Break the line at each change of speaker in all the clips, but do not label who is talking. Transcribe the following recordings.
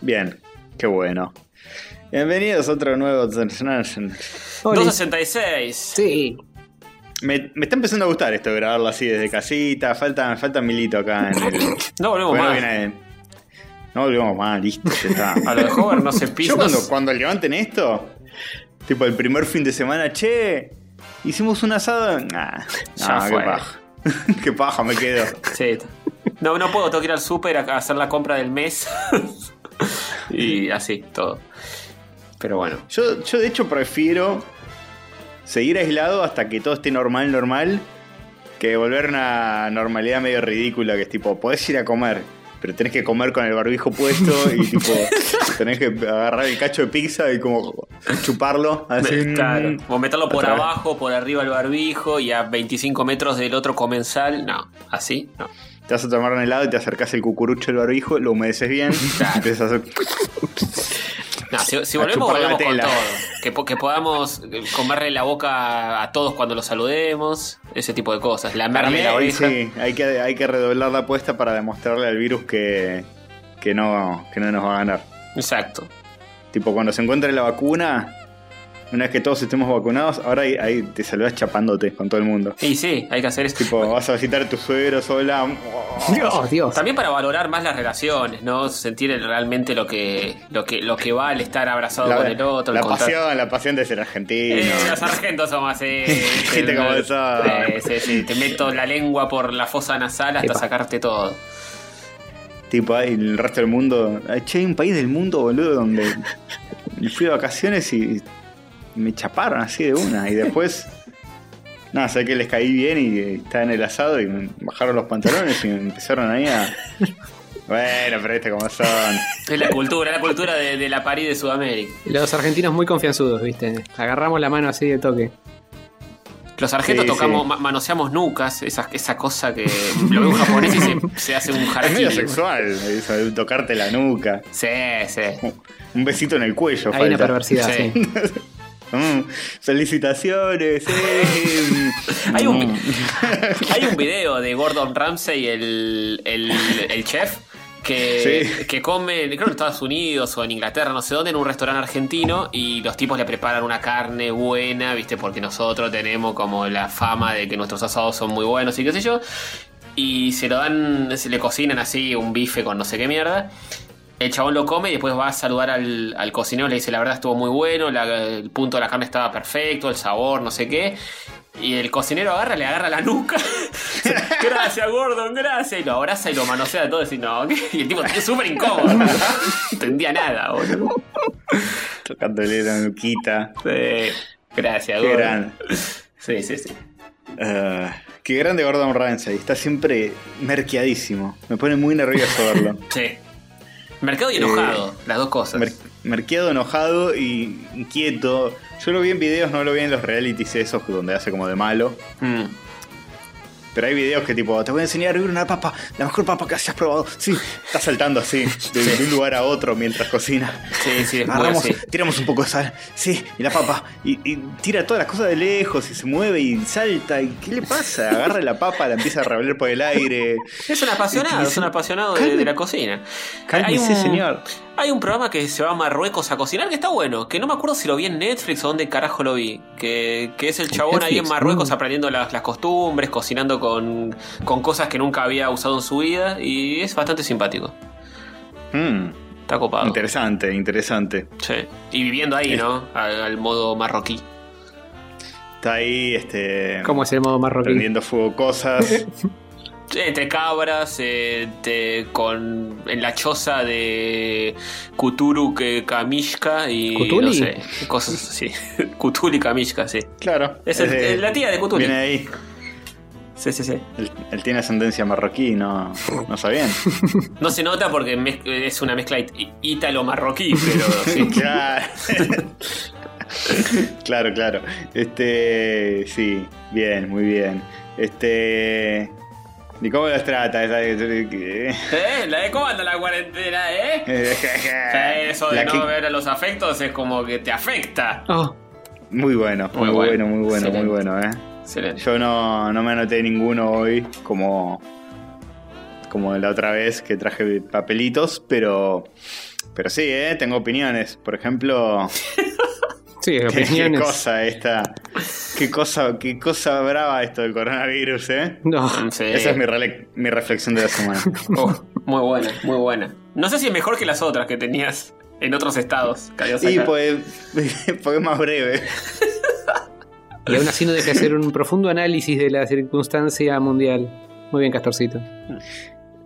Bien, qué bueno. Bienvenidos a otro nuevo
266.
Sí.
Me, me está empezando a gustar esto de grabarlo así desde casita. Falta, falta Milito acá en el.
No volvemos
Bueno,
más.
viene- No volvemos más, listo, ya está.
A lo de Hover no se pisa.
Yo cuando, cuando levanten esto, tipo el primer fin de semana, che, hicimos un asado. Nah,
Ya
nah, qué
fue.
paja. qué paja, me quedo.
Sí. No, no puedo, tengo que ir al súper a a hacer la compra del mes. y así, todo. Pero bueno.
Yo, yo de hecho prefiero seguir aislado hasta que todo esté normal, normal, que volver a una normalidad medio ridícula, que es tipo, podés ir a comer, pero tenés que comer con el barbijo puesto y tipo, tenés que agarrar el cacho de pizza y como chuparlo. Así, mm,
Claro. O meterlo por
Otra vez.
abajo, por arriba el barbijo y a 25 metros del otro comensal. No, así, no.
Te vas a tomar un helado y te acercás el cucurucho del barbijo, lo humedeces bien, empiezas a hacer...
No, si, si
A
volvemos,
chupar la
volvemos con
tela.
todo. Que, po- que podamos eh, comerle la boca a todos cuando los saludemos. Ese tipo de cosas. Lamerle
Carmela,
la
hoy
oreja.
sí, hay que, hay que redoblar la apuesta para demostrarle al virus que, que, no, que no nos va a ganar.
Exacto.
Tipo, cuando se encuentre la vacuna, una vez que todos estemos vacunados, ahora ahí, ahí te saludas chapándote con todo el mundo.
Y sí, hay que hacer eso.
Tipo, vas a visitar a tus suegros, hola.
Dios, Oh, Dios.
También para valorar más las relaciones, ¿no? Sentir el- realmente lo que, lo que, lo que vale estar abrazado
La,
con el otro.
la
el contacto.
pasión, la pasión de ser argentino.
Eh, los sargentos somos así.
Gente como esa.
Eh, sí, sí, Te meto la lengua por la fosa nasal hasta
Epa.
sacarte todo.
Tipo, ahí el resto del mundo. ay, Che, hay un país del mundo, boludo, donde fui de vacaciones y me chaparon así de una. Y después, nada, sé que les caí bien y eh, estaba en el asado y me bajaron los pantalones y me empezaron ahí a. Bueno, pero este como son.
Es la cultura, es la cultura de, de la París de Sudamérica.
Los argentinos muy confianzudos, viste. Agarramos la mano así de toque.
Los argentos
Sí,
tocamos,
sí.
ma- manoseamos nucas, esa, esa cosa que lo ve un japonés y se, se hace un
Es medio
jardín.
sexual, eso, de tocarte la nuca.
Sí, sí.
Un besito en el cuello,
Hay una
falta.
perversidad,
Sí.
sí.
Mm, felicitaciones, eh.
Hay un,
Mm.
hay un video de Gordon Ramsay, el, el, el chef, que, que come, creo que en Estados Unidos o en Inglaterra, no sé dónde, en un restaurante argentino y los tipos le preparan una carne buena, ¿viste? Porque nosotros tenemos como la fama de que nuestros asados son muy buenos y qué sé yo. Y se lo dan, se le cocinan así un bife con no sé qué mierda. El chabón lo come y después va a saludar al, al cocinero, le dice la verdad estuvo muy bueno, la- el punto de la carne estaba perfecto, el sabor, no sé qué. Y el cocinero agarra, le agarra la nuca. gracias, Gordon, gracias. Y lo abraza y lo manosea todo. Y, no, ¿qué? y el tipo es súper incómodo. No entendía nada, boludo.
Tocándole la nuquita.
Sí, gracias,
Qué
Gordon.
gran.
Sí, sí, sí.
Ah, qué grande Gordon Ramsay. Está siempre merqueadísimo. Me pone muy nervioso verlo.
Sí. Mercado y enojado, las dos cosas.
Eh, Mer- merqueado, enojado y inquieto. Yo lo vi en videos, no lo vi en los realities esos donde hace como de malo.
Mm.
Pero hay videos que tipo, te voy a enseñar a hervir una papa, la mejor papa que hayas probado. Sí, está saltando así, de, de un lugar a otro mientras cocina.
Sí, sí, es muy
Agarramos,
así.
tiramos un poco de sal, sí, y la papa, y, y tira todas las cosas de lejos, y se mueve y salta, y ¿qué le pasa? Agarra la papa, la empieza a revelar por el aire.
Es un apasionado, es un apasionado de, de la cocina.
Cálmese, señor.
Hay un programa que se va a Marruecos a cocinar que está bueno, que no me acuerdo si lo vi en Netflix o dónde carajo lo vi, que, que es el chabón ahí en
Netflix?
Marruecos
Mm.
aprendiendo las, las costumbres, cocinando con, con cosas que nunca había usado en su vida y es bastante simpático,
Mm,
está copado.
interesante, interesante.
Sí. Y viviendo ahí, ¿no? Al, al modo marroquí.
Está ahí, este.
¿Cómo es el modo marroquí?
Prendiendo fuego cosas.
Eh, te cabras, eh, te- con, en la choza de Kuturu que Kamishka y
¿Kutuli?
no sé, cosas así. Kutuli Kamishka, sí.
Claro.
Es el-
de-
la tía de Cutuli.
Viene ahí.
Sí, sí, sí.
Él, él tiene ascendencia marroquí, no, no sabían.
No se nota porque mez- es una mezcla it- ítalo-marroquí, pero sí.
claro. claro, claro. Este. Sí, bien, muy bien. Este. ¿Y cómo los trata? Esa-
¿Eh? ¿La de cómo anda la cuarentena, eh? Ya Eso de
La
no
que-
ver a los afectos es como que te afecta.
Oh,
Muy bueno,
Muy
muy, bueno,
bueno.
muy bueno,
Excelente.
muy bueno, eh.
Excelente.
Yo no, no me anoté ninguno hoy, como, como la otra vez que traje papelitos, pero Pero sí, ¿eh? tengo opiniones. Por ejemplo,
Sí,
qué, qué
opiniones.
cosa esta. Qué cosa, qué cosa brava esto del coronavirus, ¿eh?
No,
Sí.
Esa es mi, rele- mi reflexión de la semana.
Oh, muy buena, muy buena. No sé si es mejor que las otras que tenías en otros estados. que habías
y
sacado.
pues, porque es más breve.
y aún así no deja de hacer un profundo análisis de la circunstancia mundial. Muy bien, Castorcito.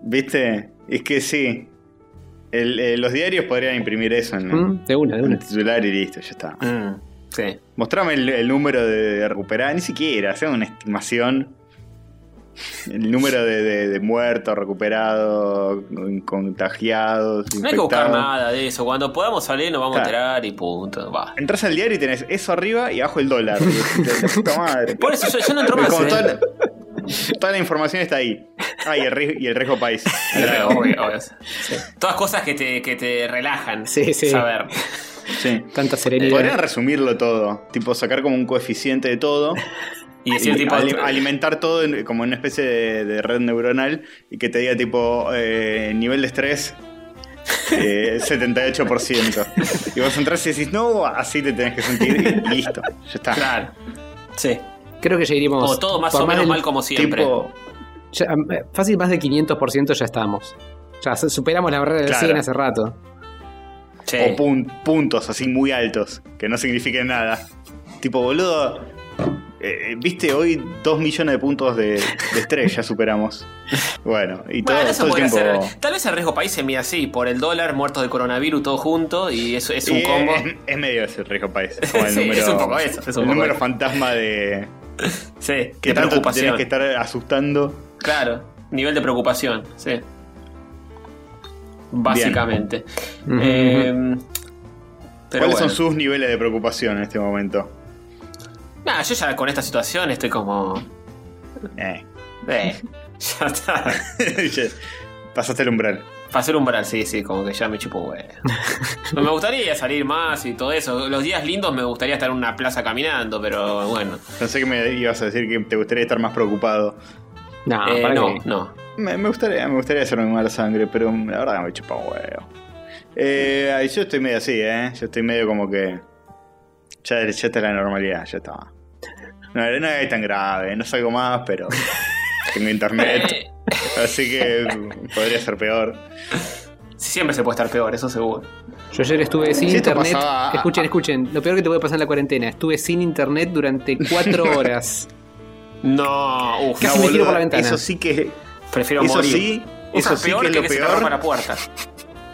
¿Viste? Es que sí. El- eh, los diarios podrían imprimir eso en,
Mm, De una, de
en
una.
el titular y listo, ya está.
Mm, sí.
Mostrame el, el número de recuperados, ni siquiera, sea una estimación. El número de, de- de muertos, recuperados, con- contagiados,
No hay que buscar
infectados.
nada de eso. Cuando podamos salir nos vamos
Claro.
a enterar y punto. Va.
Entrás al diario y tenés eso arriba y abajo el dólar. De la puta madre.
Por eso yo, yo no entro
Es
más.
como
¿eh?
toda, la, toda la información está ahí. Ah, y el, ri- y el riesgo país.
Claro, Eh, obvio, obvio. Sí. Todas cosas que te, que te relajan.
Sí, sí.
Saber.
Sí.
Tanta
Podrían
serenidad.
resumirlo todo, tipo sacar como un coeficiente de todo,
Y decir
y
tipo.
ali- alimentar todo en- como en una especie de, de red neuronal y que te diga tipo eh, nivel de estrés eh, 78%. Y vos entras y decís, no, así te tenés que sentir y listo, ya está.
Claro. Sí.
Creo que ya iríamos.
O todo más
por
o menos
del-
mal como siempre.
Tipo,
ya, eh, fácil, más de 500% ya estamos. Ya se- superamos la barrera del
Claro.
100 hace rato.
Sí.
o pun- puntos así muy altos, que no signifiquen nada. Tipo, boludo, eh, viste, hoy 2 millones de puntos de, de estrés ya superamos. Bueno, y todo,
Bueno, eso
todo el
podría
tiempo...
ser. Tal vez el riesgo país se mide así, por el dólar, muertos de coronavirus, todo junto, y eso es un
Eh,
combo.
Es, es medio ese riesgo país. como el
Sí,
número-
es un poco eso, es un
el
poco
número
eso.
fantasma de
Sí,
que
qué
tanto te
preocupación.
tenés que estar asustando.
Claro, nivel de preocupación, sí. Básicamente.
Ujú.
Eh, pero
¿Cuáles
bueno.
son sus niveles de preocupación en este momento?
Nah, yo ya con esta situación estoy como.
Eh.
Eh, ya está.
Ya, Pasaste el umbral.
Para hacer umbral, sí, sí, como que ya me chupo huevo. No, me gustaría salir más y todo eso. Los días lindos me gustaría estar en una plaza caminando, pero bueno.
Pensé que me ibas a decir que te gustaría estar más preocupado.
No,
Eh,
Ah, ¿para
no,
qué?
no.
Me, me gustaría, me gustaría hacerme mala sangre, pero la verdad me chupa un huevo. Eh, ay, yo estoy medio así, ¿eh? Yo estoy medio como que. Ya, ya está la normalidad, ya está. No, no es tan grave, no salgo más, pero. Tengo internet.
Eh,
Así que podría ser peor.
siempre se puede estar peor, eso seguro.
Yo ayer estuve sin
Si esto
internet.
pasaba-
Escuchen, escuchen. Lo peor que te puede pasar en la cuarentena. Estuve sin internet durante cuatro horas.
No, uff,
Casi me tiro por la ventana.
Eso sí que.
prefiero
Eso
morir.
sí.
Eso
Eso
es
sí
peor
que es
que,
lo
que se te rompa la
peor.
puerta.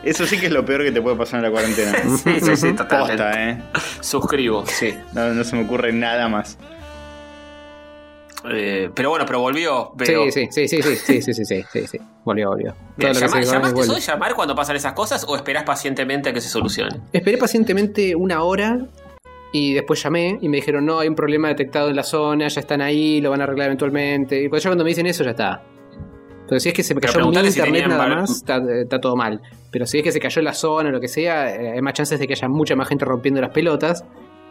Eso sí que es lo peor que te puede pasar en la cuarentena.
Sí, sí, sí, totalmente.
Posta, eh.
Suscribo, sí.
No, no se me ocurre nada más.
Eh, pero bueno, pero volvió. Pero...
Sí, sí, sí, sí, sí, sí, sí, sí, sí, sí, sí. Volvió, volvió.
Mira, llama-
Todo lo que se conoce
¿Llamaste
vuelve.
sos de llamar cuando pasan esas cosas o esperás pacientemente a que se solucione?
Esperé pacientemente una hora y después llamé y me dijeron, no, hay un problema detectado en la zona, ya están ahí, lo van a arreglar eventualmente. Y cuando, ya cuando me dicen eso, ya está. Entonces, si es que se me
Pero
cayó mi
preguntale si
internet
tenían
nada
bar-
más, está, está todo mal. Pero si es que se cayó la zona o lo que sea, eh, hay más chances de que haya mucha más gente rompiendo las pelotas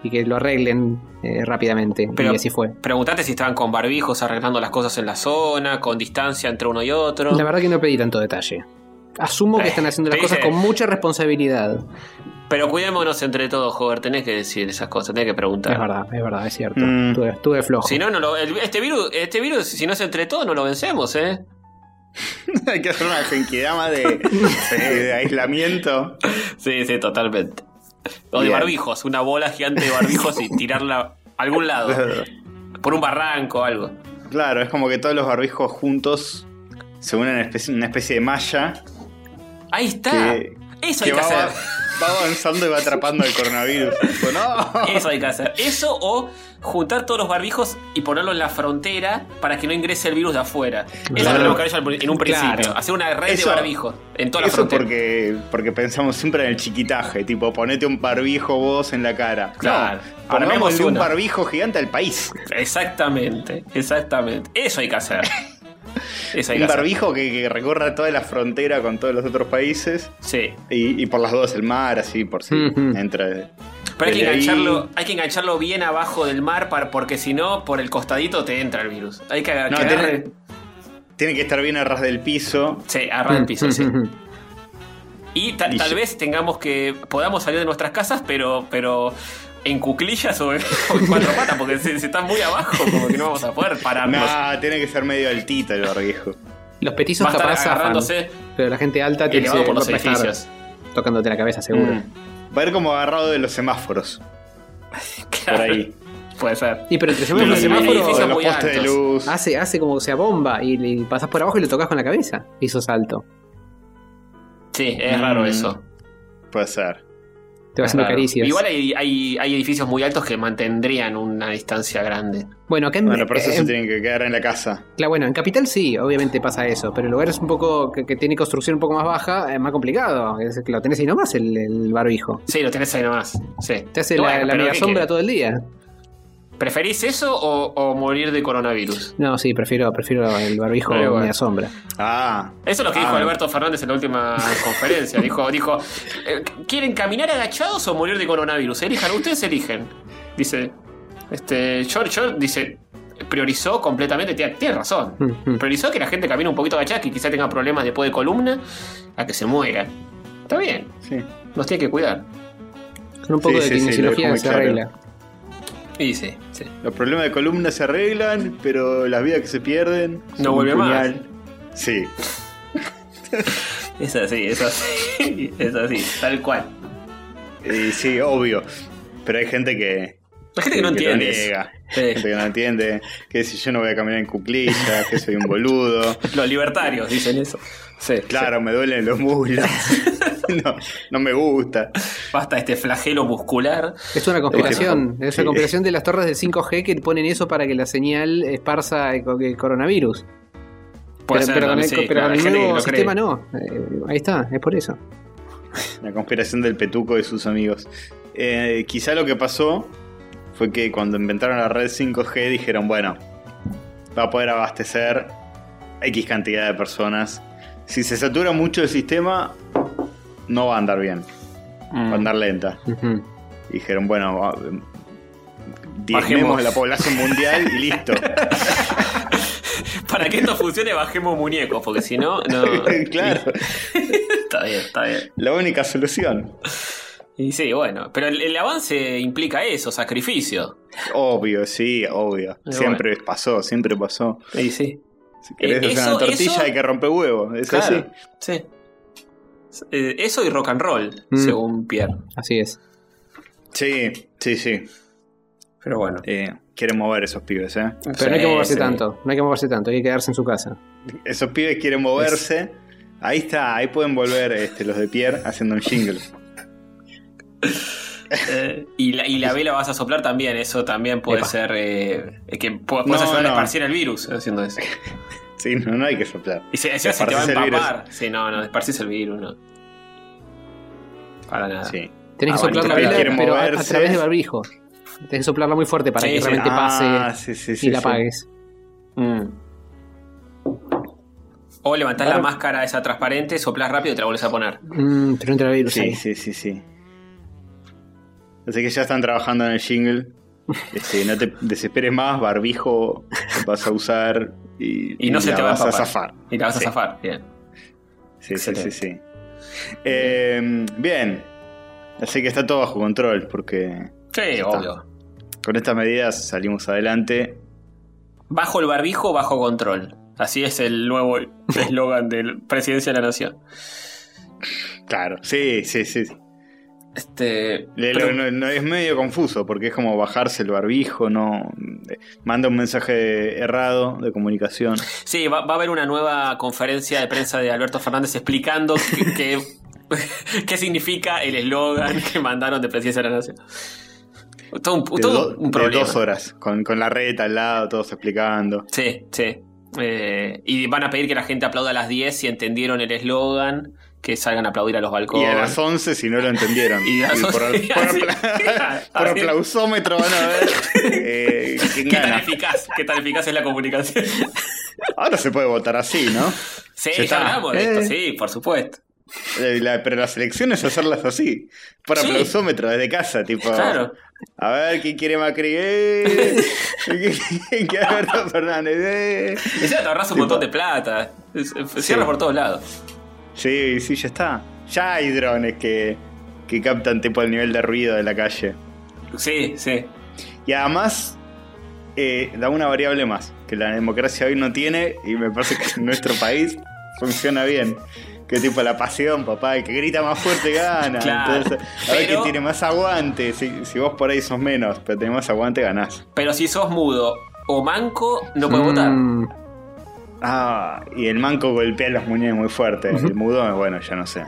y que lo arreglen eh, rápidamente.
Pero-
y así fue.
Preguntaste si estaban con barbijos arreglando las cosas en la zona, con distancia entre uno y otro.
La verdad que no pedí tanto detalle. Asumo que
Eh,
están haciendo las
te
cosas
dije-
con mucha responsabilidad.
Pero cuidémonos entre todos, joder. Tenés que decir esas cosas, tenés que
Es
preguntar.
verdad, es verdad, es cierto.
Mm.
Estuve, estuve flojo.
Si no, no lo- el- este, virus, este virus, si no es entre todos, no lo vencemos, ¿eh?
Hay que hacer una genkidama de, de aislamiento.
Sí, sí, totalmente. O de
Bien.
barbijos, una bola gigante de barbijos y tirarla a algún lado. Por un barranco o algo.
Claro, es como que todos los barbijos juntos se unen en una especie, una especie de malla
Ahí está.
que,
Eso
que
hay que
va,
hacer.
va avanzando y va atrapando el coronavirus. Tipo, no.
Eso hay que hacer. Eso o juntar todos los barbijos y ponerlo en la frontera para que no ingrese el virus de afuera. Eso
Claro.
lo tenemos que haber hecho al- en un principio.
Claro.
Hacer una red
Eso-
de barbijos en toda la
Eso
frontera.
porque, porque pensamos siempre en el chiquitaje, tipo ponete un barbijo vos en la cara.
Claro,
No,
armemos
pongámosle un
uno.
barbijo gigante al país.
Exactamente, exactamente. Eso hay que hacer. Eso hay que
Un
hacer.
barbijo que, que recorra toda la frontera con todos los otros países
Sí.
y, y por las dos el mar, así por si
Ujú.
entra.
Pero hay
Desde
que,
ahí-
engancharlo, hay que engancharlo bien abajo del mar para, porque si no, por el costadito te entra el virus. Hay que
No,
agarrar.
tiene, tiene que estar bien a ras del piso.
Mm,
Sí, agarrar el piso, sí. Y ta-
Y
tal
sí.
vez tengamos que. podamos salir de nuestras casas, pero. pero en cuclillas o en, o en cuatro patas, porque se, se están muy abajo, como que no vamos a poder pararnos.
Nah, Ah, tiene que ser medio altita el barbijo.
Los petizos
Va a estar
capaz zafan,
agarrándose
pero la gente alta tiene
elevado por los
va a estar
edificios.
tocándote la cabeza seguro.
Mm,
Va a ir como agarrado de los semáforos. Por
claro.
ahí.
Puede ser.
Y pero te
De
llevas los
los semáforos, de
edificios
semáforos,
los
muy
postes de
altos. Ah,
luz.
hace, hace como que sea bomba y, le pasás por abajo y lo tocas con la cabeza y sos alto.
Sí, es raro
Mm.
eso.
Puede ser.
Te vas haciendo
Raro.
caricias.
Igual hay, hay, hay edificios muy altos que mantendrían una distancia grande.
bueno, acá en,
Bueno, por eso se
Em,
en-
tienen que quedar en la casa.
la- bueno, en Capital sí, obviamente pasa eso, pero en lugares un poco que, que tiene construcción un poco más baja es más complicado. Es que lo tenés ahí nomás el, el barbijo.
Sí, lo tenés ahí nomás. Sí.
Te hace
Bueno,
la, la
pero
mega
¿qué
sombra
querés?
todo el día.
¿Preferís eso o, o morir de coronavirus?
No, sí, prefiero, prefiero el barbijo
Ahí
de
va.
la sombra.
Ah.
Eso es lo que dijo
Ah.
Alberto Fernández en la última conferencia. Dijo, dijo eh, ¿quieren caminar agachados o morir de coronavirus? Elijan, ustedes eligen. Dice, este, yo, yo, dice, priorizó completamente, tiene, tiene razón.
Mm, mm.
Priorizó que la gente camine un poquito agachada, que quizá tenga problemas después de columna, a que se mueran. Está bien,
Sí.
nos tiene que cuidar.
Con un
Sí,
poco de
sí, sí, lo
kinesiología
dejó muy
se
claro.
arregla.
Y sí, sí.
Los problemas de columna se arreglan, pero las vidas que se pierden. son
No
un
vuelve más.
puñal. Sí.
Es así, es así. es así, tal cual.
Y sí, obvio. Pero hay gente que.
La gente que no
lo
entiende. eso.
niega.
Sí.
Gente que no entiende. Que si yo no voy a caminar en cuclillas, que soy un boludo.
Los libertarios dicen eso. Sí,
Claro, me duelen los muslos. No, no me gusta.
sí. Basta este flagelo muscular.
Es una conspiración, es
Sí.
una conspiración de las torres del 5G que ponen eso para que la señal esparza el co- el coronavirus.
Puede
pero,
ser,
pero con
¿no?
el,
Sí,
pero
claro,
con
hay
el
gente que
nuevo
lo cree.
sistema no. Eh, ahí está, es por eso.
La conspiración del petuco y sus amigos. Eh, quizá lo que pasó fue que cuando inventaron la red 5G dijeron, bueno, va a poder abastecer X cantidad de personas. Si se satura mucho el sistema, no va a andar bien, va a
Mm.
andar lenta.
Ujú.
Dijeron, bueno, va- diezmemos
Bajemos.
a la población mundial y listo.
Para que esto funcione, bajemos muñecos, porque si no, no.
claro,
Está bien, está bien.
la única solución.
Y sí, bueno. Pero el, el avance implica eso, sacrificio.
Obvio, sí, obvio.
Pero
siempre pasó, siempre pasó.
Y sí.
Si querés
Eh,
hacer
eso-
una tortilla
eso-
hay que romper huevo. Es así.
Claro. Sí. Eh, eso y rock and roll,
Mm.
según Pierre.
Así es.
Sí, sí, sí.
Pero bueno.
Eh, quieren mover esos pibes, ¿eh?
Pero no hay que
Sí,
moverse
sí.
tanto, no hay que moverse tanto, hay que quedarse en su casa.
Esos pibes quieren moverse. Ahí está, ahí pueden volver este, los de Pierre haciendo un jingle.
Eh, y, la, y la vela vas a soplar también, eso también puede
Epa.
ser eh, que pu- puedes
No,
ayudar a
no.
esparcir el virus haciendo eso.
Sí, no, no hay que soplar.
Y se, se, se te va a
Esparcís el virus.
empapar. Sí, no, no, esparcís el virus, no. Para nada.
Sí.
Tenés
Ah, bueno,
que soplar la
entonces
vela,
quieren
pero a, a
moverse.
través del barbijo. Tenés que soplarla muy fuerte para
Sí,
que
sí.
realmente
Ah,
pase
sí, sí,
y
sí,
la
sí.
apagues.
Mm. O levantás
Claro.
la máscara esa transparente, soplás rápido y te la volvés a poner.
Mm, pero no entra el virus
Sí,
ahí.
sí, sí, sí. Así que ya están trabajando en el jingle. Este, no te desesperes más, barbijo vas a usar y,
Y no se
la
te va a
vas a
empapar.
zafar.
Y la vas
Sí.
a zafar. Bien.
Sí, sí, sí,
Excelente.
sí. Eh, bien. Así que está todo bajo control porque
Sí, obvio.
con estas medidas salimos adelante.
Bajo el barbijo, bajo control. Así es el nuevo eslogan de Presidencia de la Nación.
Claro, sí, sí, sí.
Este.
Le-
pero-
lo- no, no, es medio confuso porque es como bajarse el barbijo, no Eh, manda un mensaje errado de comunicación.
Sí, va, va a haber una nueva conferencia de prensa de Alberto Fernández explicando qué- qué- qué significa el eslogan que mandaron de Presidencia de la Nación. Todo un,
De,
Uh, todo
do- de
un problema.
dos horas, con, con la reta al lado, todos explicando.
Sí, sí. Eh, y van a pedir que la gente aplauda a las 10 si entendieron el eslogan, que salgan a aplaudir a los
Y
balcones.
a las 11 si no lo entendieron.
Y a las
por,
11,
por
así.
apla- por
Así.
aplausómetro van a ver eh, quién
¿Qué tan
gana.
eficaz? ¿Qué tan eficaz es la comunicación?
Ahora se puede votar así, ¿no?
Sí,
Ya
ya
está.
hablamos de esto,
Eh.
sí, por supuesto.
Eh, la- pero las elecciones hacerlas así. Por
Sí.
aplausómetro, desde casa, tipo.
Claro.
A ver, ¿quién quiere Macri? Eh, ¿Quién quiere Alberto Fernández? Eh.
Y ya te ahorras un
Sí,
montón
pa.
de plata. Es- Cierras por todos lados.
Sí, sí, ya está. Ya hay drones que, que captan tipo el nivel de ruido de la calle.
Sí, sí.
Y además eh, da una variable más, que la democracia hoy no tiene y me parece que en nuestro país funciona bien. Que tipo la pasión, papá, el que grita más fuerte gana.
Claro,
Entonces, a ver
pero-
quién tiene más aguante. Si, si vos por ahí sos menos, pero tenés más aguante, ganás.
Pero si sos mudo o manco, no puedes votar.
Mm,
Ah, y el manco golpea los muñecos muy fuerte. El mudo, bueno, ya no sé.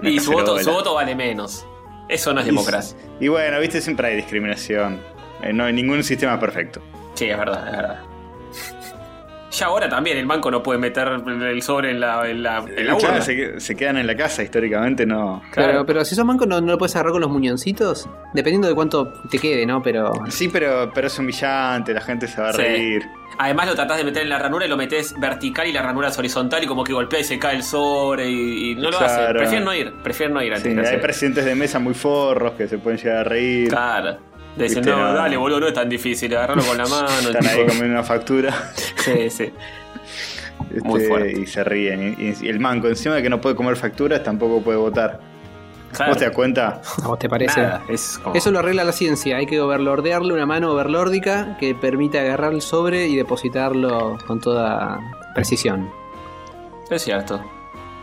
Una
Y su voto,
cacerola.
su voto vale menos. Eso no es
Y-
democracia.
Y, bueno, viste, siempre hay discriminación. Eh, no hay ningún sistema es perfecto.
Sí, es verdad, es verdad. Ya ahora también el banco no puede meter el sobre en la, en la, en la
Eh, Claro,
urna.
se, que- se quedan en la casa históricamente, no.
claro,
Claro.
pero si sos manco no, no lo puedes agarrar con los muñoncitos. Dependiendo de cuánto te quede, ¿no? Pero.
Sí, pero, pero es humillante, la gente se va a
Sí.
reír.
Además lo tratás de meter en la ranura y lo metes vertical y la ranura es horizontal y como que golpea y se cae el sobre y, y no lo hace.
Claro.
Prefiero no ir, prefiero no ir antes.
Sí,
que
hay
hacer.
presidentes de mesa muy forros que se pueden llegar a reír.
Claro. Le Dicen,
Viste,
no,
no.
dale, boludo, no es tan difícil, agarrarlo con la mano.
Están ahí
tipo.
comiendo una factura
Sí, sí. Muy
este,
fuerte.
y se ríen. Y, y el manco, encima de que no puede comer facturas, tampoco puede votar.
Claro.
¿Vos te das cuenta?
¿A vos te parece?
Nada, es como-
Eso lo arregla la ciencia. Hay que overlordearle una mano overlórdica que permita agarrar el sobre y depositarlo con toda precisión.
Es cierto.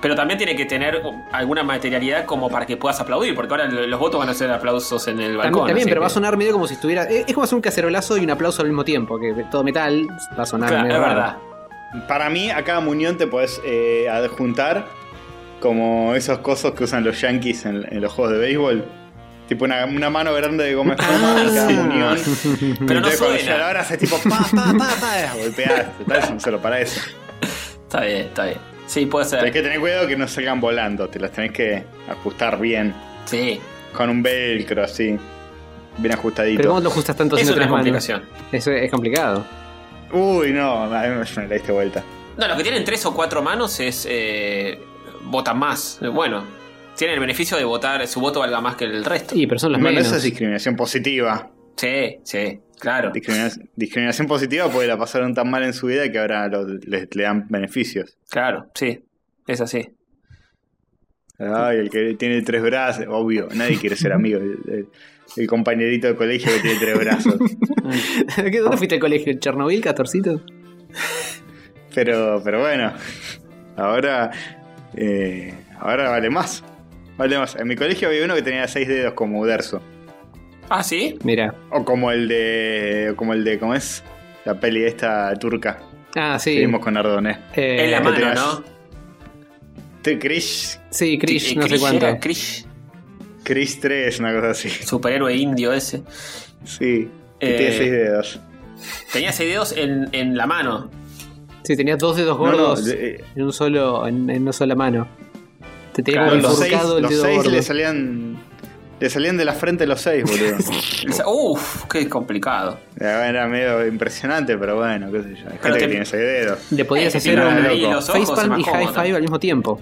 Pero también tiene que tener alguna materialidad como para que puedas aplaudir, porque ahora los votos van a ser aplausos en el balcón.
También, también,
así
pero
que-
va a sonar medio como si estuviera. eh, Es es como hacer un cacerolazo y un aplauso al mismo tiempo, que todo metal va a sonar.
Claro,
medio
es
raro.
verdad.
Para mí, a cada muñón te podés eh, adjuntar como esos cosos que usan los yankees en, en los juegos de béisbol. Tipo una, una mano grande de goma espuma en cada
Ah, sí.
muñón.
Pero no
Entonces, cuando
suena.
llega la hora haces tipo pa, pa, pa, pa, golpeás. Total, es un solo para eso.
Está bien, está bien. Sí, puede ser.
Tenés que tener cuidado que no salgan volando, te las tenés que ajustar bien.
Sí.
Con un velcro así. Bien
Pero ¿cómo
ajustadito.
lo ajustas tanto
Es una
haciendo tres manos?
complicación.
Eso es complicado.
Uy, no, a mí me- me la diste vuelta.
No, los que tienen tres o cuatro manos es. eh, votan más. Bueno, tienen el beneficio de votar, su voto valga más que el resto.
Sí, pero son los
Bueno,
menos.
eso es discriminación positiva.
Sí, sí, claro.
Discrimina- Discriminación, positiva porque la pasaron tan mal en su vida que ahora lo- les- le dan beneficios.
Claro, sí. Es así.
Ay, el que tiene tres brazos, obvio, nadie quiere ser amigo. El, el- el compañerito de colegio que tiene tres brazos.
¿Qué- ¿Dónde fuiste al colegio? ¿Chernobyl, catorcito?
Pero, pero bueno, ahora, eh, ahora vale más. Vale más. En mi colegio había uno que tenía seis dedos como Uderzo.
Ah, sí.
Mira.
O como el de. como el de. ¿Cómo es? La peli esta turca.
Ah,
Que
sí.
vimos con Ardoné.
Eh,
es la
¿qué
mano,
tenés?
¿no?
Te- Chris.
Sí, Krish,
Eh,
no sé
Krish
cuánto.
era, Krish,
Chris 3, una cosa así.
superhéroe indio ese.
Sí. Que
Eh,
tiene seis dedos.
Tenía seis dedos en, en la mano.
Sí, tenías dos dedos
No, no,
gordos
de- eh,
en un solo, en, en una sola mano. Te tenías
Claro,
como
los seis,
enfurcado Ah, el
los
dedo
seis
gordo.
le salían. Le salían de la frente los seis, boludo.
Uf, qué complicado.
Era medio impresionante, pero bueno, qué sé yo. Hay gente
te-
que tiene seis dedos.
Le podías
Eh,
hacer
te
tiran
un
ahí
los ojos,
facepalm
es
y
más
high
cómodo.
five al mismo tiempo.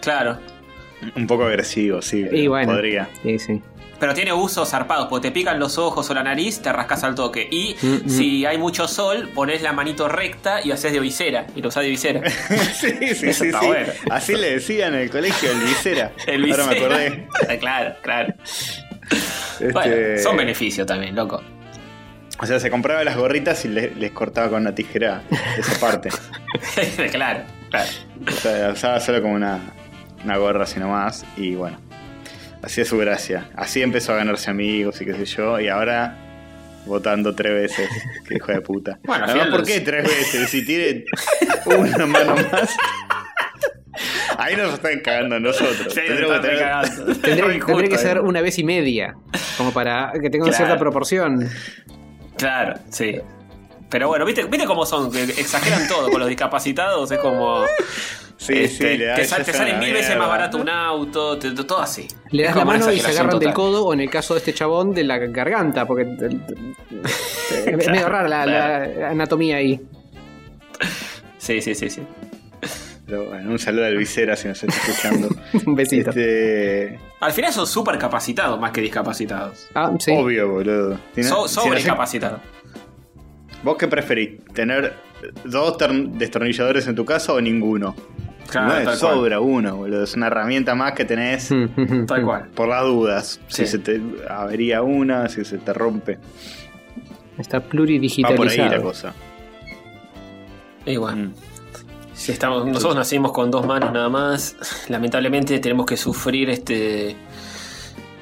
Claro.
Un poco agresivo, sí.
Y
pero
bueno.
Podría.
Sí, sí.
Pero tiene usos zarpados, porque te pican los ojos o la nariz, te rascas al toque. Y
Mm, mm.
si hay mucho sol, pones la manito recta y haces de visera. Y lo usás de visera.
sí, sí,
Eso
sí.
está
sí.
bueno.
Así le decían en el colegio, el visera.
El visera.
Ahora me acordé.
claro, claro.
Este,
Bueno, son beneficios también, loco.
O sea, se compraba las gorritas y le- les cortaba con una tijera esa parte.
claro, claro.
O sea, la usaba solo como una, una gorra así nomás. Y bueno, hacía su gracia. Así empezó a ganarse amigos y qué sé yo. Y ahora votando tres veces. Qué hijo de puta.
Bueno, al
Además,
final
¿por
los-
qué tres veces? Si tiene una mano más. Ahí nos están cagando a nosotros. Tendríamos que tener-
Tendría,
Tendría
tendría que ser una vez y media, como para que tenga una
Claro.
cierta proporción.
Claro, sí. Pero bueno, ¿viste, ¿viste cómo son? Que exageran todo con los discapacitados. Es como.
Sí,
este,
sí, le da-
te,
ya
sal- te
sea
salen
una
mil veces
mierda.
más barato un auto, te- todo así.
Le
Es
das la
como una
mano y se
exageración
agarran del
total.
codo, o en el caso de este chabón, de la garganta, porque es medio rara la, la anatomía ahí.
Sí, sí, sí, sí.
Pero bueno, un saludo al visera si nos está escuchando.
Un besito.
este,
Al final son súper capacitados más que discapacitados.
Ah, sí.
Obvio, boludo. Si no-
So-
si no sé-
sobrecapacitados.
¿Vos qué preferís? ¿Tener dos ter- destornilladores en tu casa o ninguno? no
Claro,
es
tal cual.
sobra uno, boludo. Es una herramienta más que
Hmm.
tenés Mm.
Tal cual.
por las dudas. Si
Sí.
se te avería una, si se te rompe.
Está
Va por ahí
pluridigitalizado.
la cosa.
Y bueno,
Mm.
si estamos, nosotros nacimos con dos manos nada más. Lamentablemente tenemos que sufrir este.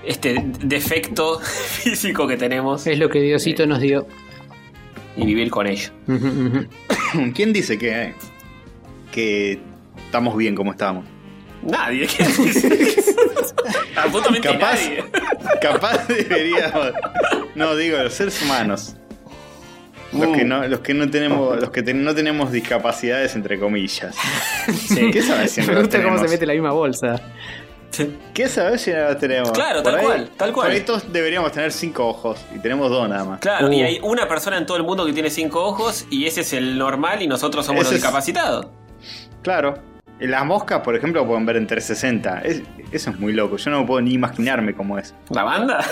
Este defecto físico que tenemos
Es lo que Diosito nos dio.
y vivir con ello.
Ujú, ujú.
¿Quién dice que, eh, que estamos bien como estamos?
Nadie. ¿qué dices? Absolutamente
Capaz.
nadie.
Capaz deberíamos. No, digo, los seres humanos. Los que no, los que no tenemos, los que ten- no tenemos discapacidades entre comillas.
Sí.
¿Qué sabes si no
Me
las
gusta cómo se
tenemos?
mete la misma bolsa.
¿Qué sabes si no las tenemos?
Claro, tal cual, tal cual.
Por ahí todos deberíamos tener cinco ojos y tenemos dos nada más.
Claro, y
Uh.
hay una persona en todo el mundo que tiene cinco ojos y ese es el normal y nosotros somos
Ese
los
es-
discapacitados.
Claro. Las moscas, por ejemplo, pueden ver en 360. Es- eso es muy loco. Yo no puedo ni imaginarme cómo es.
¿La banda?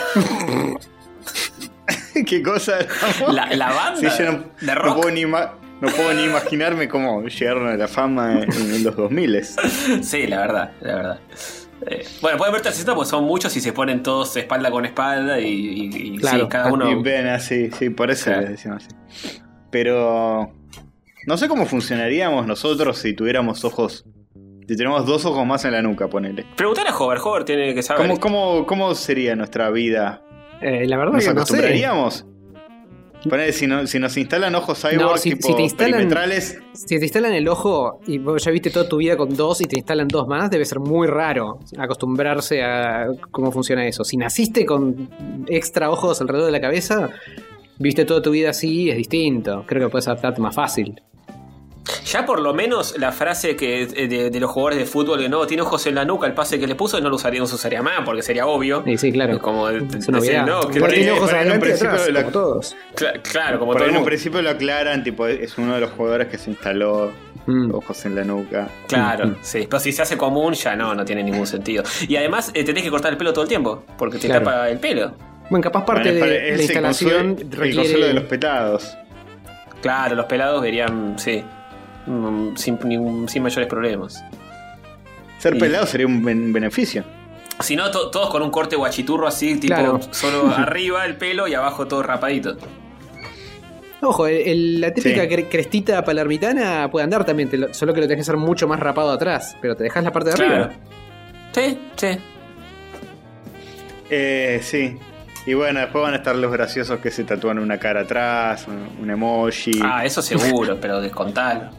¿Qué cosa?
¿La, la
Sí,
banda?
yo no,
¿De
no
rock?
puedo ni ima- no puedo ni imaginarme cómo llegaron a la fama en, en los 2000.
Sí, la verdad, la verdad. Eh, bueno, pueden ver 360 porque son muchos y se ponen todos espalda con espalda y, y- y
Claro.
sí, cada uno...
Y ven así, sí, por eso
Claro.
les decimos así. Pero no sé cómo funcionaríamos nosotros si tuviéramos ojos. Si tenemos dos ojos más en la nuca, ponele.
Preguntar a Hover, Hover tiene que saber.
¿Cómo, cómo, cómo sería nuestra vida?
Eh, la verdad
¿Nos
que no sé.
acostumbraríamos? Ponele, si, no- si nos instalan ojos cyborg
No, si-
tipo
si te instalan-
perimetrales,
Si te instalan el ojo y vos ya viste toda tu vida con dos y te instalan dos más, debe ser muy raro acostumbrarse a cómo funciona eso. Si naciste con extra ojos alrededor de la cabeza, viste toda tu vida así, es distinto. Creo que puedes adaptarte más fácil.
Ya por lo menos la frase que eh, de, de los jugadores de fútbol que no, tiene ojos en la nuca, el pase que le puso, no lo usaría, no se usaría más porque sería obvio.
Y sí, claro.
Eh, Como de-
es una
decir,
obviedad.
no, que
Por
Igual
ahí-
tiene-
tiene
por
ojos
ahí en
adelante y
principio
atrás,
la-
como todos.
Cla- claro, como
por
todo
ahí
el
en un
mundo.
principio lo aclaran, tipo, es uno de los jugadores que se instaló
Mm.
ojos en la nuca.
Claro, sí. Pero si se hace común, ya no, no tiene ningún sentido. Y además eh, tenés que cortar el pelo todo el tiempo, porque te
Claro.
tapa el pelo.
Bueno, capaz parte
Bueno, es para-
de
es
la
el
instalación
consuelo- el
requiere...
consuelo de los petados.
Claro, los pelados verían, sí, mm, sin, ningún- sin mayores problemas.
Ser
Sí.
pelado sería un ben- beneficio.
Si no, to- todos con un corte guachiturro así, tipo
Claro.
solo arriba el pelo y abajo todo rapadito.
Ojo, el- el- la típica
Sí.
cre- crestita palermitana puede andar también, te lo- solo que lo tenés que hacer mucho más rapado atrás, pero te dejas la parte de
Claro.
arriba.
Sí, sí.
Eh, sí. Y bueno, después van a estar los graciosos que se tatúan una cara atrás, un, un emoji.
Ah, eso seguro, pero descontalo.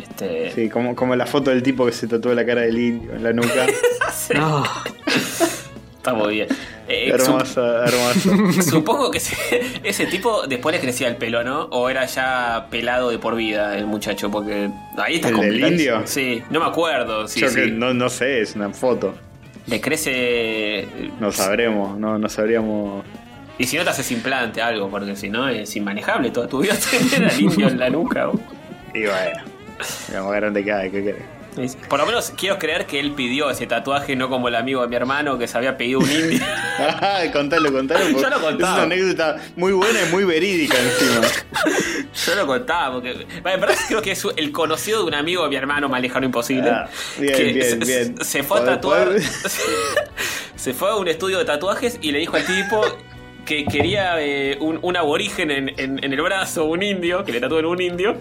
Este.
Sí, como, como la foto del tipo que se tatúa la cara del indio en la nuca.
Ah,
Está muy bien. Eh, sup-
hermosa, hermosa.
Supongo que ese, ese tipo después le crecía el pelo, ¿no? O era ya pelado de por vida el muchacho, porque ahí está
¿El del
complicado.
indio?
Sí, no me acuerdo. Sí,
Yo
sí.
que no, no sé, es una foto.
Le crece.
No sabremos, no, no sabríamos.
Y si no te haces implante, algo, porque si no es inmanejable toda tu vida tener al indio en la nuca. o-
Y bueno, lo más grande que hay, ¿qué querés?
Es- Por lo menos quiero creer que él pidió ese tatuaje, no como el amigo de mi hermano que se había pedido un indio.
Ah, contalo, contalo. porque
Yo lo
Es
contaba.
una anécdota muy buena y muy verídica encima.
Yo lo contaba, porque. Bueno, en verdad creo que es el conocido de un amigo de mi hermano más lejano imposible.
Ah, bien,
que
bien,
se,
bien.
se fue a
Poder-
tatuar.
poder-
se fue a un estudio de tatuajes y le dijo al tipo que quería eh, un, un aborigen en, en- en el brazo, un indio, que le tatúen un indio.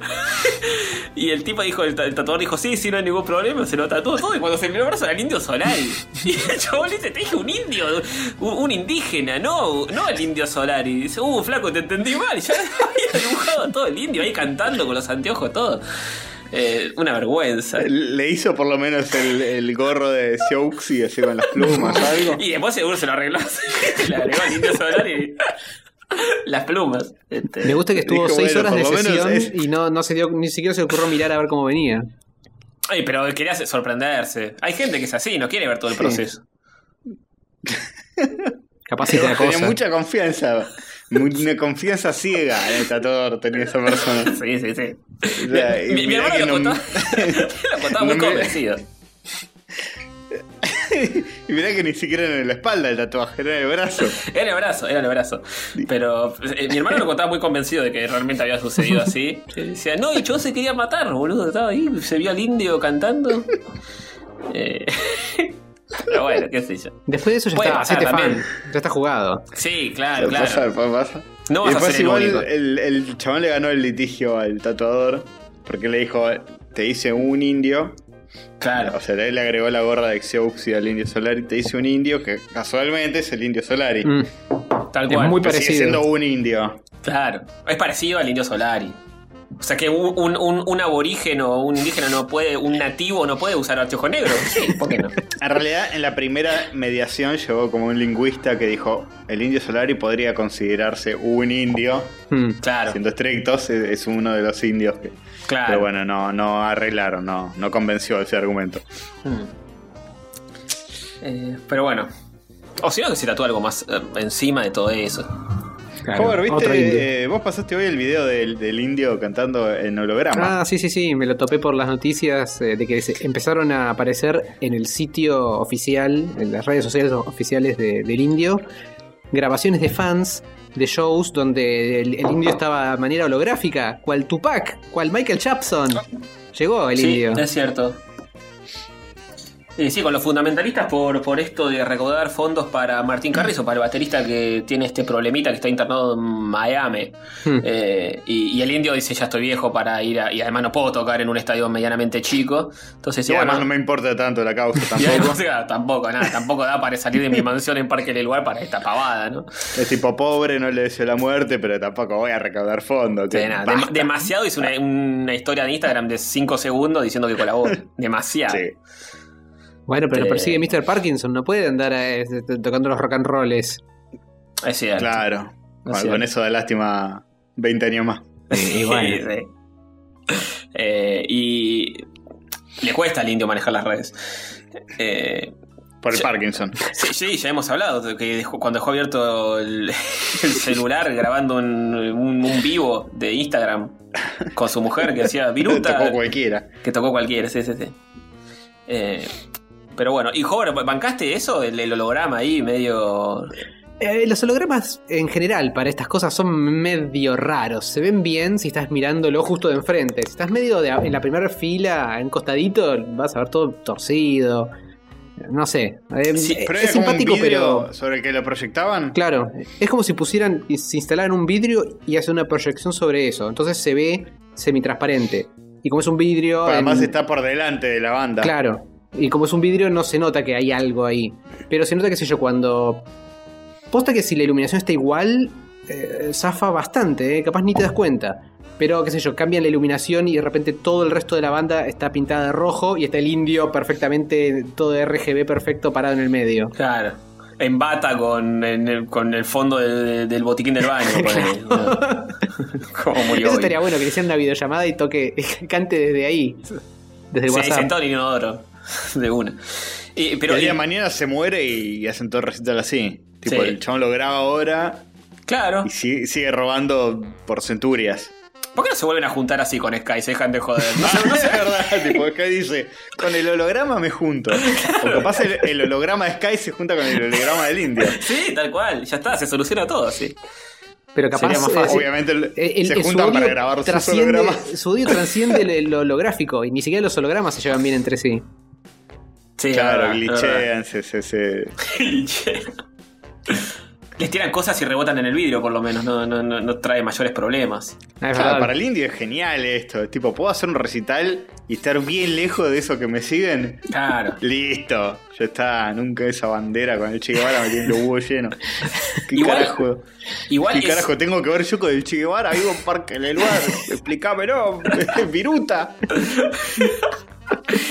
y el tipo dijo, el, ta- el tatuador dijo, sí, sí, no hay ningún problema, se lo tatuó todo. Y cuando se miró el brazo era el indio solar. y el chabón le dice, te dije un indio, un, un indígena, no, no el indio solar. Y dice, uh, flaco, te entendí mal. Y ya había dibujado todo el indio ahí cantando con los anteojos, todo. Eh, una vergüenza.
Le hizo por lo menos el, el gorro de Siouxi así con las plumas, algo.
Y después seguro se lo arregló. Le agregó el indio solar y. Las plumas. Este,
me gusta que estuvo
Dijo,
seis
bueno,
horas de
por lo menos
sesión
es-
y no, no se dio, ni siquiera se le ocurrió mirar a ver cómo venía.
Ay, pero quería sorprenderse. Hay gente que es así, no quiere ver todo el
Sí.
proceso.
Capaz si te da
Tenía
cosa.
mucha confianza. mu- Una confianza ciega en el tatuador tenía esa persona.
Sí, sí, sí.
O sea, y
mi, mi
mirá
hermano
que
lo
no-
contaba, lo contaba
no
muy
me-
convencido.
y mirá que ni siquiera era en la espalda el tatuaje, era en el brazo.
Era el brazo, era el brazo. Pero eh, mi hermano lo contaba muy convencido de que realmente había sucedido así. Él decía, no, y yo se quería matar, boludo. Estaba ahí, se vio al indio cantando. Eh, pero bueno, qué sé yo.
Después de eso ya
Puede
está,
pasar
hacete fan.
también.
Ya está jugado.
Sí, claro, Ah, claro.
Pasa, pasa, pasa.
No
y
vas a
después
ser el
igual
único.
el, el chabón le ganó el litigio al tatuador porque le dijo, te hice un indio.
Claro.
O sea, él le agregó la gorra de Xeuxi al indio Solari, te hice un indio que casualmente es el indio Solari.
Mm,
Tal
Es
cual.
muy
Pero sigue
parecido.
siendo un indio.
Claro. Es parecido al indio Solari. O sea que un, un, un- un aborígeno, un indígena no puede, un nativo no puede usar anteojos negros. Sí, ¿por qué no?
En realidad, en la primera mediación llegó como un lingüista que dijo: el indio Solari podría considerarse un indio.
mm.
Claro,
Siendo estrictos, es, es uno de los indios. que-
claro.
Pero bueno, no, no arreglaron, no, no convenció ese argumento.
Mm. Eh, pero bueno. O si no, que se tatúa algo más eh, encima de todo eso.
Claro,
Hover,
otro indio.
¿viste? eh, vos pasaste hoy el video del, del indio cantando en holograma.
Ah, sí, sí, sí, me lo topé por las noticias eh, de que se empezaron a aparecer en el sitio oficial, en las redes sociales oficiales de- del indio, grabaciones de fans de shows donde el, el indio estaba de manera holográfica, cual Tupac, cual Michael Jackson. Llegó el
sí,
indio.
es cierto. Y sí, con los fundamentalistas por, por esto de recaudar fondos para Martín Carrizo, para el baterista que tiene este problemita que está internado en Miami.
Hmm.
Eh, y, y el indio dice, ya estoy viejo para ir a... Y además no puedo tocar en un estadio medianamente chico. Entonces,
y
dice,
además
bueno,
no me importa tanto la causa
y
tampoco.
además, claro, tampoco, nada, tampoco da para salir de mi mansión en Parque del Lugar para esta pavada, ¿no?
es tipo pobre, no le deseo la muerte, pero tampoco voy a recaudar fondos.
Sí,
que
nada,
basta.
dem- demasiado hizo una, una historia de Instagram de 5 segundos diciendo que colabora. Demasiado.
Sí.
Bueno, pero lo
Eh.
persigue Mr. Parkinson, no puede andar eh, tocando los rock and rolls.
Es cierto.
Claro. Con,
Así es.
con eso da lástima 20 años más.
Y bueno.
Sí, sí. Eh, y le cuesta al indio manejar las redes. Eh,
Por el
Sí.
Parkinson.
sí, sí, ya hemos hablado de que dejó- cuando dejó abierto el, el celular grabando un, un- un vivo de Instagram con su mujer que hacía viruta.
Tocó cualquiera.
Que tocó cualquiera, sí, sí, sí. Eh, pero bueno, y Hover, ¿bancaste eso? El, el holograma ahí, medio.
Eh, los hologramas en general para estas cosas son medio raros. Se ven bien si estás mirándolo justo de enfrente. Si estás medio de a- en la primera fila, en costadito, vas a ver todo torcido. No sé. Eh,
Sí,
eh,
Pero
es
era como un
simpático,
vidrio
pero.
sobre el que lo proyectaban.
Claro, es como si pusieran, se instalaran un vidrio y hacen una proyección sobre eso. Entonces se ve semitransparente. Y como es un vidrio. en-
Además está por delante de la banda.
Claro. Y como es un vidrio, no se nota que hay algo ahí. Pero se nota, qué sé yo, cuando. Posta que si la iluminación está igual, eh, zafa bastante, ¿eh? capaz ni te das cuenta. Pero, qué sé yo, cambian la iluminación y de repente todo el resto de la banda está pintada de rojo y está el indio perfectamente, todo RGB perfecto parado en el medio.
Claro. En bata con, en el, con el fondo de- del botiquín del baño. ponele. Como muy
Eso
obvio.
estaría bueno que le hicieran una videollamada y toque, cante desde ahí, desde el
Se
WhatsApp.
sentó en el inodoro. De una. Y-
Pero
pero,
el día
y-
de mañana se muere y hacen todo el recital así. Tipo,
Sí.
el chabón lo graba ahora
claro.
y sigue, sigue robando por centurias.
¿Por qué no se vuelven a juntar así con Sky? Se dejan de joder. No,
No,
sé,
no
no
es
sé.
verdad, tipo, Sky dice, con el holograma me junto. O capaz el, el holograma de Sky se junta con el holograma del indio.
Sí, tal cual. Ya está, se soluciona todo. Sí.
Pero capaz.
Sería más
eh,
fácil.
sí.
Obviamente el-
El- el-
se
el- su
juntan para
odio
grabar sus
trasciende-
hologramas.
Su odio transciende lo holográfico y ni siquiera los hologramas se llevan bien entre sí.
Sí,
Claro,
es verdad, es verdad.
glitchean, se, se, se-
Les tiran cosas y rebotan en el vidrio, por lo menos. No, no, no, no trae mayores problemas.
Ah, es
Claro,
verdad.
para el indio es genial esto. Tipo, ¿puedo hacer un recital y estar bien lejos de eso que me siguen?
Claro.
Listo, ya está, nunca esa bandera con el Che Guevara metiendo huevo lleno. ¿Qué
Igual-
carajo?
Igual
¿Qué
es-
carajo tengo que ver yo con el Che Guevara? Vivo en Parque del lugar, explícamelo, viruta.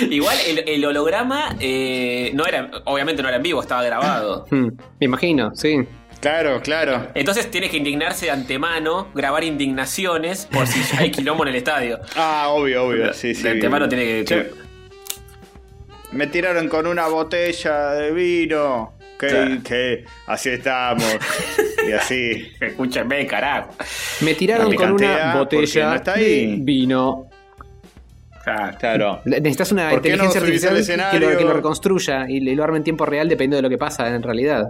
Igual el, el holograma eh, no era, obviamente no era en vivo, estaba grabado.
Hmm, Me imagino, sí.
Claro, claro.
Entonces tiene que indignarse de antemano, grabar indignaciones por si hay quilombo en el estadio.
Ah, obvio, obvio. Sí,
de
sí.
antemano tiene que.
Che, Me tiraron con una botella de vino. Que,
Claro.
que así estamos. y así.
Escúchame, carajo.
Me tiraron
La
con
picantea,
una
porque
botella
no está ahí.
de vino.
Ah,
Claro.
Ne- Necesitas una
¿Por qué no
inteligencia
subís al
artificial que lo, que
escenario?
lo reconstruya y le- lo arme en tiempo real dependiendo de lo que pasa en realidad.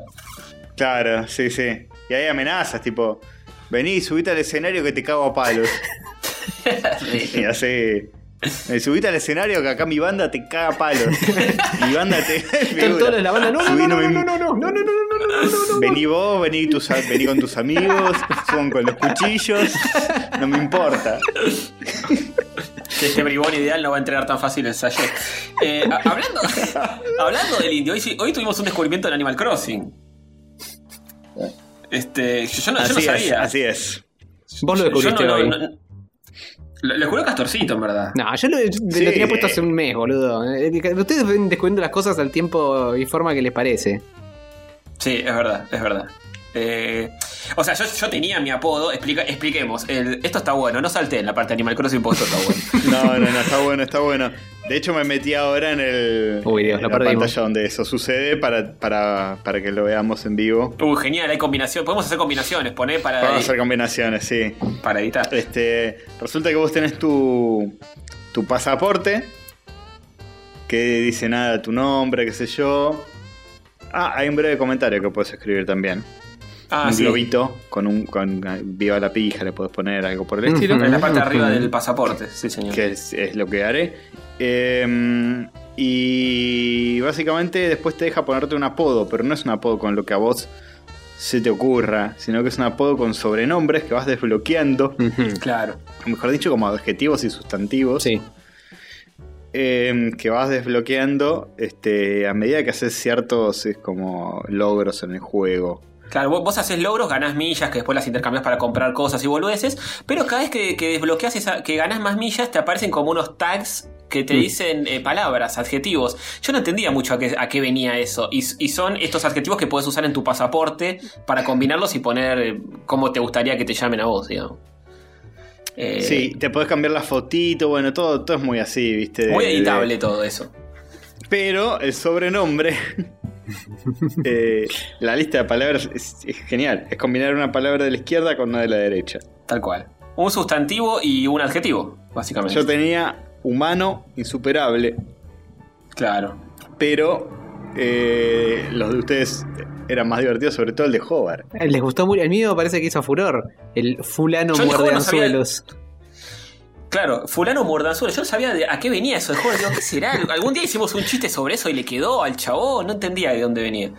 Claro, sí, sí. Y hay amenazas, tipo, vení, subite al escenario que te cago a palos. y así. "Eh, Subite al escenario que acá mi banda te caga a palos. mi banda te.
Están todos en la banda. No, no,
Subí,
no, no,
me-
no, no, no, no, no, no, no, no, no, no, no.
Vení vos, vení, tus, a- vení con tus amigos, suban con los cuchillos, no me importa.
Que este bribón ideal no va a entrenar tan fácil el sachet. Eh, a- hablando, hablando del indio, hoy, sí- hoy tuvimos un descubrimiento en Animal Crossing. Este, yo, yo no, yo no
Así es,
sabía.
así es.
Vos lo descubriste
yo no,
hoy.
no- no- lo, lo juró Castorcito, en verdad.
No, yo lo,
Sí.
lo tenía puesto hace un mes, boludo. Eh, Ustedes ven descubriendo las cosas al tiempo y forma que les parece.
Sí, es verdad, es verdad. Eh, o sea, yo, yo tenía mi apodo, explica, expliquemos. El- esto está bueno, no salté en la parte de Animal Crossing porque esto está bueno.
No, no, no, está bueno, está bueno. De hecho, me metí ahora en el.
Uy, Dios,
en
lo
la
perdimos.
pantalla donde eso sucede para, para, para que lo veamos en vivo.
Uh, genial, hay combinación. Podemos hacer combinaciones, poner para,
Vamos a hacer combinaciones, sí.
para editar.
Este, resulta que vos tenés tu, tu pasaporte, que dice nada, tu nombre, qué sé yo. Ah, hay un breve comentario que puedes escribir también.
Ah,
un
sí.
globito con un con ah, viva la pija, le puedes poner algo por el
Ujú.
estilo,
En la parte de arriba
Ujú.
del pasaporte, sí, señor.
que es, es lo que haré. Eh, y básicamente después te deja ponerte un apodo, pero no es un apodo con lo que a vos se te ocurra, sino que es un apodo con sobrenombres que vas desbloqueando,
Claro.
mejor dicho, como adjetivos y sustantivos.
Sí.
eh, que vas desbloqueando este, a medida que haces ciertos es como logros en el juego.
Claro, vos, vos haces logros, ganás millas que después las intercambias para comprar cosas y boludeces, pero cada vez que, que desbloqueas esa, que ganás más millas, te aparecen como unos tags que
Mm.
te dicen eh, palabras, adjetivos. Yo no entendía mucho a qué, a qué venía eso. Y, y son estos adjetivos que puedes usar en tu pasaporte para combinarlos y poner eh, cómo te gustaría que te llamen a vos, digamos. Eh,
sí, te podés cambiar la fotito, bueno, todo, todo es muy así, ¿viste? de-
Muy
de-
editable todo eso.
Pero el sobrenombre, eh, la lista de palabras es, es genial. Es combinar una palabra de la izquierda con una de la derecha.
Tal cual. Un sustantivo y un adjetivo, básicamente.
Yo tenía humano insuperable,
Claro.
pero eh, los de ustedes eran más divertidos, sobre todo el de Hobart.
Eh, Les gustó mucho. El mío parece que hizo furor. El fulano
Yo el
muerde
juego no sabía-
anzuelos.
Claro, fulano Mordanzuelo, yo no sabía de a qué venía eso de juego, digo, ¿qué será? Algún día hicimos un chiste sobre eso y le quedó al chabón, no entendía de dónde venía.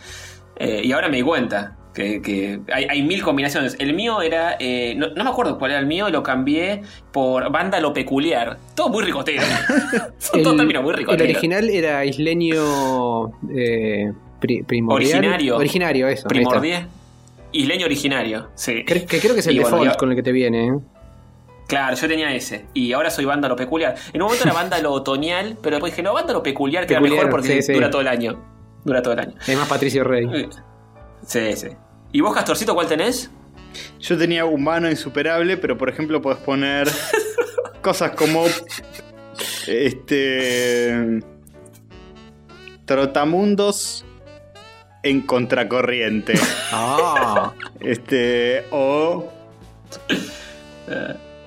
Eh, y ahora me di cuenta que, que hay, hay mil combinaciones. El mío era, eh, no, no me acuerdo cuál era el mío, lo cambié por vándalo peculiar. Todo muy ricotero. Son todos términos muy
el
ricoteros.
original era isleño eh, pri- primordial.
Originario.
Originario, eso. ahí está.
Primordial. Isleño originario, sí.
Cre- que creo que es el
Y bueno,
default
ya-
con el que te viene. ¿eh?
Claro, yo tenía ese. Y ahora soy vándalo peculiar. En un momento era vándalo otoñal, pero después dije, no, vándalo peculiar queda
Peculiar,
mejor porque
sí, sí.
dura todo el año. Dura todo el año.
Además, Patricio Rey.
Sí, sí. ¿Y vos, Castorcito, cuál tenés?
Yo tenía humano insuperable, pero por ejemplo podés poner cosas como este trotamundos en contracorriente.
Ah,
Este o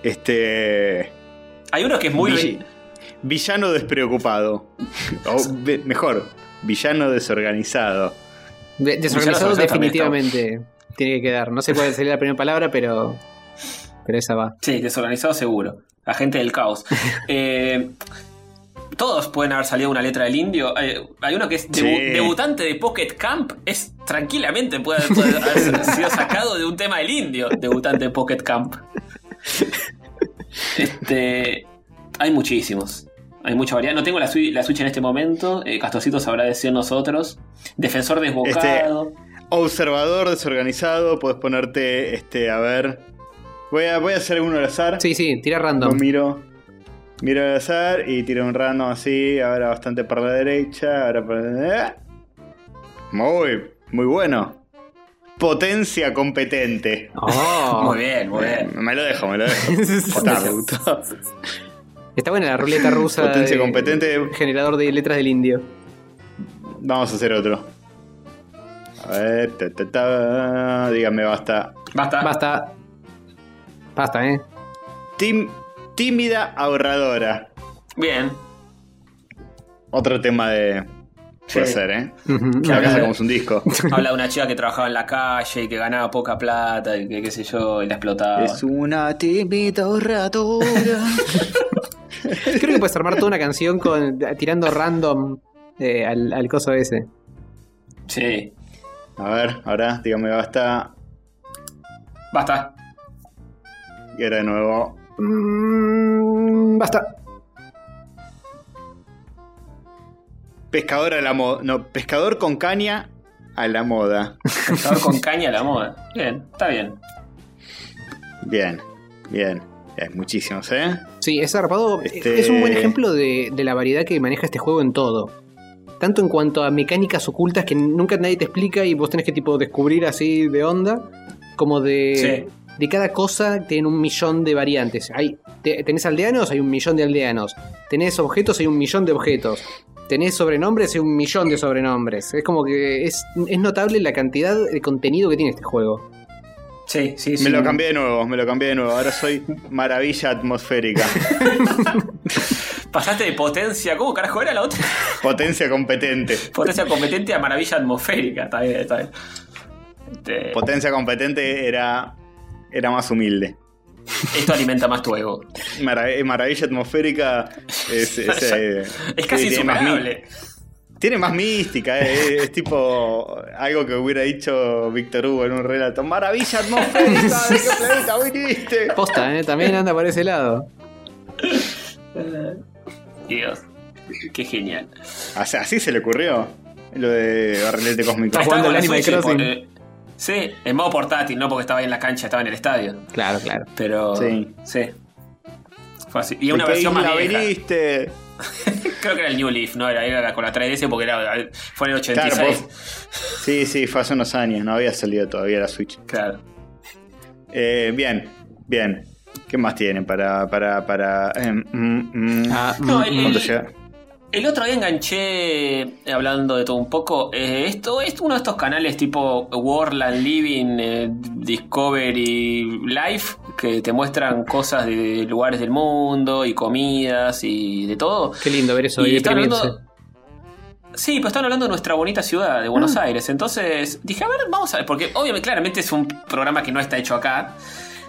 este
Hay uno que es muy.
vill- villano despreocupado. O ve- mejor, villano desorganizado.
de- desorganizado
Villano
definitivamente tiene que quedar. No sé cuál sería la primera palabra, pero pero esa va.
Sí, desorganizado seguro. Agente del caos. Eh, todos pueden haber salido una letra del indio. Eh, hay uno que es debu-
Sí.
debutante de Pocket Camp. Es tranquilamente puede, puede haber sido sacado de un tema del indio. Debutante de Pocket Camp. Este. Hay muchísimos. Hay mucha variedad. No tengo la, sui- la Switch en este momento. Eh, Castorcito sabrá decir nosotros. Defensor desbocado.
Observador desorganizado, podés ponerte este a ver. Voy a voy a hacer uno al azar.
Sí, sí, tira
Lo
random.
miro. Miro al azar y tiro un random así. Ahora bastante para la derecha. Ahora para la. ¡Ah! Muy, muy bueno. Potencia competente.
Oh.
Ah,
Muy bien, muy bien.
Me lo dejo, me lo dejo. Está, me gustó.
Está buena la ruleta rusa.
Potencia
de-
competente.
Generador de letras del indio.
Vamos a hacer otro. A ver, ta, ta, ta. dígame, basta.
Basta.
Basta. Basta, ¿eh?
Tim- tímida ahorradora.
Bien.
Otro tema de. Puede
Sí.
ser, ¿eh?
Ujú.
Que la casa como es un disco.
Habla de una chica que trabajaba en la calle y que ganaba poca plata y que qué sé yo, y la explotaba.
Es una tímida ahorradora.
Creo que puedes armar toda una canción con tirando random eh, al, al coso ese.
Sí.
A ver, ahora, dígame, basta.
Basta.
Y ahora de nuevo.
Mm, basta.
Pescador a la moda. No, pescador con caña a la moda.
Pescador con caña a la moda. Bien, está bien.
Bien, bien. Es muchísimos, ¿eh?
Sí, es zarpado.
Este-
Es un buen ejemplo de, de la variedad que maneja este juego en todo. Tanto en cuanto a mecánicas ocultas que nunca nadie te explica y vos tenés que tipo descubrir así de onda, como de, de cada cosa tiene un millón de variantes. Hay, te- tenés aldeanos, hay un millón de aldeanos. Tenés objetos, hay un millón de objetos. Tenés sobrenombres, hay un millón de sobrenombres. Es como que es, es notable la cantidad de contenido que tiene este juego.
Sí, sí, sí.
Me lo cambié de nuevo, me lo cambié de nuevo. Ahora soy maravilla atmosférica.
Pasaste de potencia. ¿Cómo carajo era la otra?
Potencia competente.
Potencia competente a maravilla atmosférica. Está bien, está bien. Este,
Potencia competente era, era más humilde.
esto alimenta más tu ego.
Mara- eh, maravilla atmosférica es, es, eh,
Es casi
sí, tiene más
insuperable.
mí- Tiene más mística, eh, es, es tipo algo que hubiera dicho Víctor Hugo en un relato. Maravilla atmosférica, ¿de qué planeta viniste?
Posta, ¿eh? también anda por ese lado.
Dios. Qué genial.
O sea, así se le ocurrió lo de barrilete cósmico.
Está
Estaba
jugando
con
el
la
Animal
Switch
Crossing.
en po- eh, Sí, en modo portátil, no porque estaba ahí en la cancha, estaba en el estadio.
Claro, claro.
Pero.
Sí.
Sí. Fue así. Y una
¿De qué
versión más
isla
vieja.
viniste?
Creo que era el New Leaf, ¿no? Era, era con la 3DS porque era, fue en el
Claro,
86.
vos- Sí, sí, fue hace unos años, no había salido todavía la Switch.
Claro.
Eh, bien, bien. ¿Qué más tienen para... para, para em, mm, mm?
Ah,
No,
mm,
el-
mm.
¿Cuánto llega?
El otro día enganché, eh, hablando de todo un poco, eh, esto es uno de estos canales tipo Worldland Living, eh, Discovery Life, que te muestran cosas de lugares del mundo y comidas y de todo.
Qué lindo ver eso y,
están
deprimirse.
hablando- Sí, pero están hablando de nuestra bonita ciudad de
Ah.
Buenos Aires. Entonces dije, a ver, vamos a ver, porque obviamente claramente es un programa que no está hecho acá.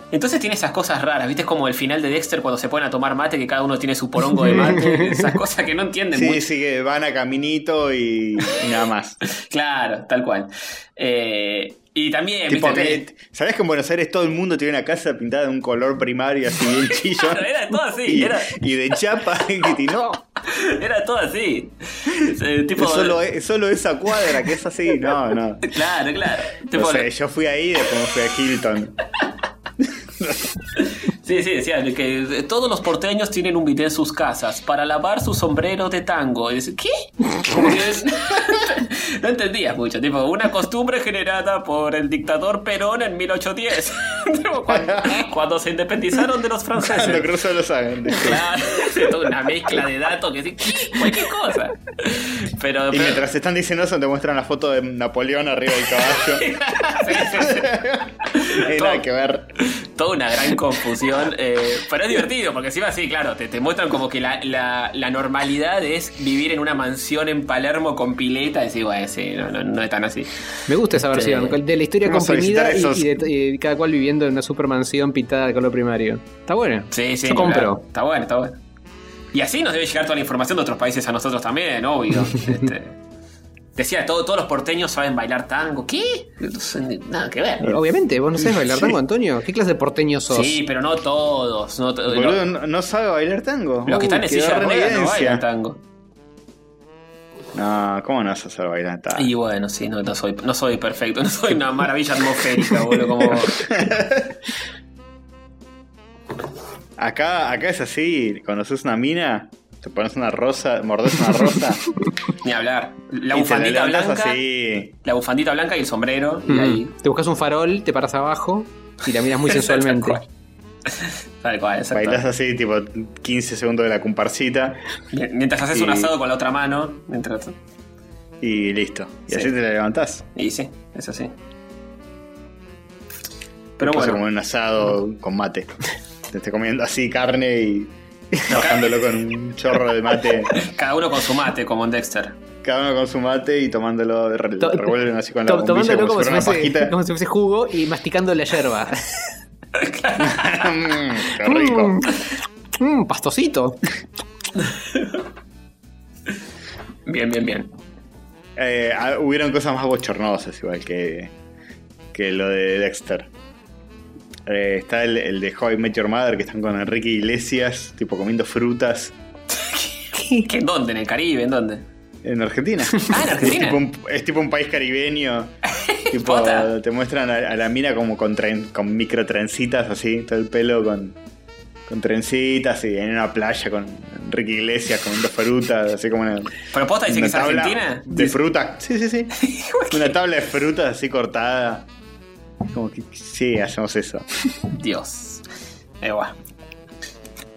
Entonces tiene esas cosas raras, ¿viste? Es como el final de Dexter cuando se ponen a tomar mate, que cada uno tiene su porongo de mate, esas cosas que no entienden
Sí,
mucho.
sí, que van a caminito y, y nada más.
Claro, tal cual. Eh, y también,
tipo, eh,
¿viste?
que- ¿sabés que en Buenos Aires todo el mundo tiene una casa pintada de un color primario así bien chillo?
Claro, era todo así,
y,
era,
y de chapa, y no,
era todo así. Eh, tipo,
solo, e- solo esa cuadra que es así, no, no.
Claro, claro.
No
Tipo,
sé, yo fui ahí después me fui a Hilton.
Sí, sí, decía que eh, todos los porteños tienen un bidé en sus casas para lavar su sombrero de tango. Y dice, ¿qué? Como que es- no entendías mucho. Tipo, una costumbre generada por el dictador Perón en 1810. Tipo, cuando, cuando se independizaron de los
Cuando
franceses.
cruzo los Andes.
Claro, es toda una mezcla de datos que sí, ¿qué? cualquier cosa. Pero,
Y
pero-
mientras están diciendo eso, te muestran la foto de Napoleón arriba del caballo.
sí, sí, sí.
Eh, nada que ver.
Toda una gran confusión. eh, pero es divertido, porque encima sí, claro, te, te muestran como que la, la- la normalidad es vivir en una mansión en Palermo con pileta. Y decís, bueno, sí, no, no, no es tan así.
Me gusta esa
Este,
versión, de la historia
vamos a
comprimida y,
visitar esos.
y de, y cada cual viviendo en una supermansión pintada de color primario. Está bueno.
Sí, sí.
Yo compro.
claro. Está bueno, está bueno. Y así nos debe llegar toda la información de otros países a nosotros también, obvio. Este, decía, todo, todos los porteños saben bailar tango. ¿Qué? No sé, nada que ver.
Obviamente, vos no sabés bailar
Sí.
tango, Antonio. ¿Qué clase de porteño sos?
Sí, pero no todos. No to-
Boludo,
lo-
no, no sabe bailar tango.
los que están en
Uy, quedó
silla de
re en
ruedas no
evidencia.
bailan tango.
No, ¿cómo no vas a saber bailar tango?
Y bueno, sí, no, no soy, no soy perfecto, no soy una maravilla atmosférica, boludo, como vos.
Acá, acá es así, conoces una mina, te pones una rosa, mordes una rosa
Ni hablar. La
y te
bufandita
levantas
blanca.
así.
La bufandita blanca y el sombrero.
Mm.
Y ahí.
Te buscas un farol, te paras abajo y la miras muy sensualmente.
Tal cual. Tal cual, exacto.
Bailás así, tipo 15 segundos de la comparsita
Mientras haces
Y-
un asado con la otra mano. Mientras...
y listo. Y
Sí.
así te la levantás.
Y sí, es así. Pero
Después
bueno.
como un asado con mate. Te estás comiendo así carne y bajándolo con un chorro de mate.
Cada uno con su mate, como en Dexter.
Cada uno con su mate y tomándolo, re-
To-
revuelven así con la
To-
bombilla
Tomándolo como si,
fuera una
fuese,
pajita.
como si fuese jugo y masticando la yerba.
Mm, qué rico.
Mm, mm, pastosito.
Bien, bien, bien.
Eh, ah, hubieron cosas más bochornosas igual que, que lo de Dexter. Eh, está el, el de How I Met Your Mother, que están con Enrique Iglesias, tipo comiendo frutas
¿Qué, ¿Dónde? ¿En el Caribe? ¿En dónde?
en Argentina.
Ah, en Argentina.
Es tipo un, es tipo un país caribeño. tipo,
Posta.
te muestran a, a la mina como con, tren, con micro trencitas así, todo el pelo con, con trencitas y en una playa con Enrique Iglesias comiendo frutas, así como una,
¿Pero posta dice
una
que es
tabla
Argentina?
De frutas. Sí, sí, sí. Una tabla de frutas así cortada. Como que sí, hacemos eso.
Dios. Eh, bueno.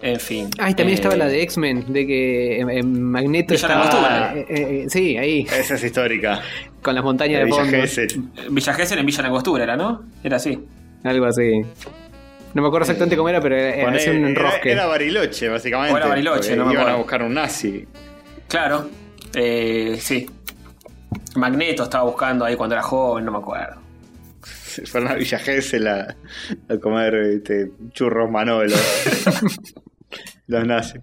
En fin.
Ah, y también
Eh,
estaba la de X-Men, de que eh, eh, Magneto
Villa
estaba.
Langostura.
eh, eh, eh, sí, ahí,
Esa es histórica.
con las montañas
De
de
Villa
fondo.
Gesell.
Villa Gesell en Villa Langostura era, ¿no? Era así.
Algo así. No me acuerdo exactamente cómo era, pero era,
Eh,
era
Poné-
así un
era,
enrosque.
era Bariloche, básicamente.
O era Bariloche,
porque
no me
Iban a
acuerdo.
buscar un nazi.
Claro. Eh, sí. Magneto estaba buscando ahí cuando era joven, no me acuerdo.
Se Fueron a Villa Gesell a, a comer este, churros Manolo. Los nazis.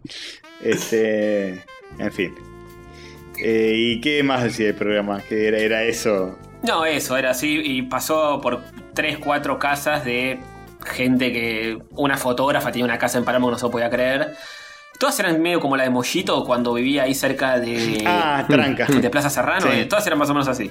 Este, en fin. Eh, ¿Y qué más decía el programa? Que era, era eso.
No, eso, era así. Y pasó por tres, cuatro casas de gente que. Una fotógrafa tenía una casa en Palermo que no se podía creer. Todas eran medio como la de Mollito cuando vivía ahí cerca de.
ah, tranca.
de Plaza Serrano,
Sí.
eh, todas eran más o menos así.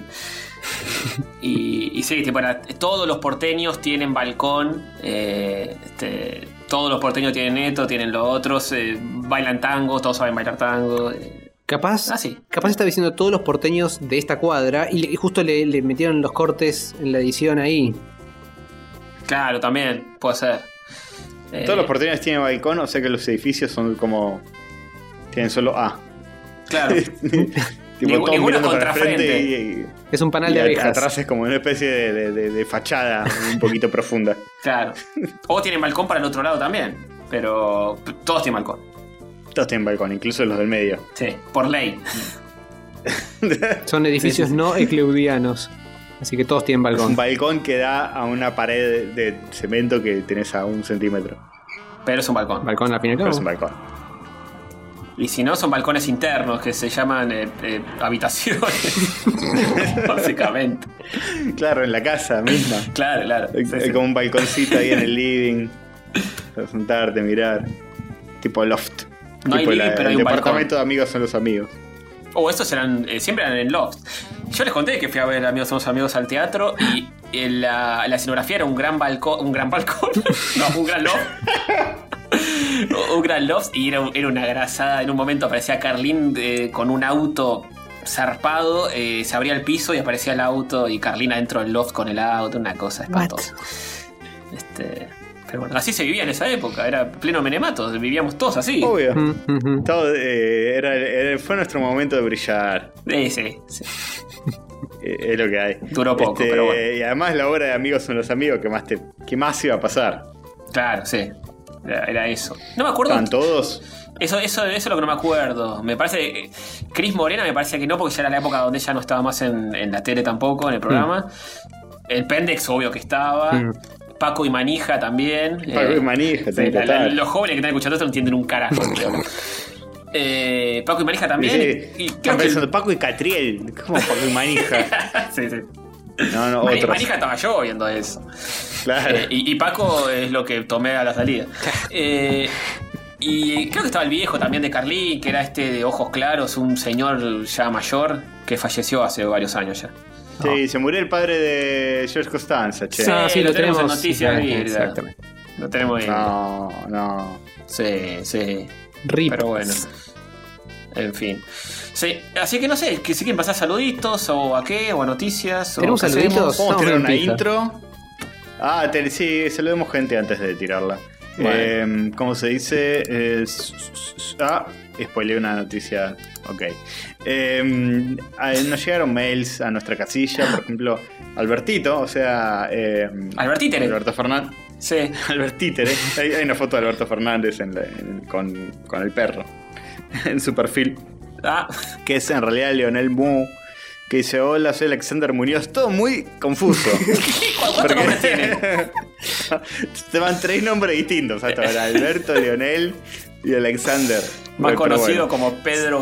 Y, y sí, tipo, era- todos los porteños tienen balcón, eh, este, todos los porteños tienen esto, tienen lo otro, se- bailan tango, todos saben bailar tango. eh.
Capaz,
Ah, sí.
capaz estaba diciendo todos los porteños de esta cuadra y, le- y justo le, le metieron los cortes en la edición ahí.
Claro, también puede ser. Eh,
Todos los porteños tienen balcón, o sea que los edificios son como. Tienen solo A.
Claro,
Tipo,
Ningú-
todos
ninguno
mirando para el
contrafrente.
frente y,
Es un
y
panal de
at-
abejas.
atrás es como una especie de, de- de- de fachada un poquito profunda.
claro. O tienen balcón para el otro lado también, pero p- todos tienen balcón.
Todos tienen balcón, incluso los del medio.
Sí, por ley.
Son edificios no ecleudianos. Así que todos tienen
Es un
balcón.
balcón que da a una pared de de cemento que tenés a un centímetro.
Pero es un balcón.
balcón al fin y al
Pero es
cabo.
un balcón.
Y si no, son balcones internos que se llaman eh, eh, habitaciones. Básicamente.
Claro, en la casa misma.
Claro, claro.
Hay,
Sí,
hay
sí.
como un balconcito ahí en el living. Para sentarte, mirar. Tipo loft.
No hay
Tipo
living, pero hay
el
un balcón.
departamento de amigos son los amigos.
O esos eran. eh, siempre eran en Loft. Yo les conté que fui a ver Amigos Somos Amigos al teatro y eh, la, la escenografía era un gran balcón. Un gran balcón. no, un gran loft. un gran loft y era, era una grasada. En un momento aparecía Carlín eh, con un auto zarpado, eh, se abría el piso y aparecía el auto y Carlín adentro del loft con el auto, una cosa espantosa. Este, pero bueno, así se vivía en esa época, era pleno menemato, vivíamos todos así.
Obvio.
Mm, mm, mm.
Todo, eh, era, era- fue nuestro momento de brillar.
Eh, sí, sí.
Eh, es lo que hay. Este,
Duró poco, pero bueno.
Y además la obra de Amigos son los amigos que más te que más iba a pasar.
Claro, sí. Era, era eso. No me acuerdo.
Estaban todos.
Eso, eso, eso es lo que no me acuerdo. Me parece. eh, Cris Morena me parece que no, porque ya era la época donde ella no estaba más en, en la tele tampoco, en el programa.
Mm.
El Pendex, obvio que estaba.
Mm.
Paco y Manija también.
Paco
Eh,
y Manija,
sí,
tenés que
la- la-
estar.
los jóvenes que están escuchando esto no entienden un carajo. creo. Eh, Paco y Manija
Y
también.
sí,
y
están
creo que-
pensando, Paco y Catriel. ¿Cómo Paco y Manija?
sí, sí.
No, no,
Mani-
otros.
Manija estaba yo viendo eso.
Claro.
Eh, y, y Paco es lo que tomé a la salida. Eh, y creo que estaba el viejo también de Carlí, que era este de ojos claros, un señor ya mayor que falleció hace varios años ya.
Sí, se murió el padre de George Costanza, che.
Sí,
Ah, sí,
lo
lo
tenemos
tenemos.
en noticias,
Ah,
mira.
Exactamente.
Lo tenemos bien.
No, no.
Sí, sí.
Rip.
Pero bueno. En fin. Sí, así que no sé, que si quieren pasar saluditos o a qué, o a noticias. o
¿Tenemos
qué
saluditos?
hacemos.
Vamos a
Estamos
tirar
en
una
pija.
intro. Ah, te- sí, saludemos gente antes de tirarla.
Bueno.
Eh, ¿Cómo se dice? Eh, s- s- s- ah, spoileé una noticia. Ok. Eh, ah, nos llegaron mails a nuestra casilla, por ejemplo, Albertito, o sea, eh,
Albertítere.
Alberto Fernández.
Sí.
Albert Títer, ¿eh? hay, hay una foto de Alberto Fernández en la- en- con, con el perro en su perfil,
Ah,
que es en realidad Leonel Mu, que dice: Hola, soy Alexander Muñoz. Todo muy confuso.
¿cuántos nombres tiene?
Te van tres nombres distintos hasta ahora: Alberto, Leonel y Alexander.
Más
Bueno, pero bueno.
conocido como Pedro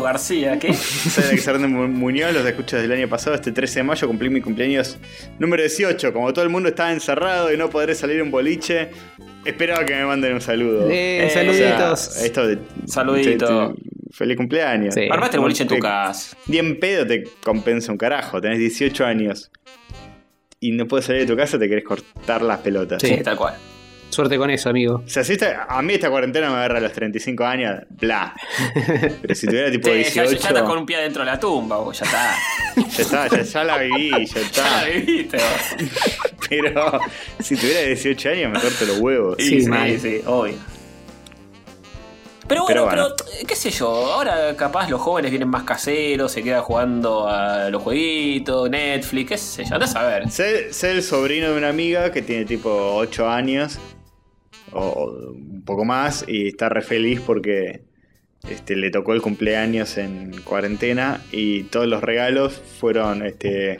García, ¿qué?
Soy Alexander Mu- Muñoz, los escucho desde el año pasado. Este 13 de mayo cumplí mi cumpleaños número 18. Como todo el mundo estaba encerrado y no podré salir a un boliche, esperaba que me manden un saludo.
Eh,
Eh,
O sea,
saluditos.
esto de,
Saludito.
te- te- feliz cumpleaños.
Sí.
Armaste el boliche en tu
Te-
casa.
Ni en pedo te compensa un carajo. Tenés 18 años y no puedes salir de tu casa, te querés cortar las pelotas.
Sí.
Sí, tal cual.
Suerte con eso, amigo.
O sea, si esta- a mí esta cuarentena me agarra a los 35 años, bla. Pero si tuviera tipo
Sí, ya,
18,
ya estás con un pie dentro de la tumba, vos, ya está.
ya está, ya, ya la viví, ya
Ya
está.
la viviste. vos.
Pero si tuviera 18 años me corto los huevos.
Sí,
Y
mal.
sí, obvio. Pero
Pero
bueno,
bueno.
pero, eh, qué sé yo, ahora capaz los jóvenes vienen más caseros, se quedan jugando a los jueguitos, Netflix, qué sé yo, andás a ver.
Sé, sé el sobrino de una amiga que tiene tipo 8 años o, o un poco más y está re feliz porque este, le tocó el cumpleaños en cuarentena y todos los regalos fueron este,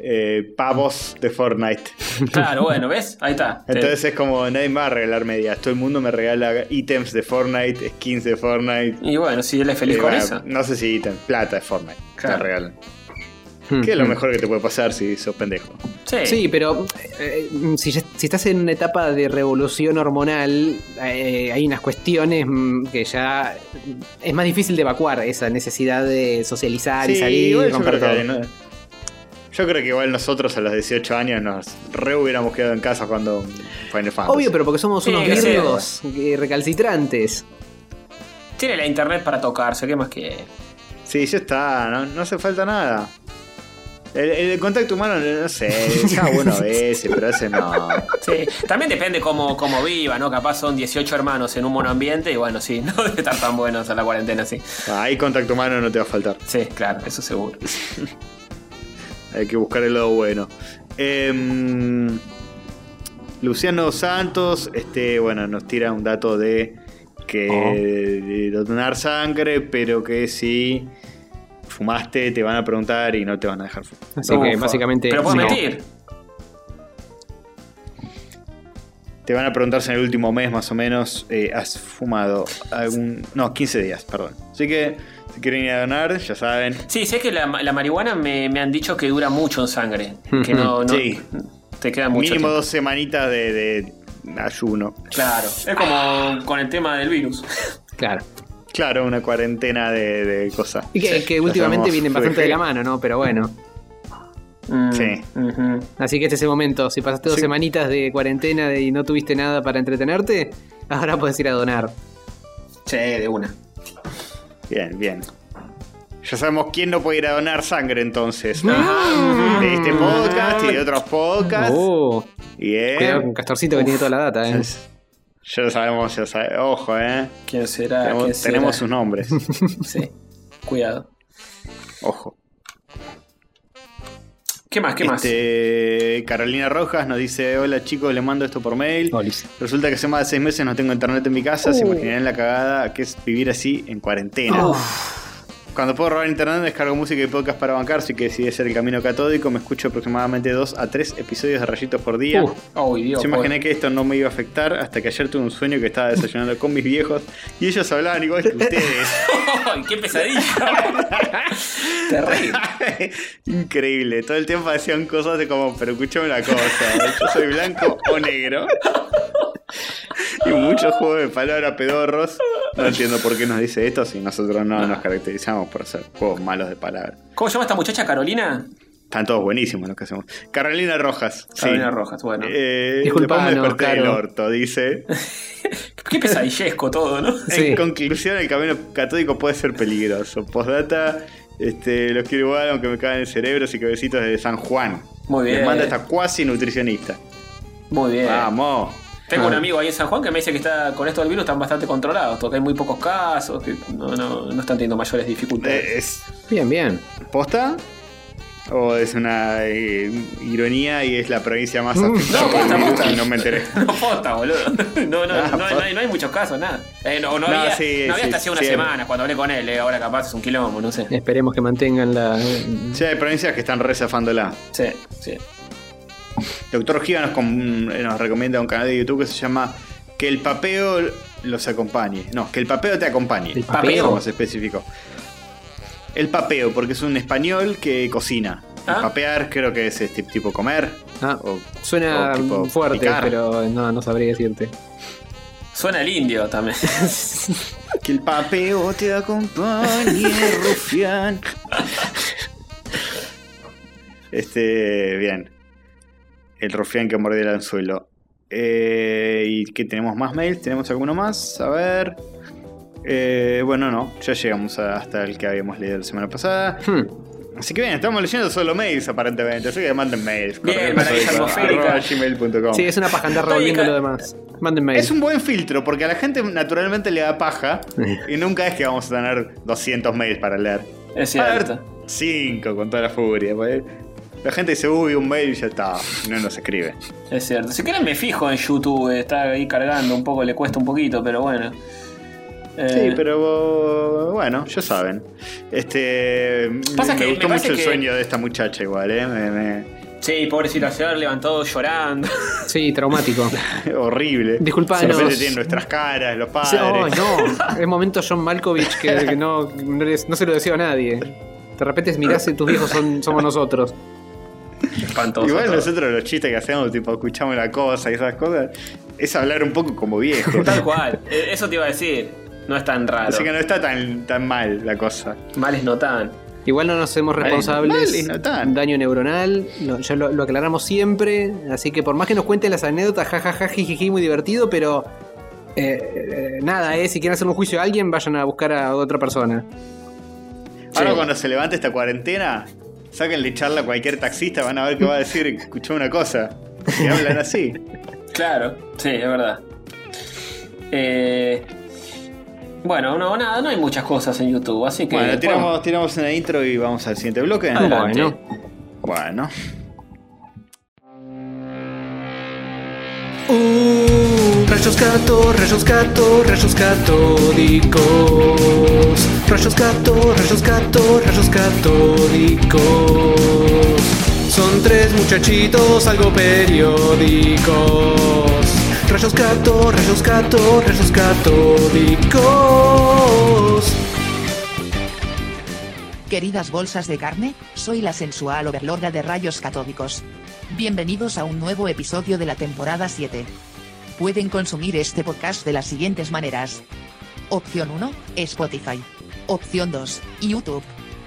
eh, pavos de Fortnite.
Claro, bueno, ¿ves? Ahí está. Te-
Entonces es como nadie me va a regalar medias, todo el mundo me regala ítems de Fortnite, skins de Fortnite.
Y bueno, si él es feliz
Eh,
con
bueno,
eso.
No sé si ítems, plata de Fortnite. Te
Claro.
regalan. Que
Mm,
es lo mejor que te puede pasar si sos pendejo.
Sí.
Sí, pero eh, si, ya- si estás en una etapa de revolución hormonal, eh, hay unas cuestiones mm, que ya es más difícil de evacuar esa necesidad de socializar y
Sí,
salir
igual
y
yo,
comprar
creo
todo.
que, no- yo creo que igual nosotros a los 18 años nos re hubiéramos quedado en casa cuando Final Fantasy.
Obvio, pero porque somos
Sí,
unos
que sea.
virgos eh, recalcitrantes.
Tiene la internet para tocarse, ¿qué más que?
Sí, ya está, no, no hace falta nada. El, el contacto humano, no sé, ya bueno a veces, pero a veces no.
Sí. También depende cómo, cómo viva, ¿no? Capaz son 18 hermanos en un monoambiente y bueno, sí, no debe estar tan buenos a la cuarentena, sí.
Ahí contacto humano no te va a faltar.
Sí, claro, eso seguro.
Hay que buscar el lado bueno. Em, Luciano Santos, este, bueno, nos tira un dato de que de donar sangre, pero que si fumaste te van a preguntar y no te van a dejar fumar.
Así que
Ufa.
básicamente.
Pero puedo
no.
mentir.
Te van a preguntar si en el último mes más o menos eh, has fumado algún... No, 15 días, perdón. Así que si quieren ir a donar, ya saben.
Sí, sé que la, la marihuana me, me han dicho que dura mucho en sangre. Que no, no
Sí.
te queda mucho.
mínimo
tiempo.
dos semanitas de, de ayuno.
Claro. Es como con el tema del virus.
Claro.
Claro, una cuarentena de, de cosas.
Y que,
Sí,
que
ya
últimamente
sabemos.
vienen bastante de la
Sí.
mano, ¿no? Pero bueno.
Mm,
Sí.
ujú.
Así que este es el momento. Si pasaste dos
Sí.
semanitas de cuarentena y no tuviste nada para entretenerte, ahora puedes ir a donar.
Sí, de una.
Bien, bien. Ya sabemos quién no puede ir a donar sangre entonces. De este podcast y de otros podcasts.
Oh, cuidado con
Bien.
Castorcito que tiene toda la data, ¿eh?
Ya lo sabemos, ya lo sabe- Ojo,
Ah,
eh.
¿Quién será? ¿Quién
tenemos,
será?
tenemos sus nombres.
Sí. Cuidado.
Ojo.
¿Qué más? ¿Qué más?
Este, Carolina Rojas nos dice: Hola chicos, les mando esto por mail.
Oh,
Resulta que hace más de seis meses no tengo internet en mi casa.
Uh.
Se imaginarán la cagada que es vivir así en cuarentena.
Oh.
Cuando puedo robar internet, descargo música y podcast para bancar. Así que decidí hacer el camino catódico. Me escucho aproximadamente dos a tres episodios de rayitos por día.
Uh,
Oh, Dios,
Yo imaginé que esto no me iba a afectar hasta que ayer tuve un sueño que estaba desayunando con mis viejos y ellos hablaban igual que ustedes.
pobre. ¡Qué pesadilla! Terrible.
Increíble, todo el tiempo hacían cosas de como, pero escúchame una cosa, yo soy blanco o negro. Y muchos juegos de palabras pedorros. No entiendo por qué nos dice esto si nosotros no nos caracterizamos por hacer juegos malos de palabras.
¿Cómo se llama esta muchacha? ¿Carolina?
Están todos buenísimos los que hacemos. Carolina Rojas. sí.
Carolina Rojas, bueno.
Eh,
Disculpanos,
después me desperté del
Caro.
orto, dice.
Qué pesadillesco todo, ¿no?
Sí.
En conclusión, el camino catódico puede ser peligroso. Postdata, este, los quiero igual, aunque me caen el cerebro, y besitos desde San Juan.
Muy bien.
Les manda esta cuasi nutricionista.
Muy bien.
Ah, Vamos.
Tengo un
Ah.
amigo ahí en San Juan que me dice que está con esto del virus están bastante controlados, porque hay muy pocos casos, que no, no, no están teniendo mayores dificultades.
Eh, es-
Bien, bien.
¿Posta? O es una eh, ironía y es la provincia más afectada por el
posta,
virus
posta.
y no me enteré.
No posta, boludo. No, no,
Ah,
no, hay-
posta.
no hay, no hay muchos casos, nada. Eh, no, no
No,
había,
sí,
no había
sí,
hasta hace una
sí.
semana cuando hablé con él. eh, Ahora capaz es un quilombo, no sé.
Esperemos que mantengan la.
Sí, hay provincias que están rezafándola.
Sí, sí.
Doctor Giga nos, com- nos recomienda un canal de YouTube que se llama Que el papeo los acompañe. No, que el papeo te acompañe.
El
papeo.
Ah, Como se especificó. El papeo, porque es un español que cocina.
Ah.
El Papear creo que es este tipo comer.
Ah,
O- o
suena
Oh, tipo
fuerte,
picar.
pero no, no sabría decirte.
Suena el indio también.
Que el papeo te acompañe, rufián. Este, bien. El rufián que mordió el anzuelo. Eh, ¿Y qué tenemos más mails? ¿Tenemos alguno más? A ver. Eh, bueno, no, ya llegamos a- hasta el que habíamos leído la semana pasada.
Hmm.
Así que bien, estamos leyendo solo mails aparentemente, así que manden mails.
Bien,
Correo
maravilla
electrónico,
atmosférica.
arroba gmail.com.
Sí, es una paja andar
Estoy
revolviendo
acá.
lo demás. Mándenme.
Es un buen filtro, porque a la gente naturalmente le da paja y nunca es que vamos a tener 200 mails para leer.
Es
Va a haber
cierto.
5 con toda la furia. porque La gente dice, uy, un mail y ya está. y No nos escribe.
Es cierto. Si quieren me fijo en YouTube, eh, está ahí cargando un poco, le cuesta un poquito, pero bueno. Eh,
Sí, pero bueno, ya saben. Este,
Pasa
me
que me
gustó
parece
mucho el
que-
sueño de esta muchacha igual, ¿eh? Me- me-
Sí, pobrecito, se haber levantado llorando.
Sí, traumático.
horrible.
Disculpanos.
De repente tienen nuestras caras, los padres.
Sí, oh, no. Es momento John Malkovich que, que no, no, les- no se lo deseo a nadie. De repente mirás y tus viejos son, somos nosotros.
Espantoso.
Igual
todo.
nosotros los chistes que hacemos, tipo, escuchamos la cosa y esas cosas, es hablar un poco como viejo.
Tal cual. Eh, Eso te iba a decir. No es tan raro.
Así que no está tan, tan mal la cosa.
Males no tan.
Igual no nos hacemos
Vale,
responsables.
no tan.
daño neuronal. Lo, ya lo, lo aclaramos siempre. Así que por más que nos cuenten las anécdotas, jajaja, jijiji, muy divertido, pero. eh, eh, nada, eh, si quieren hacer un juicio a alguien, vayan a buscar a otra persona.
Ahora
Sí.
cuando se levante esta cuarentena, sáquenle charla a cualquier taxista, van a ver qué va a decir, escuchó una cosa. Y hablan así.
Claro, sí, es verdad. Eh, bueno, no, nada, no hay muchas cosas en YouTube, así que.
Bueno, tiramos, tiramos una intro y vamos al siguiente bloque.
Adelante.
Bueno.
Bueno.
Uh, rayos gato, rayos gato, rayos catódicos. Rayos gato, rayos gato, rayos catódicos. Son tres muchachitos algo periódicos. Rayos gato, rayos gato, rayos catódicos.
Queridas bolsas de carne, soy la sensual overlorda de rayos catódicos. Bienvenidos a un nuevo episodio de la temporada 7. Pueden consumir este podcast de las siguientes maneras. Opción 1, Spotify. Opción 2, YouTube.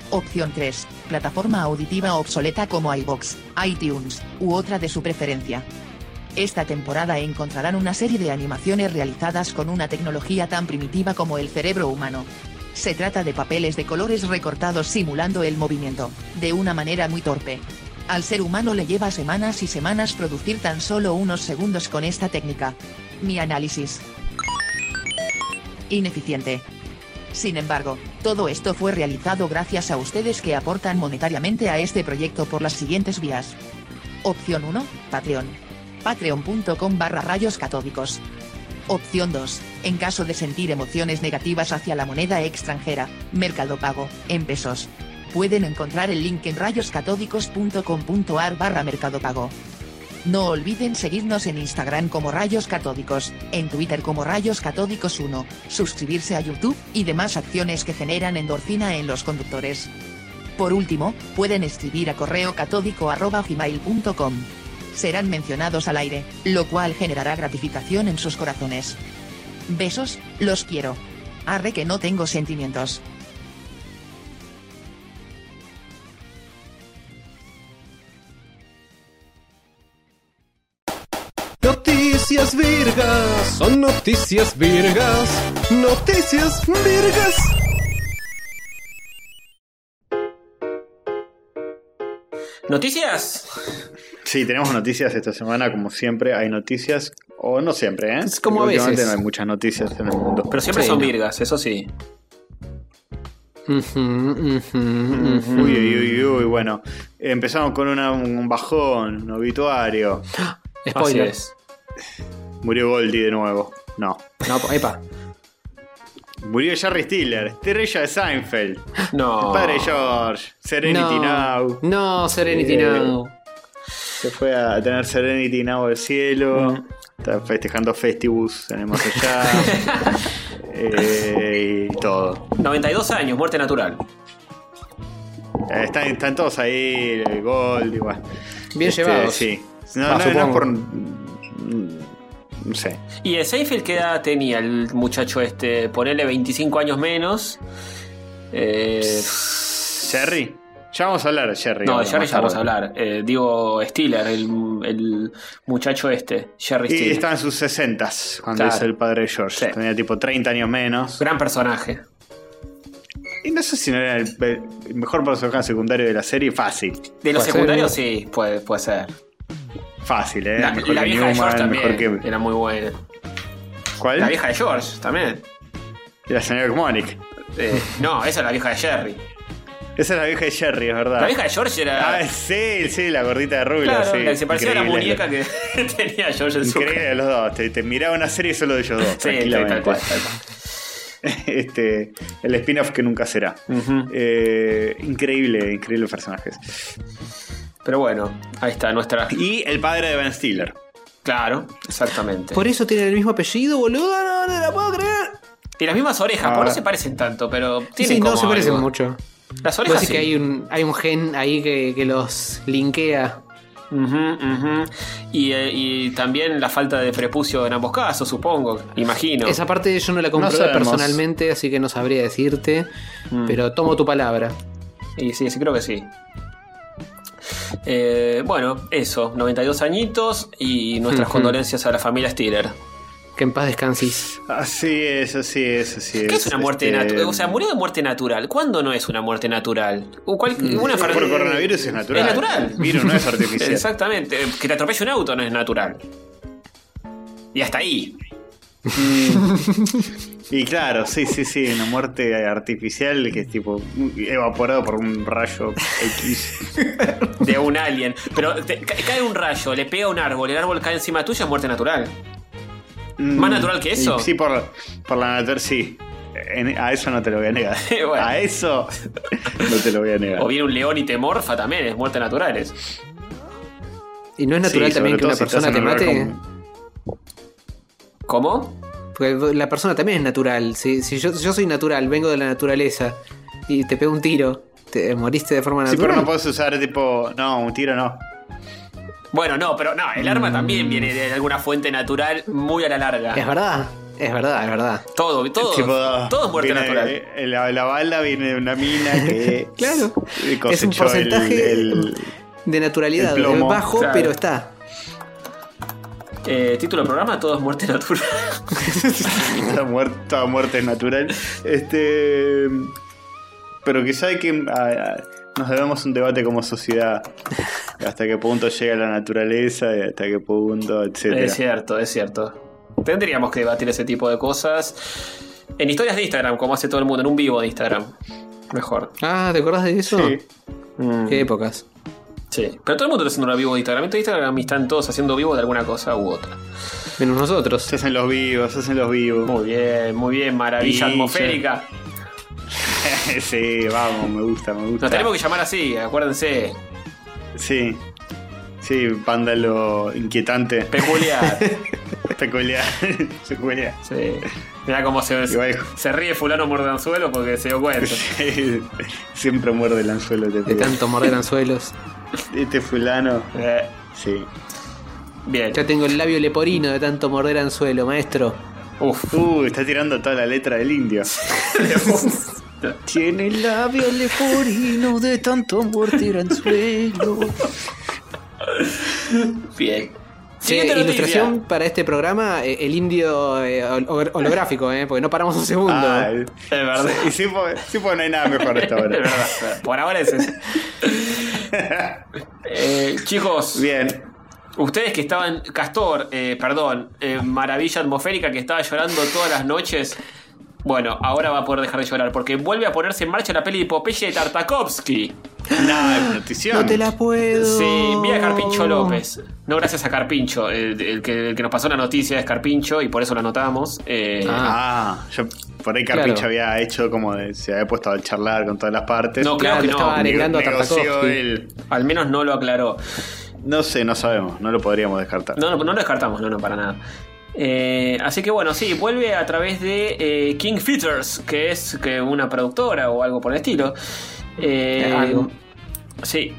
Opción 3, plataforma auditiva obsoleta como iBox, iTunes, u otra de su preferencia. Esta temporada encontrarán una serie de animaciones realizadas con una tecnología tan primitiva como el cerebro humano. Se trata de papeles de colores recortados simulando el movimiento, de una manera muy torpe. Al ser humano le lleva semanas y semanas producir tan solo unos segundos con esta técnica. Mi análisis. Ineficiente. Sin embargo, todo esto fue realizado gracias a ustedes que aportan monetariamente a este proyecto por las siguientes vías. Opción 1, Patreon. Patreon.com barra rayos catódicos. Opción 2. En caso de sentir emociones negativas hacia la moneda extranjera, mercado pago, en pesos. Pueden encontrar el link en rayoscatódicos.com.ar barra mercado pago. No olviden seguirnos en Instagram como Rayos Catódicos, en Twitter como Rayos Catódicos 1, suscribirse a YouTube y demás acciones que generan endorfina en los conductores. Por último, pueden escribir a correo catódico arroba gmail.com. Serán mencionados al aire, lo cual generará gratificación en sus corazones. Besos, los quiero. Arre que no tengo sentimientos.
Noticias virgas, son noticias virgas, noticias virgas.
Noticias.
Sí, tenemos noticias esta semana, como siempre. Hay noticias, o no siempre, ¿eh?
Es como a
Últimamente no
veces.
hay muchas noticias en el mundo.
Pero siempre
Sí,
son
no.
virgas, eso sí.
Ujú, ujú, ujú.
Uy, uy, uy, uy, bueno. Empezamos con una- un bajón, un obituario.
Así
Spoiler.
es.
Murió Goldie de nuevo. No.
No, po- epa.
Murió Jerry Stiller, estrella de Seinfeld. El
No.
padre de George, Serenity
Oh. no,
Now.
No, Serenity
Eh,
Now.
Se fue a tener Serenity Now del cielo.
Mm.
Está festejando Festivus en el más allá. Eh, y todo.
92 años, muerte natural.
Eh, Están, están todos ahí, el Gold, igual.
Bien llevados.
Este, Sí. No,
Ah,
no, no
supongo.
por. No sé.
¿Y el Seinfeld qué edad tenía el muchacho este? Ponele 25 años menos. Eh,
¿Jerry? Ya vamos a hablar de Jerry.
no, de
ahora,
Jerry
más
ya vamos a
tarde.
hablar. Eh, digo Stiller, el, el muchacho este, Jerry
Y
Stiller.
estaba en sus sesentas cuando
Claro.
hizo el padre de George.
Sí.
Tenía tipo 30 años menos.
Gran personaje.
Y no sé si no era el, pe- el mejor personaje secundario de la serie. Fácil.
De los
Puede ser,
secundarios
¿no?
sí, puede, puede ser.
Fácil, ¿eh?
La,
mejor
la
que
vieja de George
Newman,
también
mejor que. ¿Eh?
era muy buena.
¿Cuál?
La vieja de George también.
La señora Monic.
Eh, no, esa es la vieja de Jerry.
Esa es la vieja de Jerry, es verdad.
La vieja de George era.
Ah, sí, sí, la gordita de rubio.
claro,
sí.
la que se parecía a la
Increíble.
muñeca que tenía George en su
Increíble de los dos. Te, te miraba una serie solo de ellos dos.
Sí,
tranquilamente.
tal cual, tal cual.
este, el spin-off que nunca será.
Ujú.
Eh, increíble, increíbles personajes.
Pero bueno, ahí está nuestra.
Y el padre de Ben Stiller.
Claro, exactamente.
Por eso tienen el mismo apellido, boludo. No, no la puedo creer.
Y las mismas orejas,
Ahora-
por no se parecen tanto, pero tienen
sí,
como
no se parecen
algo.
mucho.
Las
Puede
orejas
decir
sí.
que hay un, hay un gen ahí que, que los linkea.
Ujú, ujú. y, eh, y también la falta de prepucio en ambos casos, supongo, imagino.
Esa parte yo no la comprobé
sabemos. Mm.
personalmente, así que no sabría decirte. Pero tomo tu palabra.
Y sí, sí, creo que sí. Eh, bueno, eso, 92 añitos y nuestras
Ujú.
condolencias a la familia Stiller.
Que en paz descanses.
Así es, así es, así es.
¿Qué es una muerte
Este,
natural? O sea, murió de muerte natural. ¿Cuándo no es una muerte natural? ¿O cuál- una
eh, Por
enfermedad-
coronavirus es natural.
Es natural.
El virus no es artificial.
Exactamente. Eh, Que te atropelle un auto no es natural. Y hasta ahí.
Y claro, sí, sí, sí, una muerte artificial que es tipo evaporado por un rayo X.
De un alien. Pero te- ca- cae un rayo, le pega un árbol, el árbol cae encima tuya, es muerte natural. ¿Más natural que eso?
Y Sí, por, por la naturaleza, sí. En- a eso no te lo voy a negar.
Bueno.
A eso no te lo voy a negar.
O viene un león y te morfa también, es muerte natural. es.
Y no es
Sí, sobre
natural también que
todo
una
si estás
persona
en
te
un lugar
mate.
como-
¿Cómo?
Porque la persona también es natural. Si, si yo, yo soy natural, vengo de la naturaleza y te pego un tiro, te moriste de forma
Sí, pero
natural.
no puedes usar tipo. No, un tiro no.
Bueno, no, pero no, el arma también viene de alguna fuente natural muy a la
es
larga.
verdad, es verdad, es verdad.
Todo, todo,
Tipo,
todo es muerte
viene-
natural.
eh, La, la bala viene de una mina que.
Claro.
cosechó
Es un porcentaje
el- el-
De naturalidad, eh,
El plomo,
bajo,
claro.
pero está.
Eh, título del programa, todo es muerte natural.
Toda muerte, toda muerte es natural. Este. Pero quizá hay que. a- a- nos debemos un debate como sociedad. Hasta qué punto llega la naturaleza y hasta qué punto,
es
etcétera.
cierto, es cierto. Tendríamos que debatir ese tipo de cosas. En historias de Instagram, como hace todo el mundo, en un vivo de Instagram. Mejor.
Ah, ¿te acordás de eso?
Sí.
Mm,
Qué épocas.
sí. Pero todo el mundo está haciendo un vivo de Instagram. En todo Instagram están todos haciendo vivo de alguna cosa u otra.
Menos nosotros.
Se hacen los vivos, se hacen los vivos.
Muy bien, muy bien. Maravilla
Sí,
atmosférica.
sí, vamos, me gusta, me gusta.
Nos tenemos que llamar así, acuérdense.
Sí. Sí, vándalo inquietante.
Peculiar.
Peculiar. Peculiar.
sí. Mirá cómo se,
Igual.
se ríe fulano mordanzuelo porque se dio cuenta.
Sí, Siempre muerde el anzuelo te
De
pega.
tanto morder anzuelos.
Este fulano.
Eh,
Sí.
bien.
Ya tengo el labio leporino de tanto morder anzuelo, maestro.
Uf.
Uh, está tirando toda la letra del indio. Tiene el labio leporino de tanto morder anzuelo.
bien.
Che,
Siguiente noticia.
ilustración para este programa, eh, el indio eh, hol- hol- holográfico, eh, porque no paramos un segundo.
Es verdad.
Y sí, po- sí, po, no hay nada mejor hasta
Es
ahora.
verdad, es verdad. Por ahora es ese. Eh, chicos,
Bien.
ustedes que estaban, Castor, eh, perdón, eh, Maravilla Atmosférica que estaba llorando todas las noches, Bueno, ahora va a poder dejar de llorar porque vuelve a ponerse en marcha la peli de Popeye de Tartakovsky.
Nada, notición.
No te la puedo.
Sí, mira Carpincho López. No gracias a Carpincho. El, el que, el que nos pasó la noticia es Carpincho y por eso lo notamos. Eh,
Ah, yo por ahí Carpincho
Claro.
había hecho como de- se había puesto a charlar con todas las partes.
No, claro que no.
estaba arreglando a
Nego- negoció
Tartakovsky.
el-
Al menos no lo aclaró.
No sé, no sabemos, no lo podríamos descartar.
No, no, no lo descartamos, no, no, para nada. Eh, así que bueno, sí, vuelve a través de eh, King Features, que es que una productora o algo por el estilo. Eh,
Algo.
Sí,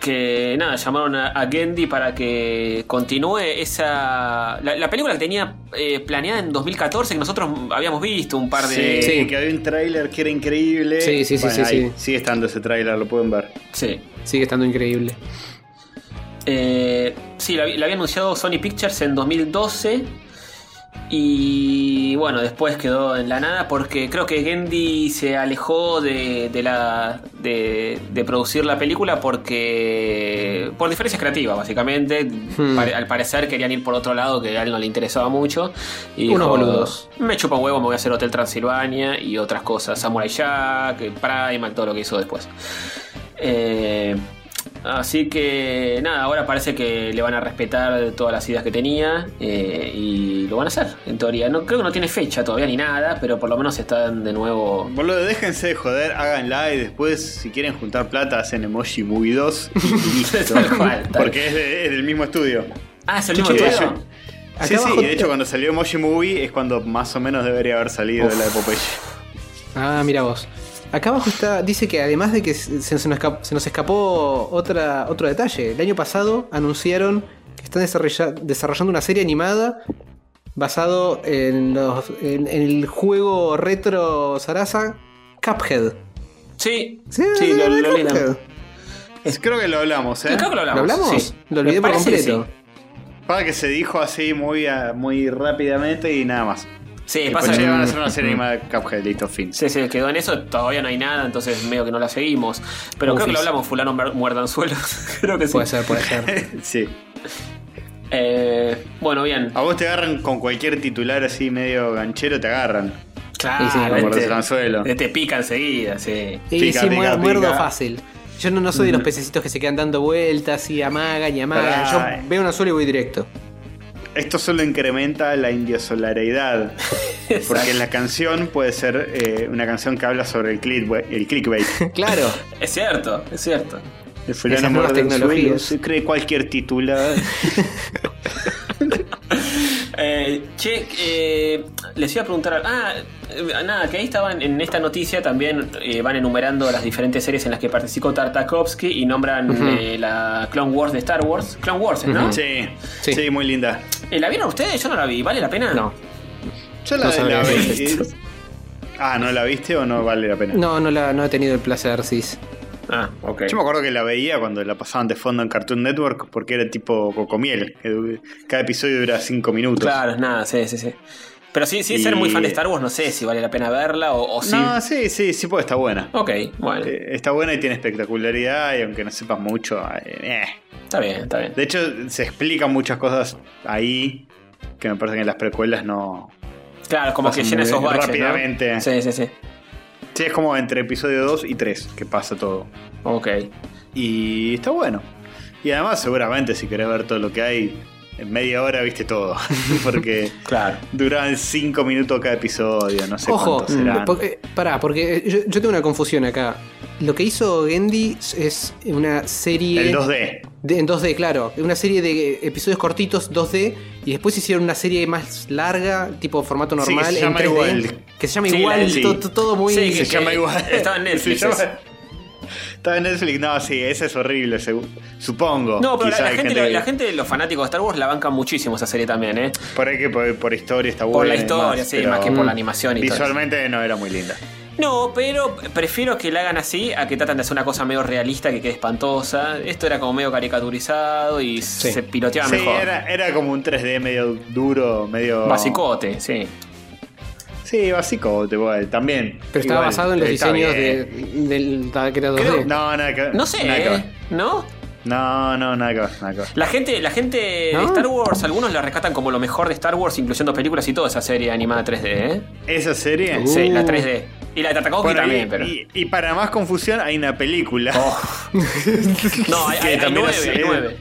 que nada, llamaron a, a Gendy para que continúe esa. La, la película que tenía eh, planeada en 2014, que nosotros habíamos visto un par de.
Sí,
Sí.
que había un tráiler que era increíble.
Sí, sí, sí,
Bueno,
sí,
ahí
sí.
Sigue estando ese tráiler, lo pueden ver.
sí.
Sigue estando increíble.
Eh, sí, la, vi- la había anunciado Sony Pictures en 2012. Y bueno, después quedó en la nada porque creo que Gendy se alejó de, de la, de, de producir la película porque por diferencias creativas, básicamente.
Hmm.
Pare- al parecer querían ir por otro lado que a él no le interesaba mucho. Y
Unos boludos.
Me chupa huevo, me voy a hacer Hotel Transilvania y otras cosas. Samurai Jack, Primal, todo lo que hizo después. Eh, así que nada, ahora parece que le van a respetar todas las ideas que tenía eh, y lo van a hacer, en teoría. No, creo que no tiene fecha todavía ni nada, pero por lo menos están de nuevo.
Boludo, déjense de joder, háganla y después, si quieren juntar plata, hacen Emoji Movie 2 y listo.
Tal cual, tal.
Porque es, de- es del mismo estudio.
Ah, es el
Che,
mismo
che,
estudio?
yo-
Acá
sí,
abajo
sí, y de
te-
hecho cuando salió Emoji Movie es cuando más o menos debería haber salido
Uf.
la de Popeye.
Ah, mira vos. Acá abajo está, dice que además de que se, se nos, escap- se nos escapó otra, otro detalle. El año pasado anunciaron que están desarrolla- desarrollando una serie animada basado en, los, en, en el juego retro Sarasa Cuphead.
Sí,
Sí,
sí,
la
lo,
de
lo leí
Cuphead.
también.
Creo que lo hablamos, ¿eh?
Creo que lo
¿Lo
hablamos.
hablamos?
sí.
Lo
Me
olvidé por
parece que
completo.
Para que se dijo así muy, a- muy rápidamente y nada más.
Sí, sí
Que
pasa
Popeye
que-
van a hacer una serie animada de Cuphead, listo, fin.
Sí, sí, quedó en eso, todavía no hay nada, entonces medio que no la seguimos. Pero creo que lo
Ufis.
hablamos, fulano muer- muerdanzuelos. creo que sí.
Puede ser, puede ser.
Sí.
Eh, bueno, bien.
A vos te agarran con cualquier titular así medio ganchero, te agarran.
Claro,
sí,
Como por
te-
el anzuelo.
te pica enseguida, sí.
Y
Pica,
sí,
pica,
muer- muerdo
pica.
fácil. Yo no, no soy de
Mm.
los pececitos que se quedan dando vueltas y amagan y amagan.
Pará.
Yo veo una sola y voy directo.
Esto solo incrementa la indiosolaridad. Porque la canción puede ser eh, una canción que habla sobre el, clickbait- el clickbait.
Claro.
Es cierto, es cierto.
El fulano
Esas nuevas
muerde el suelo,
tecnologías.
se cree cualquier titular.
Eh, che, eh, les iba a preguntar. Ah, eh, nada, que ahí estaban en esta noticia también eh, van enumerando las diferentes series en las que participó Tartakovsky y nombran eh, la Clone Wars de Star Wars. Clone Wars, ¿no?
sí,
Ah. Sí.
sí, muy linda.
Eh, ¿La vieron ustedes? Yo no la vi. ¿Vale la pena?
No.
Yo la,
No
la
sabía
vi. Ah, ¿no la viste o no vale la pena?
No, no, la, no he tenido el placer, Cis.
Ah, ok.
Yo me acuerdo que la veía cuando la pasaban de fondo en Cartoon Network porque era tipo Cocomiel. que du- Cada episodio dura 5 minutos.
Claro, es nada, sí, sí, sí. Pero sin, sin
Y-
ser muy fan de Star Wars, no sé si vale la pena verla o, o si.
No, sí, sí, sí, porque está buena.
Ok, bueno,
Eh, Está buena y tiene espectacularidad y aunque no sepas mucho... eh,
está bien, está bien.
De hecho, se explican muchas cosas ahí que me parece que en las precuelas no...
Claro, como
Pasa
que llena
muy
esos
bien,
baches. ¿no?
rápidamente.
Sí, sí, sí.
Sí, es como entre episodio 2 y 3 que pasa todo.
Ok.
Y está bueno. Y además seguramente si querés ver todo lo que hay, en media hora viste todo. porque...
Claro.
Duran 5 minutos cada episodio, no sé
Ojo,
cuántos serán.
por- eh, pará, porque yo, yo tengo una confusión acá. Lo que hizo Gendy es una serie.
El 2D.
de- en 2D, claro. Una serie de episodios cortitos 2D. Y después hicieron una serie más larga, tipo formato
Sí, que
normal.
se
en
llama
3D,
igual.
Que se llama
Sí,
igual,
la- sí.
to- to- todo muy.
Sí,
Se
que-
llama igual.
estaba en Netflix
Se llama-
ese.
Estaba en Netflix, no, sí, esa es horrible, segu- supongo.
No, pero la,
Quizá
la
hay
gente, la,
que-
la gente, los fanáticos de Star Wars la bancan muchísimo esa serie también, ¿eh?
Por ahí que por, por historia está buena.
Por la
y
historia,
demás,
sí,
pero
más que por la animación y
Visualmente no era muy linda.
todo. No, pero prefiero que la hagan así a que tratan de hacer una cosa medio realista que quede espantosa. Esto era como medio caricaturizado y se piloteaba
sí,
mejor.
era, era como un 3D medio duro, medio.
Basicote, sí.
Sí, básico, también.
Pero estaba
Igual,
basado en los
está
diseños
bien.
de, del- que era 2D.
No, nada que ver,
No sé,
nada que ver.
¿eh? ¿no?
No, no, nada que ver, nada que ver.
La gente, la gente
¿No?
de Star Wars, algunos la rescatan como lo mejor de Star Wars, incluyendo películas y toda esa serie animada 3D, ¿eh?
Esa serie.
Uh,
Sí, la 3D. Y la de Tartakovsky
Bueno,
también,
y,
pero. Oh.
y- y para más confusión hay una película.
no, hay,
que
hay, hay
también
nueve,
es-
hay nueve.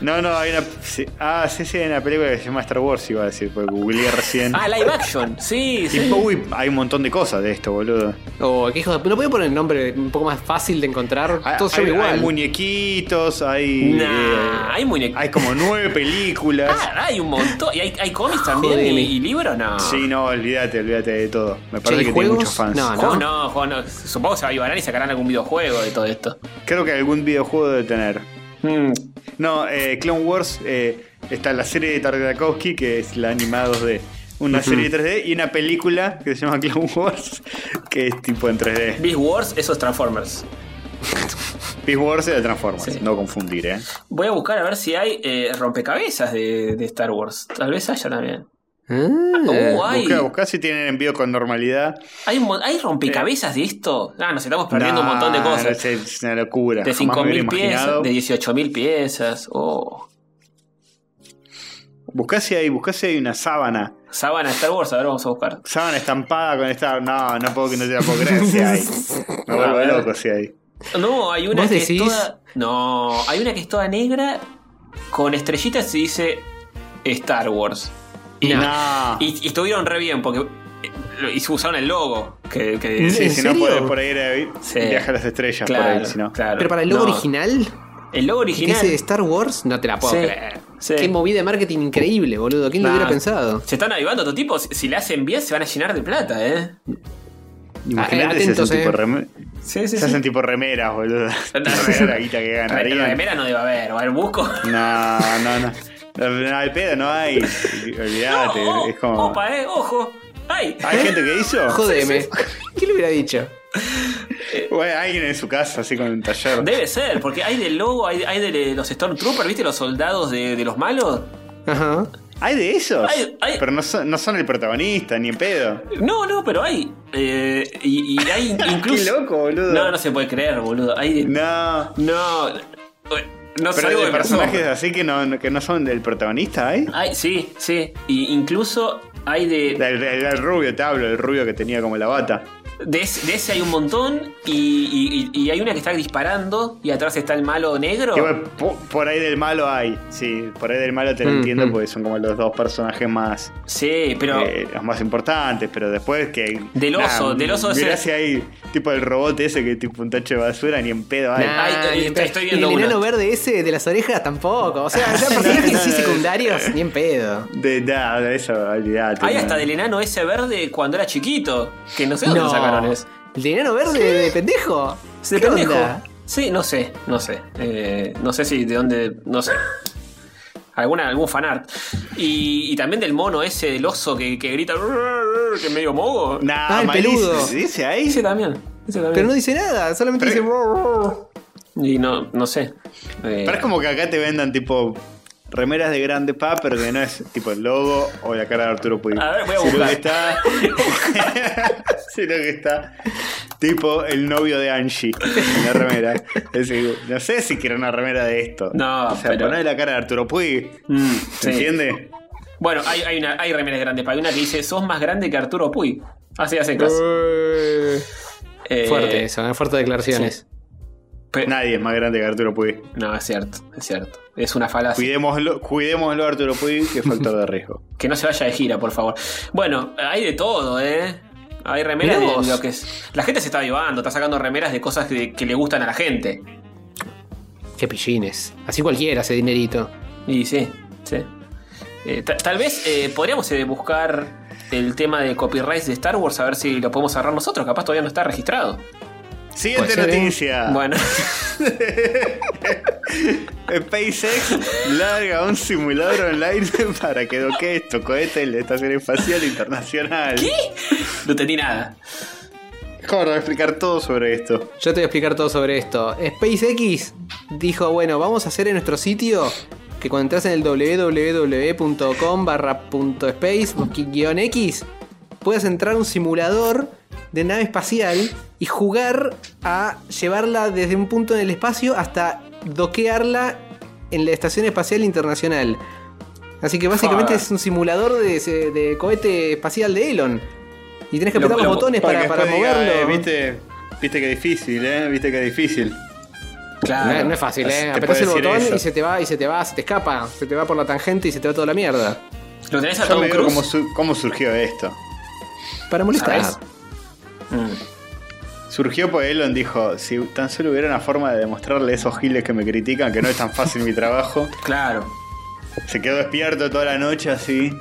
No, no, hay una. sí. ah, sí, sí, hay una película que se llama Star Wars, iba a decir, porque googleé recién.
Ah, live action. Sí,
Y,
sí.
uy, hay un montón de cosas de esto, boludo.
Oh, qué hijo de- ¿No puede poner el nombre un poco más fácil de encontrar?
Hay,
Todos
hay-
son
hay
igual.
muñequitos, hay.
Nah,
eh,
hay muñecos.
hay como nueve películas.
Ah, hay un montón. Y hay, hay cómics también
Joder.
y, y libros, no.
Sí, no, olvídate, olvídate de todo. Me parece
¿y
que tiene
juegos?
muchos fans.
No,
Juegos no, juegos no. Supongo que se va a ayudar y sacarán algún videojuego de todo esto.
Creo que algún videojuego debe tener. Hmm.
Mm,
No, eh, Clone Wars eh, está la serie de Tarkovsky, que es la animada 2D. Una serie de 3D y una película que se llama Clone Wars, que es tipo en 3D.
Beast Wars, esos Transformers.
Beast Wars era Transformers,
Sí.
no confundir, ¿eh?
Voy a buscar a ver si hay eh, rompecabezas de, de Star Wars. Tal vez haya también.
Ah.
Uh, hay,
Buscá, buscá si tienen envío con normalidad.
hay un mon- ¿hay rompecabezas de esto. Ah, nos estamos perdiendo un montón de
Nah,
cosas.
Es, es una locura.
De
Jamás me hubiera
5.000
imaginado.
piezas, de 18.000 piezas. Oh.
Buscá si hay, buscá si hay una sábana.
Sábana de Star Wars, a ver, vamos a buscar.
Sábana estampada con esta. No, no puedo que no te la puedo creer si hay. Me vuelvo
Ah,
loco si hay.
No, hay una
¿Vos
que es
decís?
toda. No, hay una que es toda negra con estrellitas y dice Star Wars. Y,
No.
y- y estuvieron re bien porque. eh, lo- Y usaron el logo. Que, que-
¿En
Sí, si no
serio?
por, por ahí era vi-
Sí.
viaja a las estrellas por ahí, si no.
claro.
Pero para el logo
No,
original,
El logo
que
original.
dice Star Wars, no te la puedo
Sí,
creer.
sí.
Qué movida de marketing increíble, boludo. ¿Quién
Nah.
lo hubiera pensado?
Se están avivando todo tipo. Si, si la hacen bien, se van a llenar de plata, ¿eh?
Imagínate si
atentos,
hacen, tipo
eh.
reme-
Ah, Sí, sí,
se hacen tipo remeras, boludo. Remera, la guita que
Re-
ganarían.
remera no debe haber, o el busco.
No, no, no. No, al pedo no hay. Olvídate.
No, o-
es como.
Opa, eh, ojo. ¡Ay!
Hay gente que hizo.
Jodeme. ¿Quién lo hubiera dicho?
Bueno, alguien en su casa, así con un taller.
Debe ser, porque hay del logo, hay, hay de los Stormtroopers, ¿viste? Los soldados de, de los malos.
Ajá.
Hay de esos.
Hay- hay-
Pero no son, no son el protagonista, ni en pedo.
No, no, pero hay. eh, y, y hay incluso.
Qué loco, boludo.
No, no se puede creer, boludo. Hay de-
No.
No. No
Pero
salgo
de
de
personajes
personaje.
así que no, no- que no son del protagonista, ¿hay?
Hay, sí, sí. Y incluso hay de,
El, el- el rubio, te hablo, el rubio que tenía como la bata.
de, ese, de ese hay un montón. Y, y- y- y hay una que está disparando. Y atrás está el malo negro.
Que, bueno, po- por ahí del malo hay, sí, por ahí del malo te lo
Mm,
entiendo
mm.
porque son como los dos personajes más
Sí, pero.
eh, los más importantes, pero después que
Del oso, del oso
mirá
ese.
si hay tipo el robot ese que tipo un tacho de basura ni en pedo hay.
Nah,
Ay,
ni
estoy-
en pedo.
estoy
Y
viendo
el
una.
enano verde ese de las orejas tampoco. O sea, ya personajes así secundarios, ni en pedo.
De nada, de eso olvidate.
Hay
no.
hasta del enano ese verde cuando era chiquito. Que no sé dónde
No.
sacaron eso.
¿El de enano verde de pendejo?
¿Se
¿Qué
pendejo?
onda?
Sí, no sé, no sé. Eh, no sé si de dónde. No sé. Alguna, algún fanart. Y, y también del mono ese, del oso que, que grita. "Rrrr", Que es medio mogo.
Nah,
Ah, el
malísimo.
peludo.
¿Sí? ¿Ese ahí?
Ese también. Ese también.
Pero no dice nada, solamente
Pero-
dice. "Ror, ror".
Y no, no sé. Eh,
Pero es como que acá te vendan tipo remeras de grande pa, pero que no es tipo el logo o la cara de Arturo Puig.
A ver, voy a
Sino
buscar.
que está. sino que está. Tipo el novio de Angie en la remera. Es decir, no sé si quiero una remera de esto.
No,
o sea,
pero-
poner la cara de Arturo Puig.
Mm, sí.
¿Se entiende?
Bueno, hay, hay, una, hay remeras grandes. Hay una que dice: Sos más grande que Arturo Puy. Así hacen caso.
Eh,
Eh,
Fuerte eso, eh, fuerte declaraciones.
pe-
Nadie es más grande que Arturo Puig.
No, es cierto, es cierto. Es una falacia.
Cuidémoslo, cuidémoslo a Arturo Puig, que es factor de riesgo.
Que no se vaya de gira, por favor. Bueno, hay de todo, ¿eh? Hay remeras
Mirá vos.
de lo que es. La gente se está avivando, está sacando remeras de cosas que, que le gustan a la gente.
Qué pillines. Así cualquiera hace dinerito.
Y sí, sí. Eh, ta- tal vez eh, podríamos eh, buscar el tema de copyright de Star Wars, a ver si lo podemos cerrar nosotros. Capaz todavía no está registrado. Pues
Siguiente
ser, ¿eh?
noticia.
Bueno,
SpaceX larga un simulador online para que doque esto cohete en la Estación Espacial Internacional. ¿Qué?
no entendí nada.
¿Cómo no voy a explicar todo sobre esto?
Yo te voy a explicar todo sobre esto. SpaceX dijo, bueno, vamos a hacer en nuestro sitio que cuando entras en el www.com barra punto space guión X puedas entrar a un simulador de nave espacial y jugar a llevarla desde un punto en el espacio hasta doquearla en la Estación Espacial Internacional. Así que básicamente
Ah.
es un simulador de, ese- de cohete espacial de Elon. Y tenés que
Lo-
apretar los
lo-
botones para,
que
para
después diga,
moverlo.
eh, viste, viste que difícil, ¿eh? Viste que difícil.
No, es-
Ah, Claro.
no es fácil,
Así te
¿eh? Apretás el
puedo decir
botón
eso.
y se te va, y se te va, se te escapa. Se te va por la tangente y se te va toda la mierda.
¿Lo tenés a
Yo
Tom
me digo
Cruise?
cómo, su- cómo surgió esto.
Para molestar.
¿Sabés? Mm.
Surgió porque Elon dijo, si tan solo hubiera una forma de demostrarle a esos giles que me critican que no es tan fácil mi trabajo.
Claro.
Se quedó despierto toda la noche así.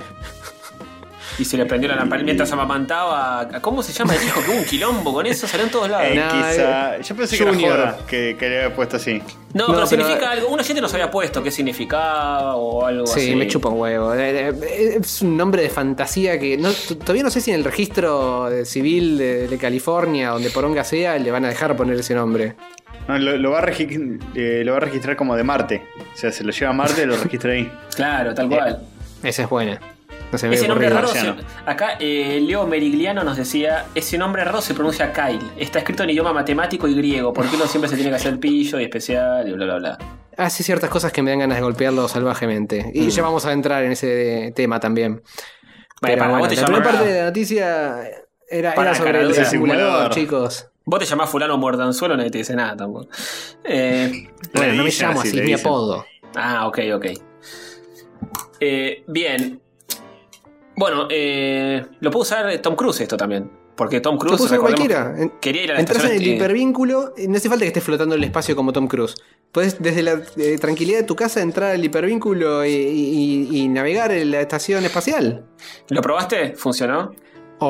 Y se le prendió la lamparita mientras amamantaba. a- ¿Cómo se llama el hijo? Que hubo un quilombo con eso, salió en todos lados.
Eh,
no,
quizá- yo pensé que
Junior.
era joda que, que le había puesto así.
no,
no,
pero
pero- eh,
significa algo. Una gente nos había puesto qué significaba o algo así.
Sí, me chupa un huevo. Eh, eh, Es un nombre de fantasía que no- t- todavía no sé si en el registro eh, civil de, de California, donde Poronga sea, le van a dejar poner ese nombre.
No, lo, lo va a regi- eh, lo va a registrar como de Marte. O sea, se lo lleva a Marte y lo registra ahí.
Claro, tal cual.
Esa es buena. No se me
Ese
había
nombre
ocurrido.
raro,
marciano.
se- acá eh, Leo Merigliano nos decía, ese nombre raro se pronuncia Kyle. Está escrito en idioma matemático y griego, porque uno siempre se tiene que hacer pillo y especial y bla, bla, bla.
Hace Ah, ciertas cosas que me dan ganas de golpearlo salvajemente. Y ya vamos a entrar en ese tema también.
Vale,
Pero
para,
bueno,
vos te
la primera
llamás-
parte de la noticia era,
Para,
era sobre el
caradura.
simulador,
Simulador.
chicos.
Vos te llamás fulano muerdanzuelo, nadie te dice nada tampoco. Eh,
Bueno, no me
dicen
llamo así,
le
es mi
dicen.
apodo.
ah, ok, ok. Eh, bien. Bueno, eh, lo puedo usar Tom Cruise esto también. Porque Tom
Lo
Cruise...
puso
recordemos-
cualquiera. En-
Quería ir a la
Entras en
estación,
el
eh,
hipervínculo, y no hace falta que estés flotando en el espacio como Tom Cruise. Puedes desde la eh, tranquilidad de tu casa entrar al hipervínculo y, y- y- y navegar en la estación espacial.
¿Lo probaste? ¿Funcionó?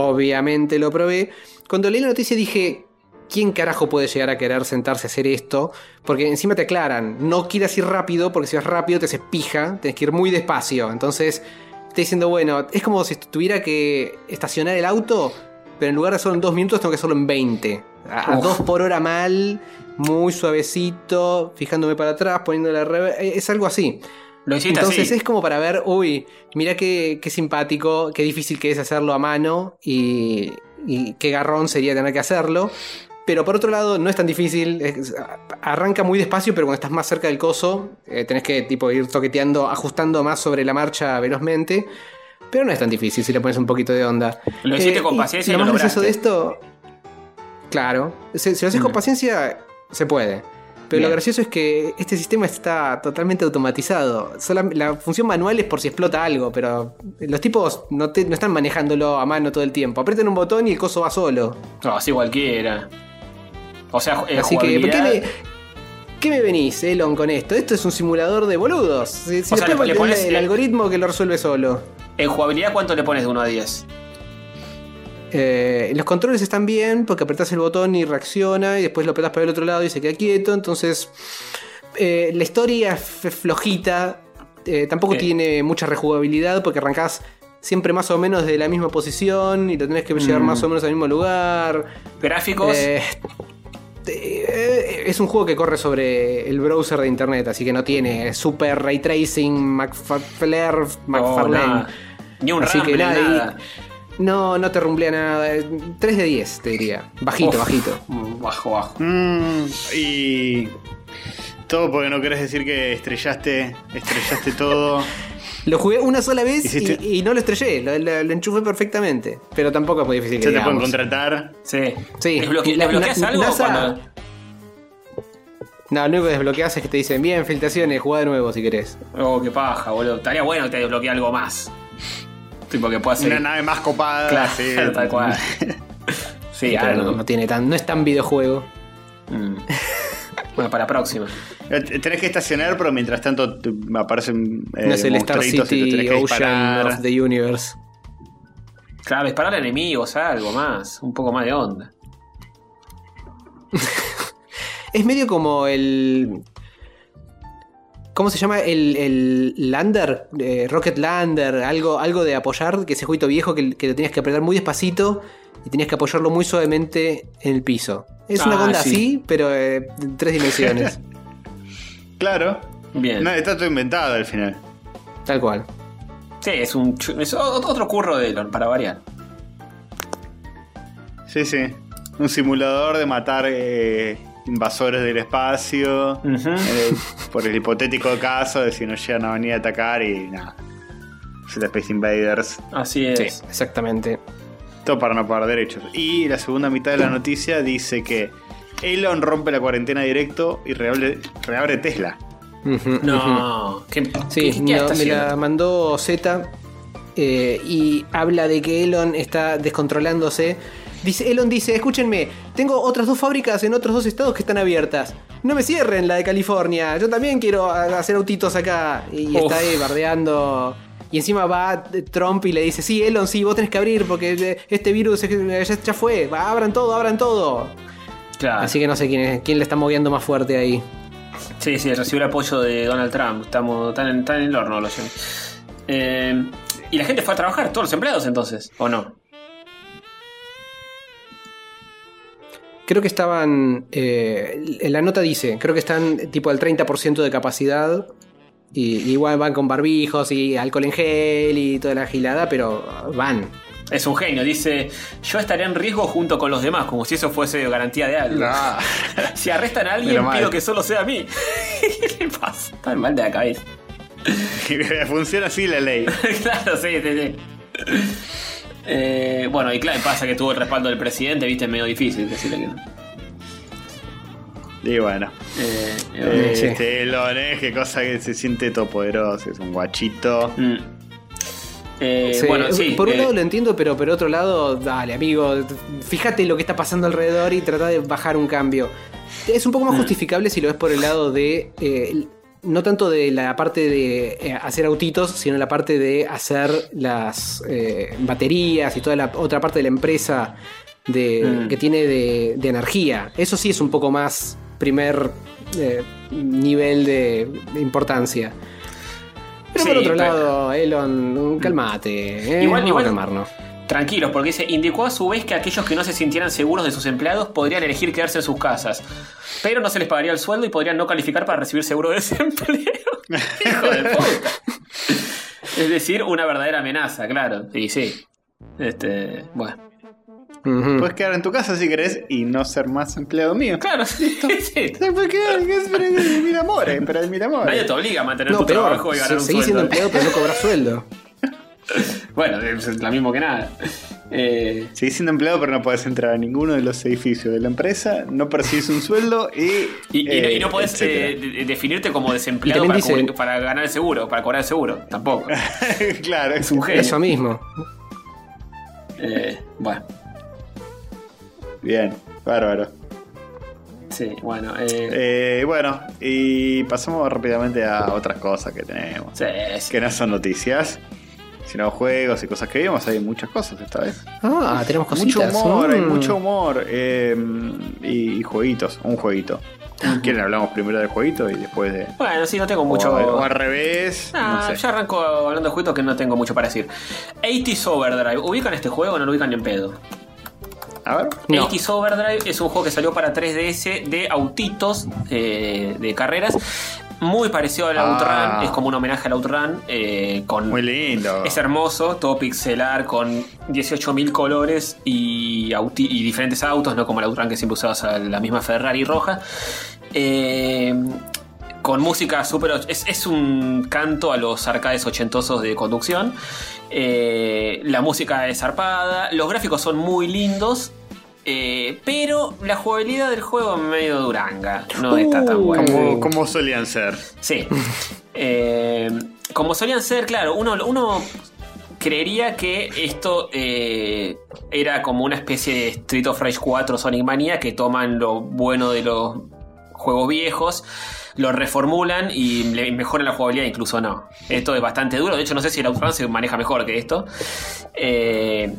Obviamente lo probé. Cuando leí la noticia dije, ¿quién carajo puede llegar a querer sentarse a hacer esto? Porque encima te aclaran, no quieras ir rápido, porque si vas rápido te haces pija, tenés que ir muy despacio. Entonces, te diciendo, bueno, es como si tuviera que estacionar el auto, pero en lugar de hacerlo en dos minutos, tengo que hacerlo en 20. A, a
Uf.
dos por hora mal, muy suavecito, fijándome para atrás, poniendo la rever- eh, Es algo así.
Lo hiciste
Entonces
así.
es como para ver, uy, mira qué, qué simpático, qué difícil que es hacerlo a mano y, y qué garrón sería tener que hacerlo. Pero por otro lado, no es tan difícil. es- arranca muy despacio, pero cuando estás más cerca del coso, eh, tenés que tipo ir toqueteando, ajustando más sobre la marcha velozmente. Pero no es tan difícil si le pones un poquito de onda.
Lo hiciste
Eh,
con paciencia y
lo
lo
más gracioso de
lograste.
esto. Claro. Si, si lo haces con
Mm.
paciencia, se puede. Pero
Bien.
lo gracioso es que este sistema está totalmente automatizado. Solam- la función manual es por si explota algo, pero los tipos no, te- no están manejándolo a mano todo el tiempo. Apretan un botón y el coso va solo.
No, así cualquiera. O sea, eh,
Así que, ¿por qué
jugabilidad-
me, qué me venís, Elon, con esto? Esto es un simulador de boludos. Si, si
O sea,
después
le- le
el-
pones-
el,
le-
algoritmo que lo resuelve solo.
En jugabilidad, ¿cuánto le pones de 1 a 10?
Eh, los controles están bien porque apretás el botón y reacciona y después lo apretás para el otro lado y se queda quieto. Entonces, eh, la historia es f- flojita. eh, tampoco
Eh.
tiene mucha rejugabilidad porque arrancás siempre más o menos de la misma posición y lo tenés que llevar
Mm.
más o menos al mismo lugar.
Gráficos.
Eh, eh, es un juego que corre sobre el browser de internet, así que no tiene super ray tracing, McFlair,
no,
McFarlane.
Oh, nada. Ni un
Así que
Rumble,
nada,
nada.
No, no te rumblea nada. 3 de 10, te diría. Bajito,
Uf.
bajito.
Mm, Bajo, bajo.
Mm, y todo porque no querés decir que estrellaste, estrellaste todo.
Lo jugué una sola vez y-
Hiciste-
y, no lo estrellé. Lo, lo- lo enchufé perfectamente. Pero tampoco es muy difícil.
Ya
que
te pueden
digamos.
contratar.
Sí.
Sí.
¿Desbloque-
La-
¿Desbloqueas
na-
algo?
NASA-
cuando-
No, lo único que desbloqueas es que te dicen, bien, filtraciones, jugá de nuevo si querés.
Oh, qué paja, boludo. Estaría bueno que te desbloquee algo más. Tipo que puedas
Una
seguir-
nave más copada.
Claro,
sí.
tal cual. Sí,
Pero no,
algo.
no tiene tan, no es tan videojuego.
Mm. Bueno, para la próxima.
Eh, Tenés que estacionar, pero mientras tanto te- aparecen eh,
no es el Star
monstruitos y te tenés
City
que
Ocean
disparar.
of the Universe.
Claro, disparar a enemigos, algo más. Un poco más de onda.
Es medio como el. ¿Cómo se llama? El, el Lander, eh, Rocket Lander, algo, algo de apoyar, que ese jueguito viejo que, que lo tenías que apretar muy despacito y tenías que apoyarlo muy suavemente en el piso. Es
Ah,
una onda
sí.
así, pero eh, en tres dimensiones.
Claro.
Bien.
No, está todo inventado al final.
Tal cual.
Sí, es un chu- es o- otro curro de Elon, para variar.
Sí, sí. Un simulador de matar eh, invasores del espacio, eh, por el hipotético caso de si nos llegan a venir a atacar y nada. Los Space Invaders.
Así es.
Sí, exactamente.
Todo para no pagar derechos. Y la segunda mitad de la noticia dice que Elon rompe la cuarentena directo y reabre, reabre Tesla.
Ujú, ujú.
No. ¿Qué,
Sí,
qué- qué
no,
está
me la
haciendo?
mandó Z eh, y habla de que Elon está descontrolándose. Dice, Elon dice, escúchenme, tengo otras dos fábricas en otros dos estados que están abiertas. No me cierren la de California, yo también quiero a- hacer autitos acá. Y
Uf.
está ahí bardeando. Y encima va eh, Trump y le dice, sí, Elon, sí, vos tenés que abrir porque eh, este virus eh, ya, ya fue. Va, abran todo, abran todo.
Claro.
Así que no sé quién, es- quién le está moviendo más fuerte ahí.
Sí, sí, recibió el apoyo de Donald Trump. Estamos tan en, tan en el horno los Yankees. Eh, y la gente fue a trabajar, todos los empleados entonces, ¿o no?
Creo que estaban. eh, la nota dice, creo que están tipo al 30% de capacidad. Y y igual van con barbijos y alcohol en gel y toda la gilada, pero van.
Es un genio, dice, yo estaré en riesgo junto con los demás, como si eso fuese garantía de algo. Si arrestan a alguien,
Ah. Menos mal.
pido que solo sea a mí. ¿Qué le pasa? Tan mal de la cabeza.
Funciona así la ley.
claro, sí, sí, sí. Eh, bueno, y claro, pasa que tuvo el respaldo del presidente, viste, es medio difícil decirle que no.
Y bueno.
Eh,
Eh,
sí.
Este Elon, eh, qué cosa que se siente todo poderoso, es un guachito.
mm. Eh,
Sí,
bueno, sí.
por un
eh,
lado lo entiendo, pero por otro lado, dale, amigo, fíjate lo que está pasando alrededor y trata de bajar un cambio. Es un poco
Mm.
más justificable si lo ves por el lado de. eh, no tanto de la parte de eh, hacer autitos, sino la parte de hacer las eh, baterías y toda la otra parte de la empresa de,
Mm.
que tiene de, de energía. Eso sí es un poco más primer eh, nivel de importancia. Pero por
Sí, pues, pero-
otro lado, Elon, calmate. eh,
Mm. Igual-
vamos
igual-
a calmarnos.
Tranquilos, porque dice, indicó a su vez que aquellos que no se sintieran seguros de sus empleados podrían elegir quedarse en sus casas, pero no se les pagaría el sueldo y podrían no calificar para recibir seguro de desempleo. Hijo de puta. Es decir, una verdadera amenaza, claro. Y sí. Este, bueno.
Ujú.
Puedes quedar en tu casa si querés y no ser más empleado mío.
Claro, sí, sí.
¿Sabes por qué? Porque es pero es de mil amores, pero de mil
Nadie
amores.
te obliga a mantener
No,
tu
peor.
trabajo y ganar
se-
un
Seguís
sueldo.
siendo empleado, pero no cobras sueldo.
Bueno, es lo mismo que nada. Eh,
Seguís siendo empleado, pero no podés entrar a ninguno de los edificios de la empresa, no percibís un sueldo y.
y, y no, y no
eh,
podés
etcétera.
eh, de- definirte como desempleado
Y
para,
también dice-
cubrir- para ganar el seguro, para cobrar el seguro. Tampoco. eh,
claro, es
un
un
genio.
Eso mismo.
Eh, bueno.
Bien, bárbaro.
Sí, bueno. Eh,
Eh, bueno, y pasamos rápidamente a otras cosas que tenemos.
sí,
Eh,
sí.
Que no son noticias, sino juegos y cosas que vimos. Hay muchas cosas esta vez.
Ah, tenemos cositas.
Mucho humor,
mm.
hay mucho humor. eh, y, y jueguitos, un jueguito.
Ah.
¿Quieren hablamos primero del jueguito y después de.
Bueno, sí, no tengo mucho.
O, o al revés.
Ah,
no sé.
ya arranco hablando de juegos que no tengo mucho para decir. 80s Overdrive. ¿Ubican este juego o no lo ubican ni en pedo?
A ver.
No.
80s Overdrive es un juego que salió para 3DS de autitos eh, de carreras. Muy parecido al
Ah.
Outrun. Es como un homenaje al Outrun. eh, con
Muy lindo.
Es hermoso, todo pixelar con 18.000 colores y, auti- y diferentes autos, no como el Outrun que siempre usabas a la misma Ferrari roja. Eh, con música súper... och- Es, es un canto a los arcades ochentosos de conducción. Eh, la música es zarpada, los gráficos son muy lindos. eh, pero la jugabilidad del juego es medio duranga. No está tan
Uh,
buena.
Como, como solían ser.
Sí. Eh, como solían ser, claro, uno, uno creería que esto eh, era como una especie de Street of Rage 4 Sonic Mania que toman lo bueno de los juegos viejos, lo reformulan y le mejoran la jugabilidad, incluso no. Esto es bastante duro, de hecho no sé si el Outrun se maneja mejor que esto. Eh,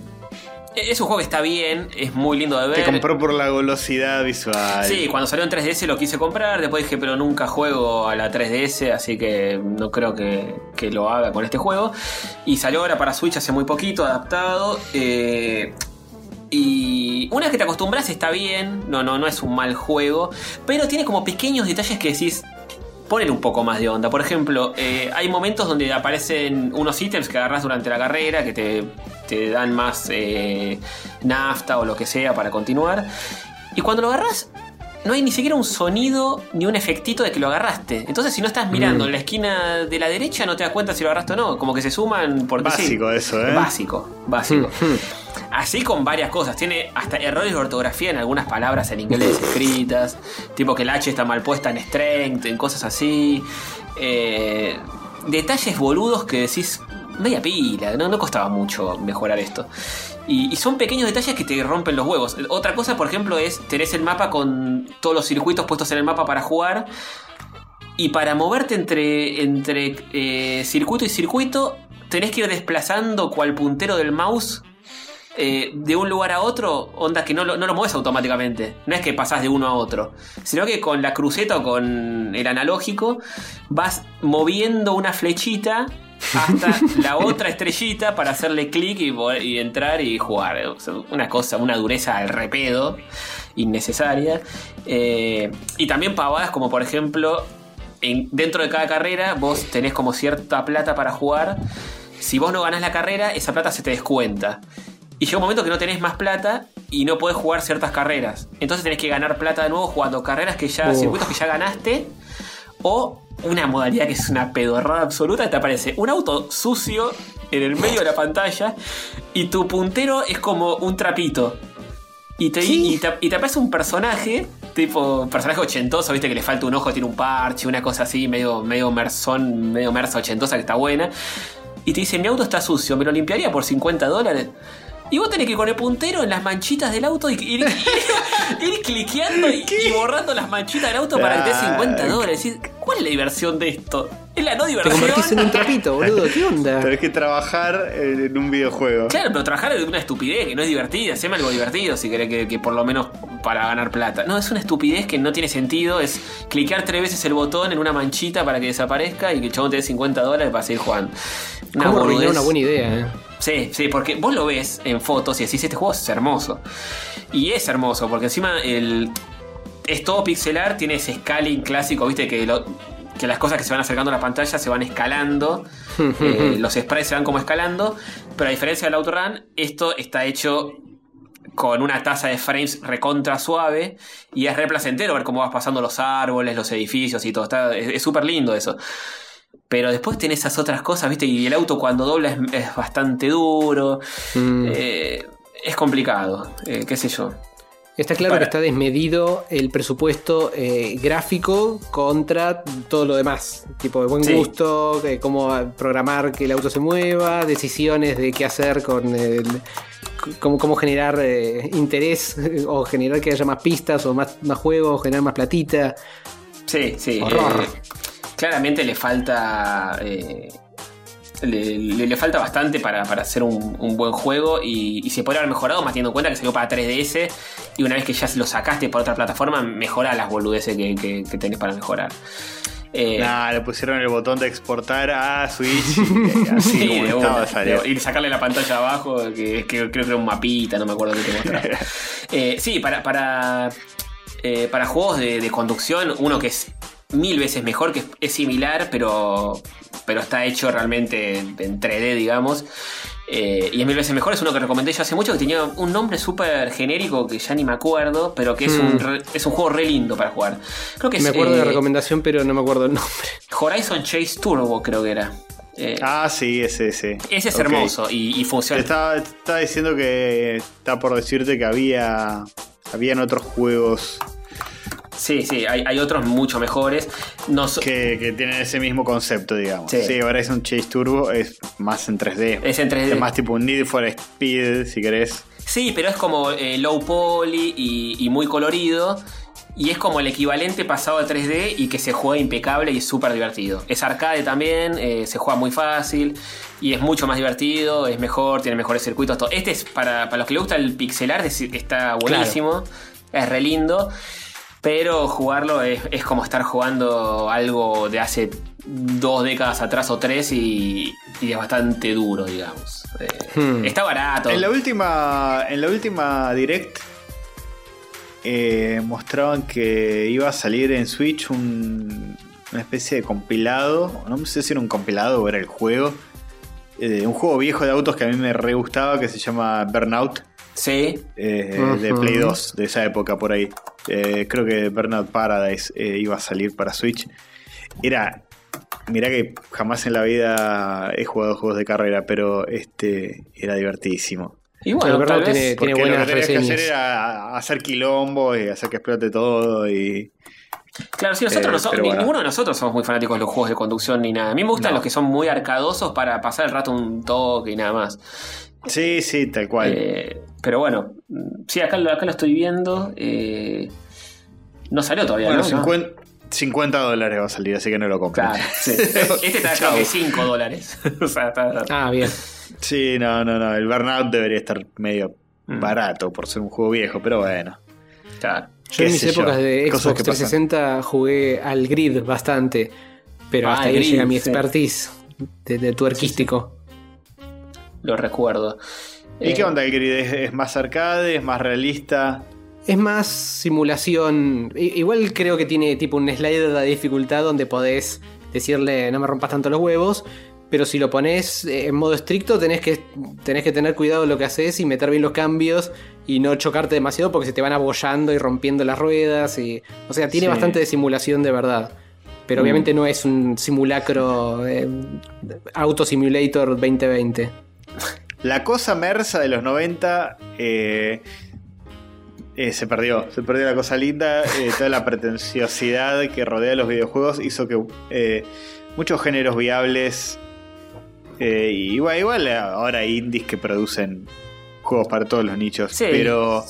es un juego que está bien, es muy lindo de
Te
ver.
compró por la golosidad visual.
Sí, cuando salió en 3DS lo quise comprar, después dije, pero nunca juego a la 3DS, así que no creo que, que lo haga con este juego. Y salió ahora para Switch hace muy poquito, adaptado. eh, y una vez que te acostumbras está bien, no, no, no es un mal juego, pero tiene como pequeños detalles que decís, ponen un poco más de onda. Por ejemplo, eh, hay momentos donde aparecen unos ítems que agarras durante la carrera que te, te dan más eh, nafta o lo que sea para continuar. Y cuando lo agarras, no hay ni siquiera un sonido ni un efectito de que lo agarraste. Entonces, si no estás mirando
Mm.
en la esquina de la derecha, no te das cuenta si lo agarraste o no. Como que se suman por
Básico eso, ¿eh?
Básico, básico. Así con varias cosas. Tiene hasta errores de ortografía en algunas palabras en inglés escritas. Tipo que el H está mal puesta en strength, en cosas así. Eh, detalles boludos que decís media pila. No, no costaba mucho mejorar esto. Y, y son pequeños detalles que te rompen los huevos. Otra cosa, por ejemplo, es tenés el mapa con todos los circuitos puestos en el mapa para jugar. Y para moverte entre, entre eh, circuito y circuito, tenés que ir desplazando cual puntero del mouse eh, de un lugar a otro, onda que no lo, no lo mueves automáticamente. No es que pasás de uno a otro, sino que con la cruceta o con el analógico vas moviendo una flechita hasta la otra estrellita para hacerle clic y, poder- y entrar y jugar. O sea, una cosa, una dureza al repedo, innecesaria. Eh, y también pavadas como por ejemplo, en- dentro de cada carrera vos tenés como cierta plata para jugar. Si vos no ganás la carrera, esa plata se te descuenta. Y llega un momento que no tenés más plata y no podés jugar ciertas carreras. Entonces tenés que ganar plata de nuevo jugando carreras que ya,
Uf.
circuitos que ya ganaste. O una modalidad que es una pedorrada absoluta, que te aparece un auto sucio en el medio de la pantalla y tu puntero es como un trapito. Y te, y te- y te aparece un personaje, tipo personaje ochentoso, viste que le falta un ojo, tiene un parche, una cosa así, medio, medio merzón, medio merza ochentosa que está buena. Y te dice, mi auto está sucio, me lo limpiaría por 50 dólares. Y vos tenés que ir con el puntero en las manchitas del auto y ir, ir- ir cliqueando y, y borrando las manchitas del auto para que te dé 50 dólares. Y decís, ¿Cuál es la diversión de esto? Es la no
Te
diversión.
convertís en un trapito, boludo. ¿Qué onda?
Tenés que trabajar eh, en un videojuego.
Claro, pero trabajar es una estupidez que no es divertida. Haceme algo divertido si querés que, que por lo menos para ganar plata. No, es una estupidez que no tiene sentido. Es clicar tres veces el botón en una manchita para que desaparezca y que el chabón te dé 50 dólares para seguir jugando. Una
¿Cómo arruinar
boludez.
una buena idea? eh?
Sí, sí, porque vos lo ves en fotos y decís, este juego es hermoso. Y es hermoso, porque encima el, es todo pixelar, tiene ese scaling clásico, viste, que, lo- que las cosas que se van acercando a la pantalla se van escalando, eh, los sprites se van como escalando, pero a diferencia del Outrun, esto está hecho con una tasa de frames recontra suave y es re placentero ver cómo vas pasando los árboles, los edificios y todo. Está, es es súper lindo eso. Pero después tenés esas otras cosas, ¿viste? Y el auto cuando dobla es, es bastante duro.
Mm.
Eh, es complicado, eh, qué sé yo.
Está claro
Para-
que está desmedido el presupuesto eh, gráfico contra todo lo demás. Tipo de buen
Sí.
gusto, eh, cómo programar que el auto se mueva, decisiones de qué hacer con el- c- Cómo, cómo generar eh, interés o generar que haya más pistas o más, más juegos, generar más platita.
Sí, sí.
Horror.
eh, claramente le falta. eh, le, le- le falta bastante para, para hacer un, un buen juego y, y se podría haber mejorado, más teniendo en cuenta que salió para 3DS y una vez que ya lo sacaste para otra plataforma, mejora las boludeces que, que- que tenés para mejorar. Eh,
Nah, le pusieron el botón de exportar a Switch. y así
Sí,
como
de
estaba
una.
salió.
De- Y sacarle la pantalla abajo, que, que creo que era un mapita, no me acuerdo qué te mostraba. Eh, sí, para, para, eh, para juegos de, de conducción, uno que es mil veces mejor, que es, es similar, pero, pero está hecho realmente en en 3D, digamos. Eh, y es mil veces mejor, es uno que recomendé yo hace mucho, que tenía un nombre súper genérico que ya ni me acuerdo, pero que es,
Hmm.
un, re- es un juego re lindo para jugar. Creo que es
Me acuerdo de la
eh,
recomendación, pero no me acuerdo el nombre.
Horizon Chase Turbo, creo que era. Eh,
Ah, sí, ese, ese.
ese es
Ok.
hermoso y, y
Te
funciona.
estaba, te estaba diciendo que está por decirte que había. Habían otros juegos
Sí, sí, hay, hay otros mucho mejores. No so-
que, que tienen ese mismo concepto, digamos.
Sí.
Sí, ahora es un Chase Turbo, es más en 3D.
Es en 3D.
Es más tipo un Need for Speed, si querés.
Sí, pero es como eh, low poly y, y muy colorido. Y es como el equivalente pasado a 3D y que se juega impecable y es súper divertido. Es arcade también, eh, se juega muy fácil y es mucho más divertido, es mejor, tiene mejores circuitos. Todo. Este es para, para los que les gusta el pixel art, es- está buenísimo, es re lindo. Pero jugarlo es, es como estar jugando algo de hace dos décadas atrás o tres y, y es bastante duro, digamos. Eh,
Hmm.
Está barato.
En la última. En la última direct. eh, mostraban que iba a salir en Switch un- una especie de compilado. No sé si era un compilado o era el juego. eh, un juego viejo de autos que a mí me re gustaba que se llama Burnout.
Sí.
eh, De
Ujú.
Play 2, de esa época por ahí. eh, creo que Burnout Paradise eh, iba a salir para Switch. Era. Mirá que jamás en la vida he jugado juegos de carrera, pero este era divertidísimo.
Y bueno, tal
Pero Burnout
vez-
tiene-
Porque lo que
buenas
tenías que hacer
reseñas.
era hacer quilombo y hacer que explote todo y.
Claro, sí, nosotros
Eh,
no somos-
pero
ni-
bueno.
ninguno de nosotros somos muy fanáticos de los juegos de conducción ni nada. A mí me gustan
No.
los que son muy arcadosos para pasar el rato un toque y nada más.
Sí, sí, tal cual.
Eh, pero bueno, mm, sí, acá, lo- acá lo estoy viendo. eh, no salió todavía,
bueno,
¿no? ¿no?
50, 50 dólares va a salir, así que no lo compren.
Claro, sí. Este está creo que 5 dólares. o sea, está-
Ah, bien.
Sí, no, no, no. El Burnout debería estar medio
Mm.
barato por ser un juego viejo, pero bueno.
claro.
Yo en
Qué
mis
sé yo,
épocas de
cosas
Xbox
que pasan.
360 jugué al grid bastante, pero
Ah,
hasta
al
ahí
grid,
llega mi
sí.
expertise de, de tuerquístico.
Lo recuerdo.
¿Y
Eh,
qué onda el grid? ¿Es, es más arcade? ¿Es más realista?
Es más simulación. I- Igual creo que tiene tipo un slider de dificultad donde podés decirle no me rompas tanto los huevos. Pero si lo pones eh, en modo estricto, tenés que, tenés que tener cuidado lo que haces y meter bien los cambios y no chocarte demasiado porque se te van abollando y rompiendo las ruedas. Y, o sea, tiene
Sí.
bastante de simulación de verdad. Pero
Mm.
obviamente no es un simulacro eh, Auto Simulator 2020.
La cosa mersa de los 90 eh, eh, se perdió. Se perdió la cosa linda. eh, toda la pretenciosidad que rodea los videojuegos hizo que eh, muchos géneros viables. eh, y igual, igual ahora hay indies que producen juegos para todos los nichos.
Sí.
Pero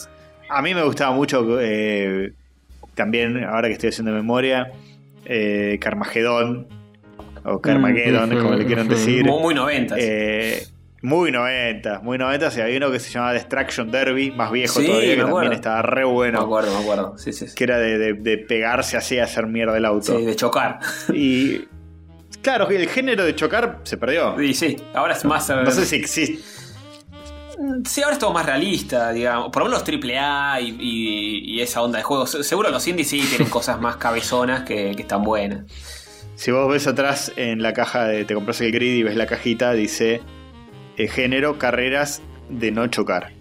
a mí me gustaba mucho. eh, también, ahora que estoy haciendo memoria, eh, Carmageddon. O Carmageddon,
ujú,
como le quieran
ujú.
decir.
muy, muy 90.
Eh, muy 90, muy 90. Y había uno que se llamaba Destruction Derby, más viejo
Sí,
todavía, que
me acuerdo.
también estaba re
me
bueno.
acuerdo, me acuerdo. Sí, sí, sí.
Que era de, de- de pegarse así a hacer mierda el auto.
Sí, de chocar.
Y claro, que el género de chocar se perdió.
Y sí, ahora es más.
No sé si existe.
Sí, ahora es todo más realista, digamos. Por lo menos triple A y, y- y esa onda de juegos. Se- Seguro los indies sí tienen cosas más cabezonas que, que están buenas.
Si vos ves atrás en la caja de te compras el grid y ves la cajita, dice eh, género, carreras de no chocar.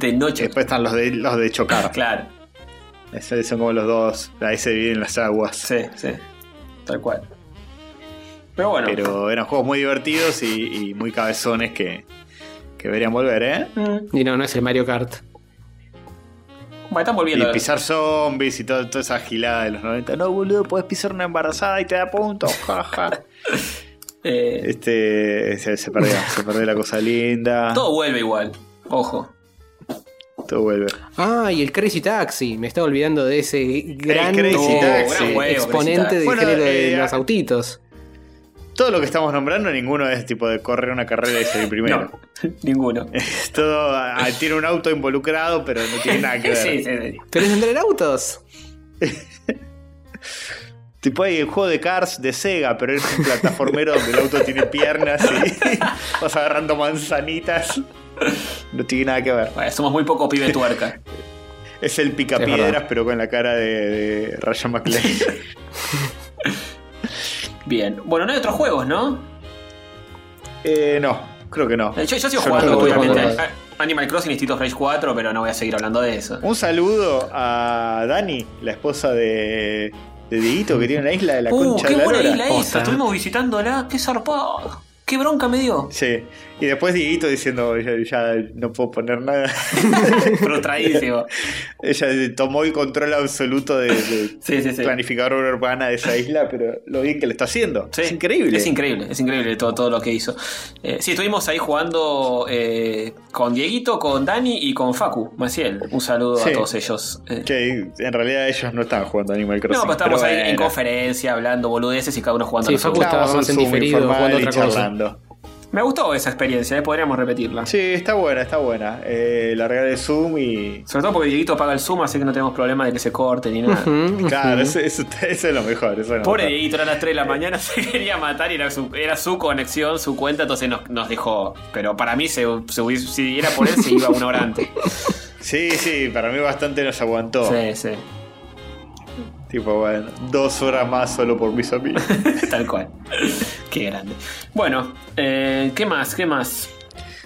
De noche.
Después están los de los de chocar.
Claro,
Esos son como los dos. Ahí se dividen las aguas.
sí, sí. Tal cual. Pero bueno.
Pero eran juegos muy divertidos y, y muy cabezones que, que deberían volver, ¿eh?
Mm,
Y no, no es el Mario Kart.
bueno, están
Y
volviendo. eh.
pisar zombies y todo- toda esa gilada de los 90. No, boludo, podés pisar una embarazada y te da puntos. jaja.
Eh,
este se, se perdió, se perdió la cosa linda.
todo vuelve igual. Ojo.
Todo vuelve.
Ah, y el Crazy Taxi, me estaba olvidando de ese gran,
Crazy
eh,
Taxi.
gran juego, Crazy
exponente
Taxi.
del
Bueno,
género de
eh,
los autitos.
Todo lo que estamos nombrando, ninguno es tipo de correr una carrera y salir primero.
No, ninguno.
Es Todo ah, tiene un auto involucrado, pero no tiene nada que
Sí,
ver.
sí, sí.
Pero es entre autos.
Tipo hay el juego de Cars de Sega, pero es un plataformero donde el auto tiene piernas y vas agarrando manzanitas. No tiene nada que ver.
Bueno, somos muy poco pibe tuerca.
Es el
Es
picapiedras,
verdad.
pero con la cara de, de Rayo McLean.
Bien. Bueno, no hay otros juegos, ¿no?
Eh, no, creo que no.
Eh, Yo, yo sigo
Yo
jugando,
no
voy a
obviamente.
jugar.
a- Animal Crossing y Street of Rage 4, pero no voy a seguir hablando de eso.
Un saludo a Dani, la esposa de, de Dieguito, que tiene una isla de la
uh,
concha
qué
de la
buena
lora.
isla esa.
Posta.
Estuvimos visitándola. Qué zarpado. Qué bronca me dio.
Sí, y después Dieguito diciendo, ya, ya no puedo poner nada.
Frustradísimo.
Ella tomó el control absoluto de- de,
Sí, sí, sí.
planificadora urbana de esa isla, pero lo bien que lo está haciendo.
Sí.
Es increíble.
Es increíble, es increíble todo, todo lo que hizo. Eh, sí, estuvimos ahí jugando eh, con Dieguito, con Dani y con Facu Maciel. Un saludo
Sí.
a todos ellos. Eh,
Que en realidad ellos no estaban jugando Animal
no,
Crossing.
pero estábamos ahí en
bueno,
conferencia hablando boludeces y cada uno jugando
Sí,
a lo
Facu
suyo.
estábamos
Estaba más
en
en
Zoom
diferido,
informal
jugando
y
otra cosa.
charlando.
Me gustó esa experiencia, eh, podríamos repetirla.
Sí, está buena, está buena. Eh, largar el Zoom y.
Sobre todo porque Dieguito paga el Zoom, así que no tenemos problema de que se corte ni
Ah.
nada.
Ujú,
Claro,
ujú.
eso, eso- eso es lo mejor. Eso es lo
Pobre
mejor.
Dieguito, era las 3 de la mañana, se quería matar y era su, era su conexión, su cuenta, entonces nos, nos dejó. Pero para mí, se, se hubiese- si era por él, se iba una hora antes.
Sí, sí, para mí bastante nos aguantó.
Sí, sí,
Tipo, bueno, dos horas más solo por mis amigos.
tal cual. Qué grande. Bueno, eh, ¿qué más? ¿Qué más?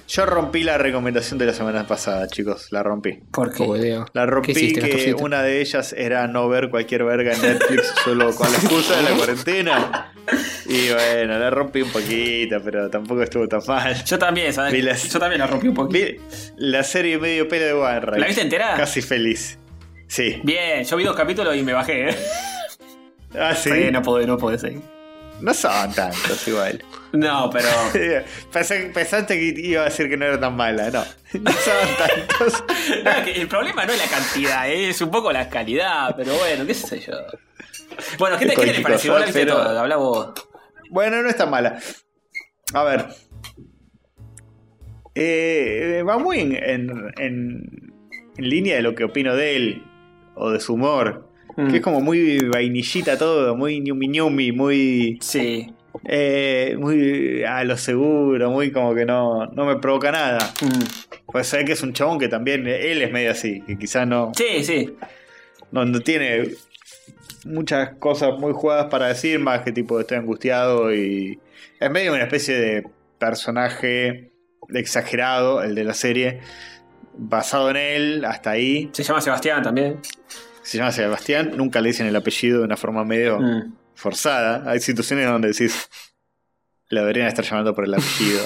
Yo rompí la recomendación de la semana pasada, chicos. La rompí.
¿Por qué?
Obedeo.
La rompí
¿Qué hiciste,
que
Castorcito?
una de ellas era no ver cualquier verga en Netflix solo con la excusa de la cuarentena. Y bueno, la rompí un poquito, pero tampoco estuvo tan mal.
Yo también, ¿sabes?
Vi las-
Yo también la rompí un poquito.
Vi la serie medio pelo de Warren.
¿La viste entera?
Casi feliz. Sí.
Bien, yo vi dos capítulos y me bajé. ¿eh?
Ah, sí.
Sí, no pude, no pude, sí.
No son tantos igual.
No, pero.
Pensé- Pensaste que iba a decir que no era tan mala, no. No son tantos.
No, que el problema no es la cantidad, ¿eh? es un poco la calidad, pero bueno, qué sé yo. Bueno, ¿qué, te, qué te
Chicos,
pareció? Vos la viste
pero-
toda, habla vos.
Bueno, no es tan mala. A ver. Eh, va muy en, en- en- en línea de lo que opino de él o de su humor.
Mm.
Que es como muy vainillita todo, muy ñumi ñumi, muy.
Sí.
eh, muy a lo seguro, muy como que no, no me provoca nada.
Mm.
Pues sé que es un chabón que también eh, él es medio así, que quizás no,
Sí, sí.
no, no tiene muchas cosas muy jugadas para decir, más que tipo estoy angustiado y es medio una especie de personaje exagerado, el de la serie, basado en él, hasta ahí.
Se llama Sebastián también.
Se llama Sebastián, nunca le dicen el apellido de una forma medio
Mm.
forzada. Hay situaciones donde decís, la deberían estar llamando por el apellido.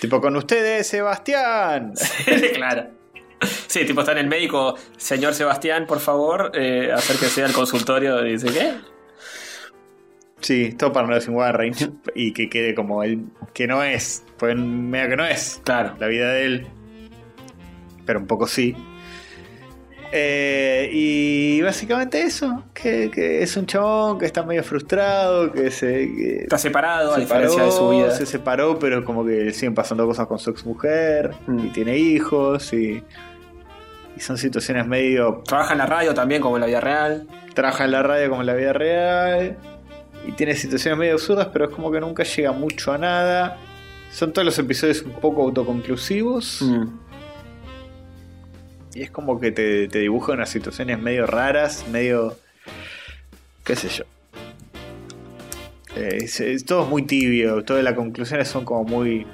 tipo, con ustedes, Sebastián.
claro. Sí, tipo está en el médico, señor Sebastián, por favor, eh, acérquese al consultorio y dice, ¿qué?
Sí, todo para no decir Warren y que quede como él, que no es, pues medio que no es
Claro.
la vida de él, pero un poco sí. Eh, y básicamente eso, que, que es un chabón que está medio frustrado, que se, que
Está separado,
se
a diferencia
paró,
de su vida.
se separó, pero como que le siguen pasando cosas con su ex mujer
Mm.
y tiene hijos y, y son situaciones medio
Trabaja en la radio también, como en la vida real.
trabaja en la radio como en la vida real y tiene situaciones medio absurdas, pero es como que nunca llega mucho a nada. Son todos los episodios un poco autoconclusivos
Mm.
y es como que te, te dibuja unas situaciones medio raras, medio. qué sé yo. Eh, es- es- todo es muy tibio, todas las conclusiones son como muy.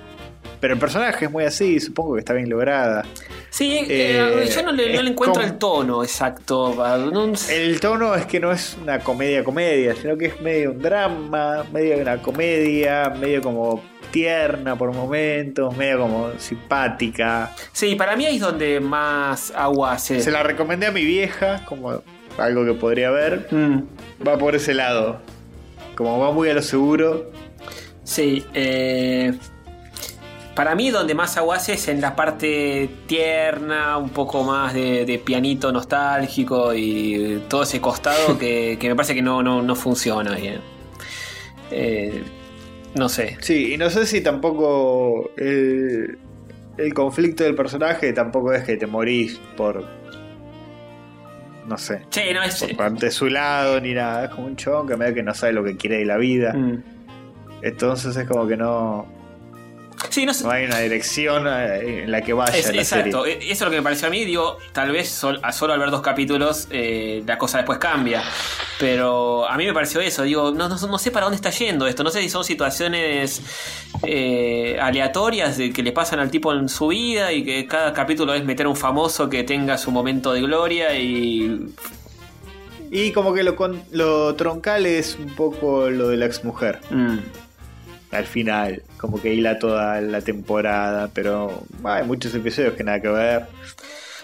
Pero el personaje es muy así, supongo que está bien lograda.
Sí, eh,
Eh,
yo no le, no le
es
encuentro
como-
el tono exacto. va, no sé.
El tono es que no es una comedia comedia, sino que es medio un drama, medio una comedia, medio como tierna por momentos, medio como simpática.
Sí, para mí ahí es donde más agua hace.
Se la recomendé a mi vieja como algo que podría ver.
Mm,
Va por ese lado. Como va muy a lo seguro.
sí, eh, para mí donde más agua hace es en la parte tierna, un poco más de, de pianito nostálgico y todo ese costado que, que me parece que no, no, no funciona bien. Eh, no sé.
Sí, y no sé si tampoco el, el conflicto del personaje tampoco es que te morís por... No sé.
Sí, no es... eh,
Por parte de su lado ni nada. Es como un chon que medio que no sabe lo que quiere de la vida.
Mm.
Entonces es como que no,
Sí, no sé.
no hay una dirección eh, en la que vaya
Es-
la
exacto, e- eso es lo que me pareció a mí. Digo, tal vez sol- a solo al ver dos capítulos eh, la cosa después cambia. Pero a mí me pareció eso. Digo, no, no, no sé para dónde está yendo esto. No sé si son situaciones eh, aleatorias de que le pasan al tipo en su vida y que cada capítulo es meter a un famoso que tenga su momento de gloria y.
serie. Y como que lo, con- lo troncal es un poco lo de la exmujer.
Mm,
Al final, como que hila toda la temporada, pero bah, hay muchos episodios que nada que ver.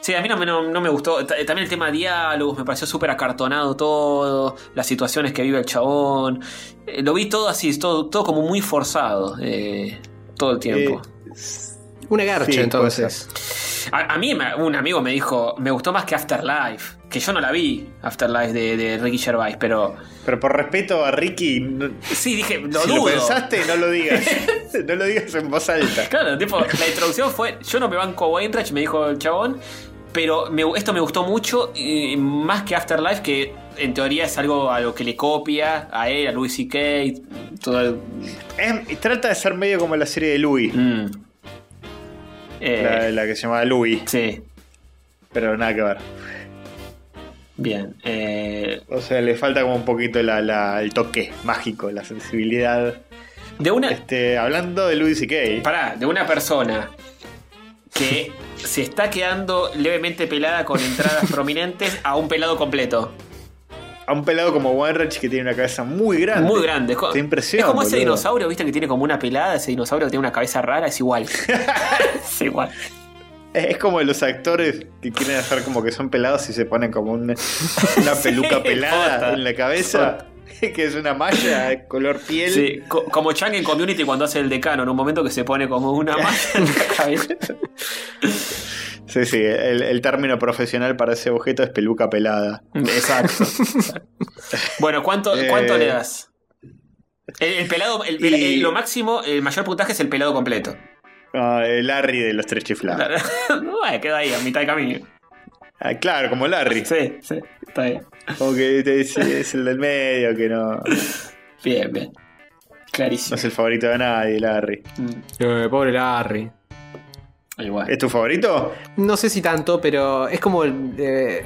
Sí, a mí no, me- no- no me gustó. Ta- También el tema de diálogos, me pareció súper acartonado todo, las situaciones que vive el chabón. Eh, lo vi todo así, todo, todo como muy forzado eh, todo el tiempo.
Eh, s-
Una garcha,
Sí, puede
entonces.
ser.
A, a mí me- un amigo me dijo, me gustó más que Afterlife, que yo no la vi, Afterlife de, de Ricky Gervais, pero
pero por respeto a Ricky, no-
sí, dije, lo
si
dudo.
lo pensaste, no lo digas. no lo digas en voz alta.
Claro, tipo, la introducción fue, yo no me banco Wainwright, me dijo el chabón, pero me- esto me gustó mucho, y más que Afterlife, que en teoría es algo a lo que le copia a él, a Louis C.K., todo el...
Es- trata de ser medio como la serie de Louis,
Mm. Eh,
la, la que se llamaba Louis,
Sí,
pero nada que ver.
bien. eh,
O sea, le falta como un poquito la- la- el toque mágico, la sensibilidad.
De una,
Este, hablando de Louis C.K.
pará, de una persona que se está quedando levemente pelada con entradas prominentes a un pelado completo.
A un pelado como Warrich que tiene una cabeza muy grande.
Muy grande. Es co-
Te impresiona.
Es como ese
boludo.
dinosaurio, viste, que tiene como una pelada, ese dinosaurio que tiene una cabeza rara, es igual. es igual.
Es, es como los actores que quieren hacer como que son pelados y se ponen como un- una peluca pelada
posta.
en la cabeza. que es una malla de color piel.
Sí, co- como Chang en Community cuando hace el decano, en un momento que se pone como una malla en la cabeza.
Sí, sí, el, el término profesional para ese objeto es peluca pelada.
Exacto. bueno, ¿cuánto,
Eh.
cuánto le das? El, el pelado, el- el-
Y-
el- lo máximo, el mayor puntaje es el pelado completo.
Ah, el Larry de los tres chiflados.
bueno, queda ahí, a mitad de camino.
Ah, claro, como Larry.
Sí, sí, está bien.
Como que te dice, es el del medio, que no, no
Bien, bien. Clarísimo.
es el favorito de nadie, Larry.
Mm,
Eh, pobre Larry.
¿Es
Igual.
tu favorito?
No sé si tanto, pero es como. Eh,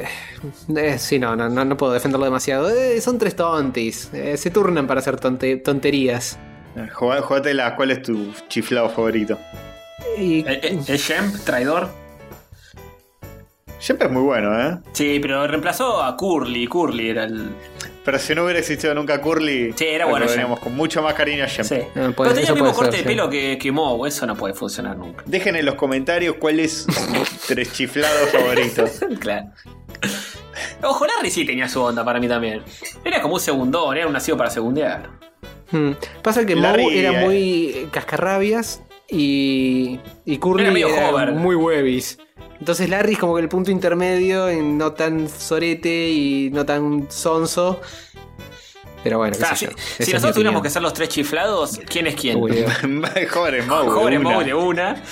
eh, sí, no, no, no, no puedo defenderlo demasiado. Eh, son tres tontis. Eh, se turnan para hacer tonte- tonterías.
Jugá- Jugátela, ¿cuál es tu chiflado favorito?
Y,
¿El- el- el Shemp, eh, traidor?
Siempre es muy bueno, ¿eh?
Sí, pero reemplazó a Curly. Curly era el.
Pero si no hubiera existido nunca Curly,
Sí, era
lo
bueno,
teníamos con mucho más cariño a Shemp.
Sí.
Ah, puede-
pero tenía
eso
el mismo
puede
corte
ser,
de
sí.
pelo que, que Moe. Eso no puede funcionar nunca.
Dejen en los comentarios cuál es su tres chiflados favoritos.
Claro. Ojo, Larry sí tenía su onda para mí también. Era como un segundón, era un nacido para segundear.
mm. Pasa que
Larry,
Moe era
eh.
muy cascarrabias y, y Curly
Era medio
era
Hover.
muy huevis. Entonces Larry es como que el punto intermedio, en no tan sorete y no tan sonso. Pero bueno, qué
O sea, si,
sé yo.
Ah, si
Esa es mi
nosotros tuviéramos que
opinión.
ser los tres chiflados, ¿quién es quién?
Uy, Dios.
Joder, Mau. de
Joven
una.
Moe de una.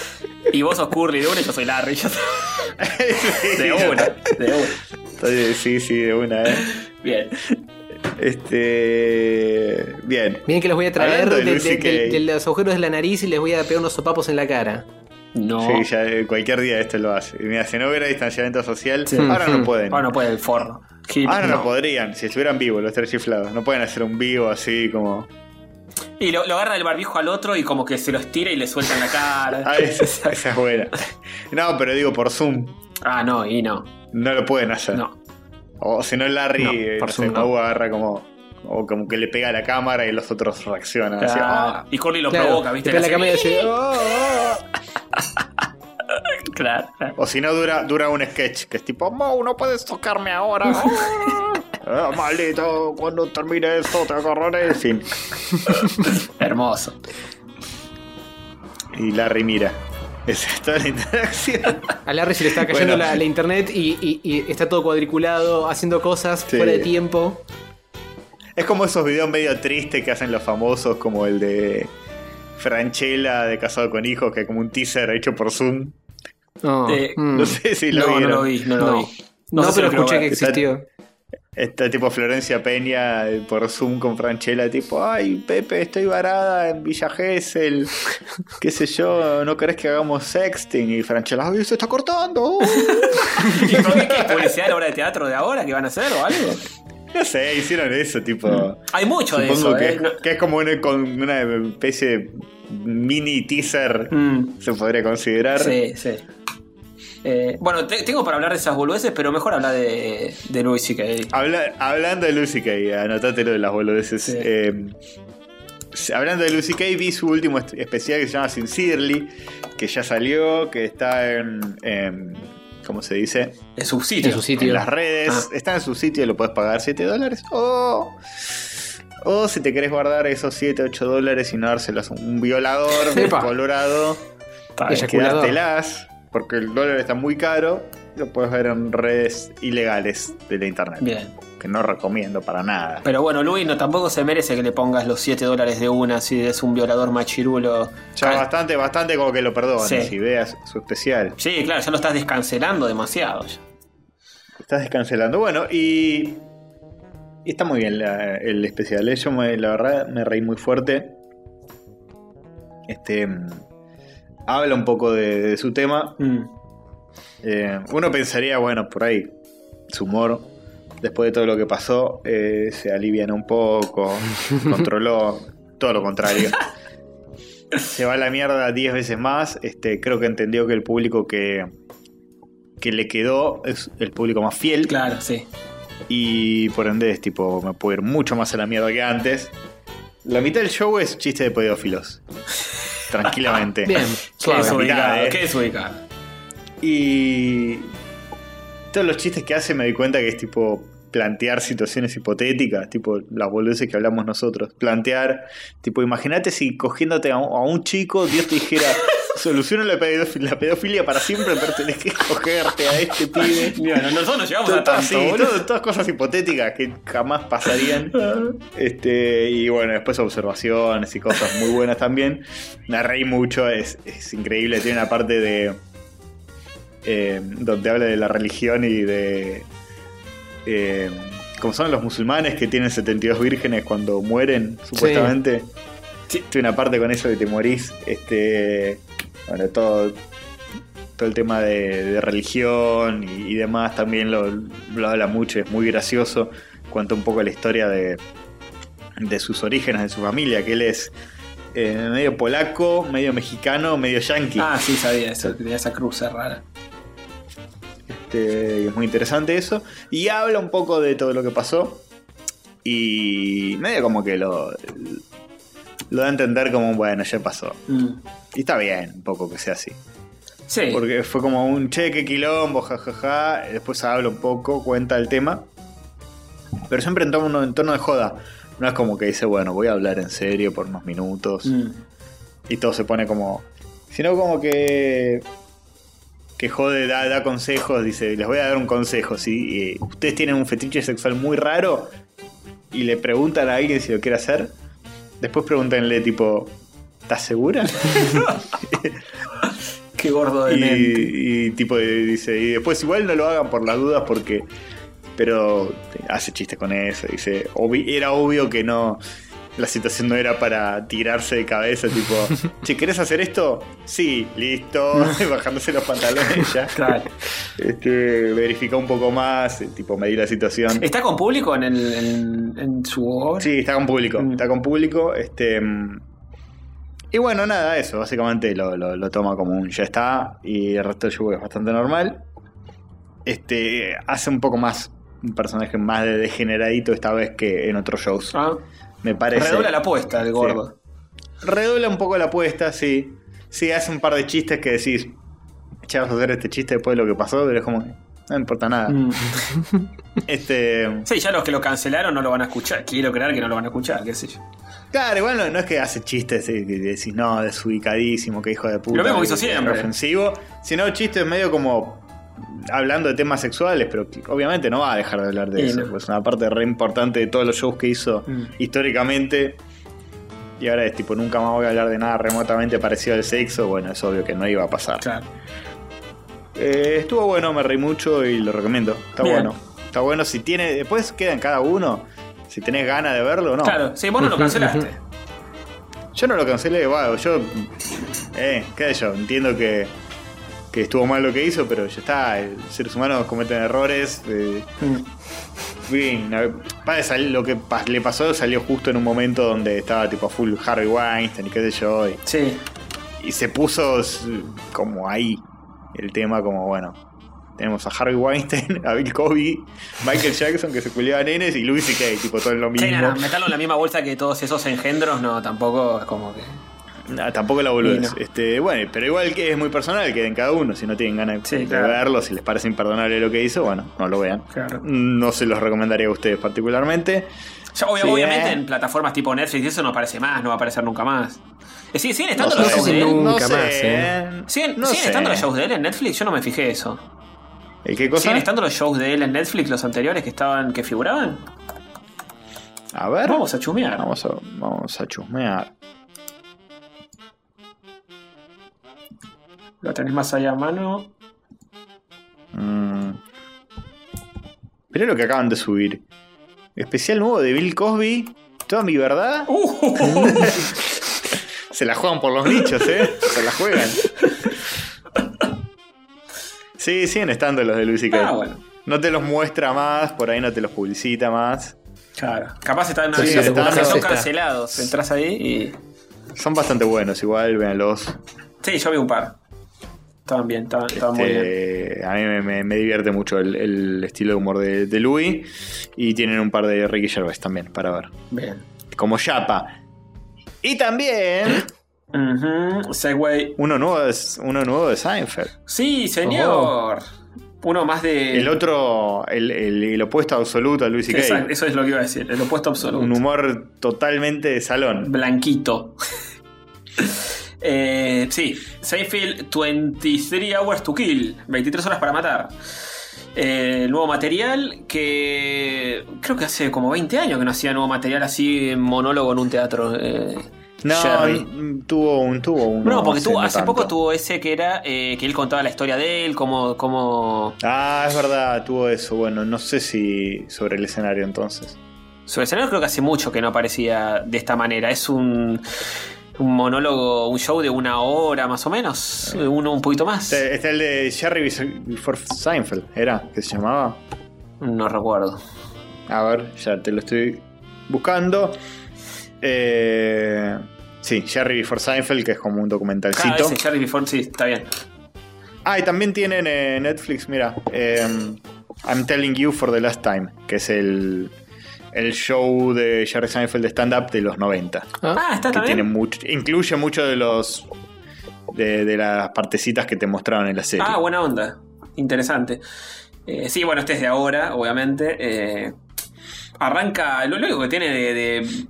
Y vos sos Curly de una y yo soy Larry. yo soy- De una, de una.
Entonces, Sí, sí, de una, ¿eh?
Bien.
Este. Bien.
Miren que los voy a traer
Hablando de
de,
Luis
de-
CK.
de- de los agujeros de la nariz y les voy a pegar unos sopapos en la cara.
No.
Sí, ya eh, cualquier día esto lo hace. Y mira, si no hubiera distanciamiento social,
Sí.
ahora no
Ujú.
pueden.
Ahora Ah, no puede el forno. Sí,
Ah,
Ahora no.
no.
podrían, si estuvieran vivos los tres chiflados. No pueden hacer un vivo así como.
Y lo, lo agarra del barbijo al otro y como que se lo estira y le suelta en la cara.
Ay, "Ah, esa, esa es buena. No, pero digo por Zoom.
Ah, no, y no.
No lo pueden hacer.
No.
O si no, Larry,
No,
eh, no,
por
sé,
Zoom no.
Mau agarra como. O como que le pega a la cámara y los otros reaccionan. así,
Ah, y Curly lo
Claro,
provoca, ¿viste?
le pega
Le
la cámara y
hace-
dice, "Oh, oh, oh".
Claro, claro.
O si no, dura, dura un sketch que es tipo, Mau, no puedes tocarme ahora. Ah, maldito, cuando termine esto te agarraré. En fin.
Hermoso.
Y Larry mira. Esa es toda la interacción.
A Larry se le está cayendo
Bueno.
la, la internet y, y- y está todo cuadriculado, haciendo cosas
Sí.
fuera de tiempo.
Es como esos videos medio tristes que hacen los famosos, como el de Franchella de Casado con Hijos, que es como un teaser hecho por Zoom.
No,
Eh,
mm.
No sé si lo
no, no
vieron.
lo vi, no lo
No.
vi.
No,
sé si
pero
lo quiero
escuché que
ver.
Está-
existió.
Está tipo Florencia Peña eh, por Zoom con Franchella, tipo, ay, Pepe, estoy varada en Villa Gesell, qué sé yo, ¿no querés que hagamos sexting? Y Franchella, ay, se está cortando. uh".
¿Y por qué? ¿Qué es publicidad de la obra de teatro de ahora que van a hacer o algo?
No sé, hicieron eso, tipo...
Hay mucho de
Supongo
eso.
que,
¿eh?
es,
No-
que es como una, con una especie de mini teaser,
Mm,
se podría considerar.
sí, sí. Eh, bueno, te- tengo para hablar de esas boludeces, pero mejor hablar de, de Louis C.K.
Habla- hablando de Lucy Kay, anotate lo de las boludeces.
Sí.
Eh, hablando de Lucy Kay, vi su último est- especial que se llama Sincerely, que ya salió, que está en. en- ¿Cómo se dice?
En su sitio.
En su sitio.
En las redes.
Ah.
Está en su sitio, lo puedes pagar 7 dólares. O. O si te querés guardar esos 7, 8 dólares y no dárselos a un violador de
Epa.
colorado,
Está bien.
Ella- Eyaculador.
quedártelas, porque el dólar está muy caro, lo puedes ver en redes ilegales de la internet
Bien.
que no recomiendo para nada.
Pero bueno, Luis no, tampoco se merece que le pongas los 7 dólares de una si es un violador machirulo.
Ya
Cal-
bastante, bastante como que lo perdones
ah. Sí.
si veas su especial.
Sí, claro, ya lo estás descancelando demasiado. ya.
Estás descancelando. Bueno, y, y está muy bien la- el especial. ¿eh? Yo me- la verdad me reí muy fuerte. Este mm, habla un poco de, de su tema.
Mm.
Eh, uno pensaría, bueno, por ahí, su humor, después de todo lo que pasó, eh, se aliviana un poco, controló, todo lo contrario. se va a la mierda 10 veces más. Este, creo que entendió que el público que, que le quedó es el público más fiel.
Claro, sí.
Y por ende es tipo, me puedo ir mucho más a la mierda que antes. La mitad del show es chiste de pedófilos. Tranquilamente.
Bien,
Qué
Suave,
desubicado,
mirá, eh.
qué desubicado.
Y todos los chistes que hace me doy cuenta que es tipo plantear situaciones hipotéticas, tipo las boludeces que hablamos nosotros. Plantear, tipo, imagínate si cogiéndote a un, a un chico, Dios te dijera, soluciona la, pedofi- la pedofilia para siempre, pero tenés que cogerte a este pibe.
Mira, no- nosotros no llegamos a
Todo-
tanto,
sí,
boludo.
todo- todas cosas hipotéticas que jamás pasarían. Este, y bueno, después observaciones y cosas muy buenas también. Me reí mucho, es, es increíble. Tiene una parte de. eh, donde habla de la religión y de. eh, como son los musulmanes que tienen 72 vírgenes cuando mueren, supuestamente.
Sí.
Tiene una parte con eso de te morís. Este. Bueno, todo. Todo el tema de, de religión y, y demás también lo, lo habla mucho, es muy gracioso. Cuenta un poco la historia de, de sus orígenes, de su familia, que él es eh, medio polaco, medio mexicano, medio yanqui.
Ah, sí, sabía eso. Tenía esa cruz eh, rara.
Este, y es muy interesante eso. Y habla un poco de todo lo que pasó. Y medio como que lo, lo da a entender como, bueno, ya pasó.
Mm.
Y está bien un poco que sea así.
Sí.
Porque fue como un cheque, quilombo, jajaja. Eh, Después habla un poco, cuenta el tema. Pero siempre en tono, en tono de joda. No es como que dice, bueno, voy a hablar en serio por unos minutos.
Mm.
Y todo se pone como. Sino como que. Que jode, da, da consejos. Dice, les voy a dar un consejo. Si eh, ustedes tienen un fetiche sexual muy raro y le preguntan a alguien si lo quiere hacer, después pregúntenle, tipo, ¿estás segura?
Qué gordo de mente.
y, y tipo eh, dice y después igual no lo hagan por las dudas porque pero hace chistes con eso dice obvi- era obvio que no la situación no era para tirarse de cabeza tipo che querés hacer esto sí listo bajándose los pantalones ya
Claro.
este verifica un poco más eh, tipo medir la situación
¿Está con público en, el, en, en su obra?
Sí, está con público.
Mm.
Está con público. Este. mm, Y bueno, nada, eso. Básicamente lo, lo- lo toma como un ya está. Y el resto del show es bastante normal. Este. Hace un poco más. Un personaje más de degeneradito esta vez que en otros shows.
Ah,
Me parece.
redobla la apuesta el gordo.
Redobla un poco la apuesta, sí. Sí, hace un par de chistes que decís. Ya vas a hacer este chiste después de lo que pasó, pero es como. No importa nada.
Mm.
Este.
Sí, ya los que lo cancelaron no lo van a escuchar. Quiero creer que no lo van a escuchar, qué sé yo.
Claro, igual no, no es que hace chistes y que decís, no, desubicadísimo, que hijo de puta.
Lo mismo que hizo
y-
siempre.
Ofensivo, sino chistes medio como hablando de temas sexuales, pero que obviamente no va a dejar de hablar de
Sí,
eso.
no.
Pues es una parte re importante de todos los shows que hizo
Mm.
históricamente. Y ahora es tipo, nunca más voy a hablar de nada remotamente parecido al sexo. Bueno, es obvio que no iba a pasar.
Claro.
Eh, estuvo bueno, me reí mucho y lo recomiendo. Está
Bien.
bueno. Está bueno si tiene. Después queda en cada uno. Si tenés ganas de verlo o no.
Claro, sí, vos no lo cancelaste.
Yo no lo cancelé, va, yo. Eh, qué sé yo, entiendo que, que estuvo mal lo que hizo, pero ya está. eh, Seres humanos cometen errores. eh, bien, a ver, pa- sal- lo que pa- le pasó salió justo en un momento donde estaba tipo a full Harry Weinstein y qué sé yo. Y,
Sí.
y se puso s- como ahí el tema, como bueno. Tenemos a Harry Weinstein, a Bill Cosby, Michael Jackson que se culiaba a nenes y Louis C.K. tipo todo en lo mismo.
Sí, no, no, meterlo en la misma bolsa que todos esos engendros, no, tampoco es como que.
No, Ah, tampoco la boludez.
Y no.
Este, bueno, pero igual que es muy personal, queden cada uno. Si no tienen ganas
Sí,
de
claro.
verlo, si les parece imperdonable lo que hizo, bueno, no lo vean.
Claro.
No se los recomendaría a ustedes particularmente.
Ya, obvia-
Sí,
obviamente
eh.
en plataformas tipo Netflix y eso no aparece más, no va a aparecer nunca más. Eh, sí, siguen estando
No
los
sé
shows
si
de él.
no-
no
Nunca
sé,
más,
eh.
¿Siguen,
No
siguen
sé.
estando los shows de él en Netflix? Yo no me fijé eso.
¿El qué cosa?
¿Siguen estando los shows de él en Netflix, los anteriores que estaban, que figuraban?
A ver.
Vamos a chumear.
Vamos a, vamos a chusmear.
Lo tenés más allá a mano.
Mm. Mirá lo que acaban de subir. Especial nuevo de Bill Cosby. Toda mi verdad. Se la juegan por los nichos, ¿eh? Se la juegan. Sí, siguen estando los de Luis y
ah, bueno.
No te los muestra más, por ahí no te los publicita más.
Claro. Capaz está en una
Sí,
lista
está,
que
no,
son
está.
cancelados. Entrás ahí y.
Son bastante buenos, igual, véanlos.
Sí, yo vi un par. Estaban bien, estaban, estaban muy bien.
Este, a mí me, me- me divierte mucho el, el estilo de humor de, de Louis. Y tienen un par de Ricky Gervais también para ver.
Bien.
Como Yapa. Y también
Ujú, Segway.
uno nuevo de, uno nuevo de Seinfeld.
Sí, señor. Uno más de.
El otro, el, el- el opuesto absoluto a Louis
Exacto,
C.K.
eso es lo que iba a decir. El opuesto absoluto.
Un humor totalmente de salón.
Blanquito. Eh, sí, Seinfeld 23 Hours to Kill, 23 horas para matar. Eh, nuevo material que creo que hace como 20 años que no hacía nuevo material así en monólogo en un teatro. eh,
No,
Jerry.
mm, tuvo un, tuvo uno.
No, porque tuvo,
no
hace poco
tanto.
tuvo ese que era eh, que él contaba la historia de él, como, como
Ah, es verdad, tuvo eso. Bueno, no sé si sobre el escenario entonces.
Sobre el escenario creo que hace mucho que no aparecía de esta manera. Es un, un monólogo, un show de una hora más o menos.
Eh.
Uno un poquito más.
Este, este es el de Jerry Before Seinfeld, ¿era? ¿Que se llamaba?
No recuerdo.
A ver, ya te lo estoy buscando. Eh, sí, Jerry Before Seinfeld, que es como un
Cada
documentalcito.
vez es Charlie Before, sí, está bien.
Ah, y también tienen eh, Netflix, mira. em, I'm Telling You for the Last Time, que es el, el show de Jerry Seinfeld de stand-up de los 90.
Ah, está
que tiene
también.
mucho, incluye mucho de los de, de las partecitas que te mostraron en la serie.
Ah, buena onda. Interesante. Eh, sí, bueno, este es de ahora, obviamente. Eh, arranca. Lo lo único que tiene de. de-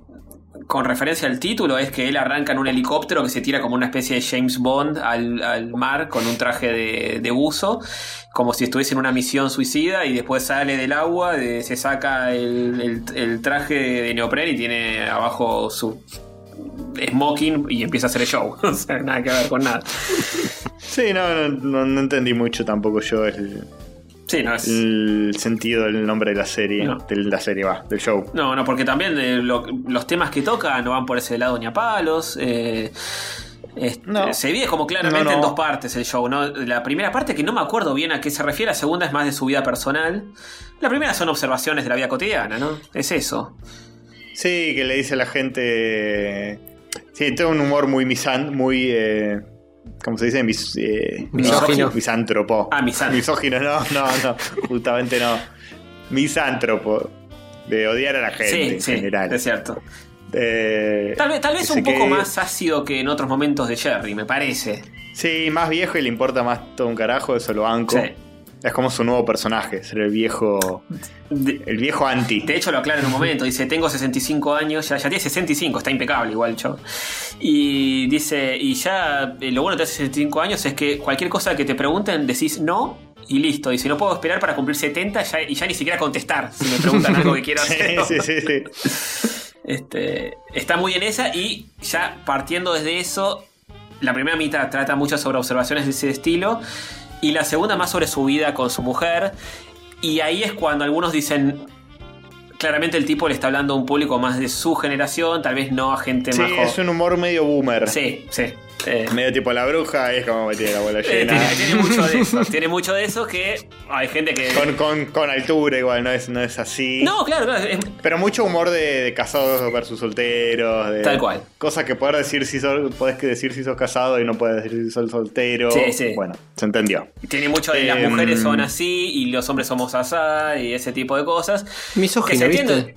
con referencia al título es que él arranca en un helicóptero que se tira como una especie de James Bond al, al mar con un traje de, de buzo, como si estuviese en una misión suicida y después sale del agua, de- se saca el, el- el traje de, de neopren y tiene abajo su smoking y empieza a hacer el show. o sea, nada que ver con nada.
Sí, no, no, no- no entendí mucho tampoco yo el,
Sí, no es...
Mm. el sentido del nombre de la serie.
No.
De la serie va, del show.
No, no, porque también eh, lo- los temas que toca no van por ese lado ni a palos. eh, este,
No.
Se divide como claramente
No, no.
en dos partes el show, ¿no? La primera parte que no me acuerdo bien a qué se refiere, la segunda es más de su vida personal. La primera son observaciones de la vida cotidiana, ¿no? Es eso.
Sí, que le dice a la gente. Sí, tiene un humor muy misán, muy. eh, ¿Cómo se dice? Mis- eh,
Misógino.
Misántropo.
Ah, misán-
Misógino, no, no, no. Justamente no. Misántropo. De odiar a la gente en
sí, sí,
general.
es cierto.
Eh,
Tal vez, tal vez
ese
un poco
que-
más ácido que en otros momentos de Jerry, me parece.
Sí, más viejo y le importa más todo un carajo, eso lo banco.
Sí.
Es como su nuevo personaje, ser el viejo.
De,
El viejo anti.
De hecho, lo aclara en un momento. Dice: Tengo 65 años. Ya, ya tiene 65, está impecable, igual, chavo. Y dice: Y ya eh, lo bueno de tener 65 años es que cualquier cosa que te pregunten, decís no y listo. Dice: No puedo esperar para cumplir 70 ya- y ya ni siquiera contestar si me preguntan algo que quiero hacer.
Sí, sí, sí, sí.
Este, está muy en esa y ya partiendo desde eso, la primera mitad trata mucho sobre observaciones de ese estilo y la segunda más sobre su vida con su mujer y ahí es cuando algunos dicen... Claramente el tipo le está hablando a un público más de su generación, tal vez no a gente
Sí,
más
es
joven.
un humor medio boomer.
Sí, sí. eh,
Medio tipo la bruja, es como me tiene la bola
eh,
llena.
tiene, tiene mucho de eso. Tiene mucho de eso que hay gente que...
Con, con- con altura igual, no es, no es así.
No, claro, claro, es-
Pero mucho humor de, de casados versus solteros. de-
Tal cual.
Cosas que poder decir si sos, podés que decir si sos casado y no podés decir si sos soltero.
Sí, sí.
Bueno, se entendió.
tiene mucho de las
Em,
mujeres son así y los hombres somos asá y ese tipo de cosas. Que
Misógino,
se
¿viste?
entiende.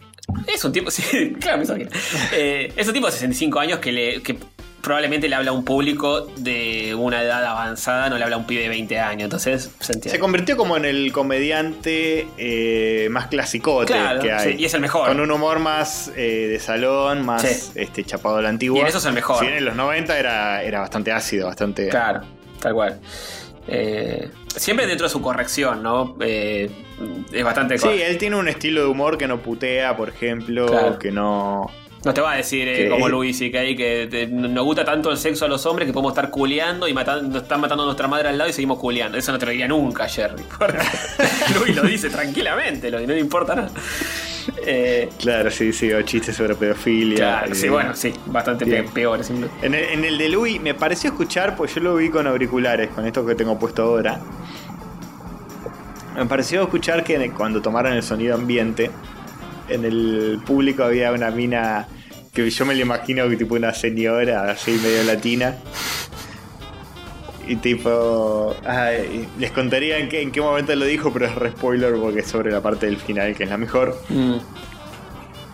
Es un tipo, sí, claro, misógino. Eh, es un tipo de 65 años que, le, que probablemente le habla a un público de una edad avanzada, no le habla a un pibe de 20 años, entonces se
Se
entiende.
convirtió como en el comediante eh, más clasicote
Claro,
que hay.
sí, y es el mejor.
Con un humor más eh, de salón, más
Sí.
este, chapado a la antigua.
Y en eso es el mejor.
Si bien en los 90 era, era bastante ácido, bastante.
Claro, tal cual. Eh, siempre dentro de su corrección, ¿no? Eh, es bastante
Sí,
cor-
él tiene un estilo de humor que no putea, por ejemplo,
Claro.
que no.
No te va a decir eh,
que-
como Luis y que ahí que te- nos gusta tanto el sexo a los hombres que podemos estar culeando y matando, nos están matando a nuestra madre al lado y seguimos culeando. Eso no te lo diría nunca, Jerry. porque Luis lo dice tranquilamente, lo, no le importa nada. Eh,
Claro, sí, sí, o chistes sobre pedofilia.
claro,
eh.
sí, bueno, sí, bastante
Bien.
pe- peor. sin duda.
En el, en el de Louis me pareció escuchar, pues yo lo vi con auriculares, con estos que tengo puesto ahora. Me pareció escuchar que en el- cuando tomaron el sonido ambiente, en el público había una mina Que yo me lo imagino que tipo una señora así medio latina. Y tipo. ay, les contaría en qué, en qué momento lo dijo, pero es re spoiler porque es sobre la parte del final, que es la mejor.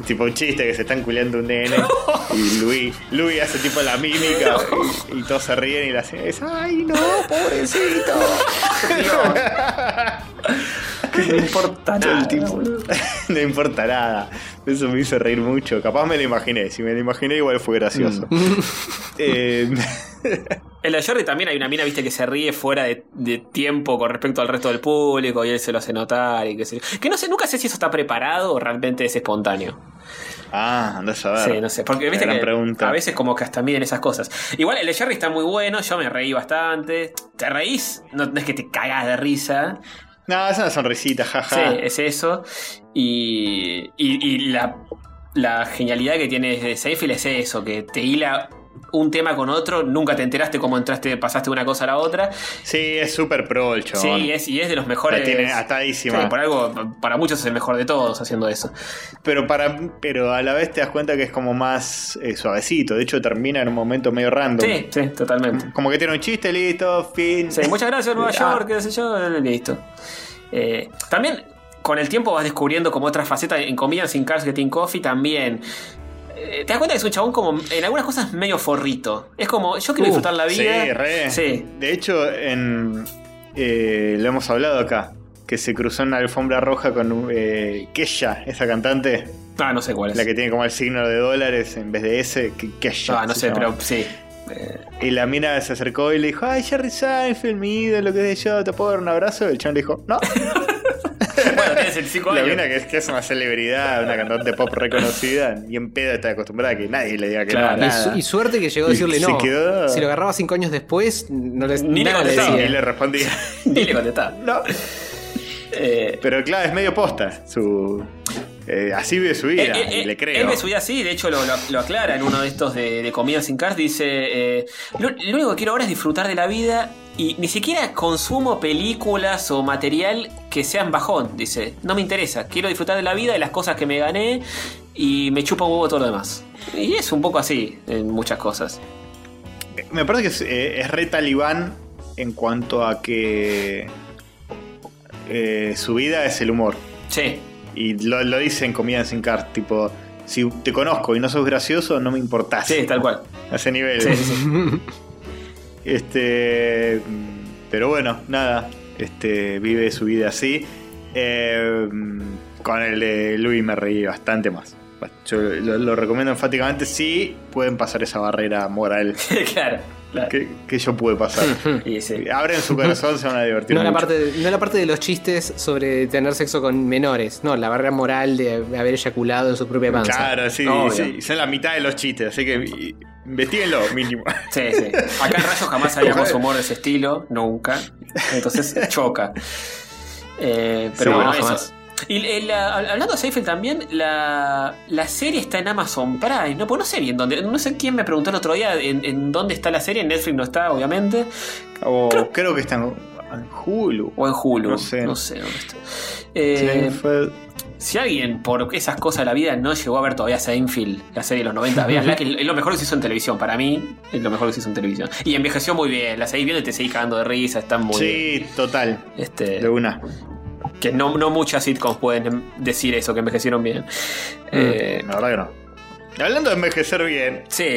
Tipo un chiste que se están culeando un nene. y Luis, Luis hace tipo la mímica. y, y todos se ríen y la señora dice: ¡Ay, no, pobrecito!
No importa
Todo
nada.
el tipo. no importa nada. Eso me hizo reír mucho. Capaz me lo imaginé. Si me lo imaginé, igual fue gracioso.
Mm.
Eh,
En la Jordi también hay una mina, viste, que se ríe fuera de, de tiempo con respecto al resto del público y él se lo hace notar y qué sé yo. Que no sé, nunca sé si eso está preparado o realmente es espontáneo.
ah, andás a ver.
Sí, no sé. Porque viste
Gran
que
pregunta.
a veces como que hasta miden esas cosas. Igual el de Jerry está muy bueno, yo me reí bastante. ¿Te reís? No, no es que te cagas de risa.
No, es una sonrisita, jaja.
Sí, es eso. Y, y- y la, la genialidad que tiene Seyfield es eso, que te hila un tema con otro, nunca te enteraste cómo entraste, pasaste de una cosa a la otra.
Sí, es súper pro el chabón.
Sí, es, y es de los
La
mejores.
tiene
Sí,
atadísima.
por algo, para muchos es el mejor de todos haciendo eso.
pero, para, pero a la vez te das cuenta que es como más eh, suavecito. De hecho, termina en un momento medio random.
Sí, sí, totalmente.
Como que tiene un chiste, listo, fin.
Sí, muchas gracias, Nueva
Ah.
York, qué sé yo, listo. Eh, también con el tiempo vas descubriendo como otra faceta en comillas sin Cars Getting Coffee también. Eh, Te das cuenta que es un chabón como en algunas cosas medio forrito. Es como, yo quiero
Uh,
disfrutar la vida.
Sí, re.
Sí.
De hecho, en, eh, lo hemos hablado acá. Que se cruzó en una alfombra roja con eh, Kesha, esa cantante,
Ah, no sé cuál es.
la que tiene como el signo de dólares en vez de ese, que- Kesha.
Ah, no
se
sé,
llama.
pero sí.
Y la mina se acercó y le dijo, ay, Jerry Seinfeld, mi ídolo, que sé yo, ¿te puedo dar un abrazo? Y el chon le dijo, no.
Bueno, tienes el 5
la
años.
mina que es, que es una celebridad, una cantante pop reconocida, y en pedo está acostumbrada a que nadie le diga que
Claro,
no a
Y,
nada.
su- y suerte que llegó a decirle
Se
no.
quedó-
Si lo agarraba cinco años después, no le,
Ni le
nada le
contestaba.
decía.
Y le respondía,
Ni le contestaba.
no.
Eh,
Pero claro, es medio posta. Su, eh, así vive su vida,
Él- eh, él-
y le creo.
Él me subía así, de hecho lo, lo- lo aclara en uno de estos de, de Comida sin Cars. Dice: eh, lo, lo único que quiero ahora es disfrutar de la vida y ni siquiera consumo películas o material que sean bajón. Dice: No me interesa, quiero disfrutar de la vida, de las cosas que me gané y me chupa un huevo todo lo demás. Y es un poco así en muchas cosas.
Me parece que es, eh, es re talibán en cuanto a que eh, su vida es el humor.
Sí,
Y lo, lo dice en Comida Sin Cart, tipo, si te conozco y no sos gracioso, no me importás.
sí, tal cual.
A ese nivel.
Sí, sí, sí.
Este. mm, Pero bueno, nada. Este. Vive su vida así. Eh, mm, con el de Louis me reí bastante más. Yo lo, lo recomiendo enfáticamente si pueden pasar esa barrera moral
claro, claro.
que, que yo pude pasar. Eh,
Y sí.
Abren su corazón, se van a divertir.
No la,
mucho.
parte, no la parte de los chistes sobre tener sexo con menores, no, la barrera moral de haber eyaculado en su propia panza.
Claro, sí,
Obvio.
sí, Son la mitad de los chistes, así que y- investiguenlo, mínimo.
Sí, sí. Acá en Rayo jamás habíamos humor de ese estilo, nunca. Entonces choca. Eh, pero
Sí,
bueno,
no,
eso.
jamás.
Y eh, la- hablando de Seinfeld también, la, la serie está en Amazon Prime, ¿no? Pues no sé bien dónde. No sé quién me preguntó el otro día en, en dónde está la serie. En Netflix no está, obviamente.
O
Oh.
creo que están en Hulu.
O en Hulu.
No sé.
No sé dónde está. Eh,
Seinfeld.
si alguien por esas cosas de la vida no llegó a ver todavía Seinfeld, la serie de los 90, veanla, que es lo mejor que se hizo en televisión. Para mí, es lo mejor que se hizo en televisión. Y envejeció muy bien, la seguís viendo y te seguís cagando de risa, están muy bien.
Sí, total.
Este,
De una.
que no, no muchas sitcoms pueden decir eso, que envejecieron bien.
Mm.
Eh,
La verdad que no. Y Hablando de envejecer bien,
sí.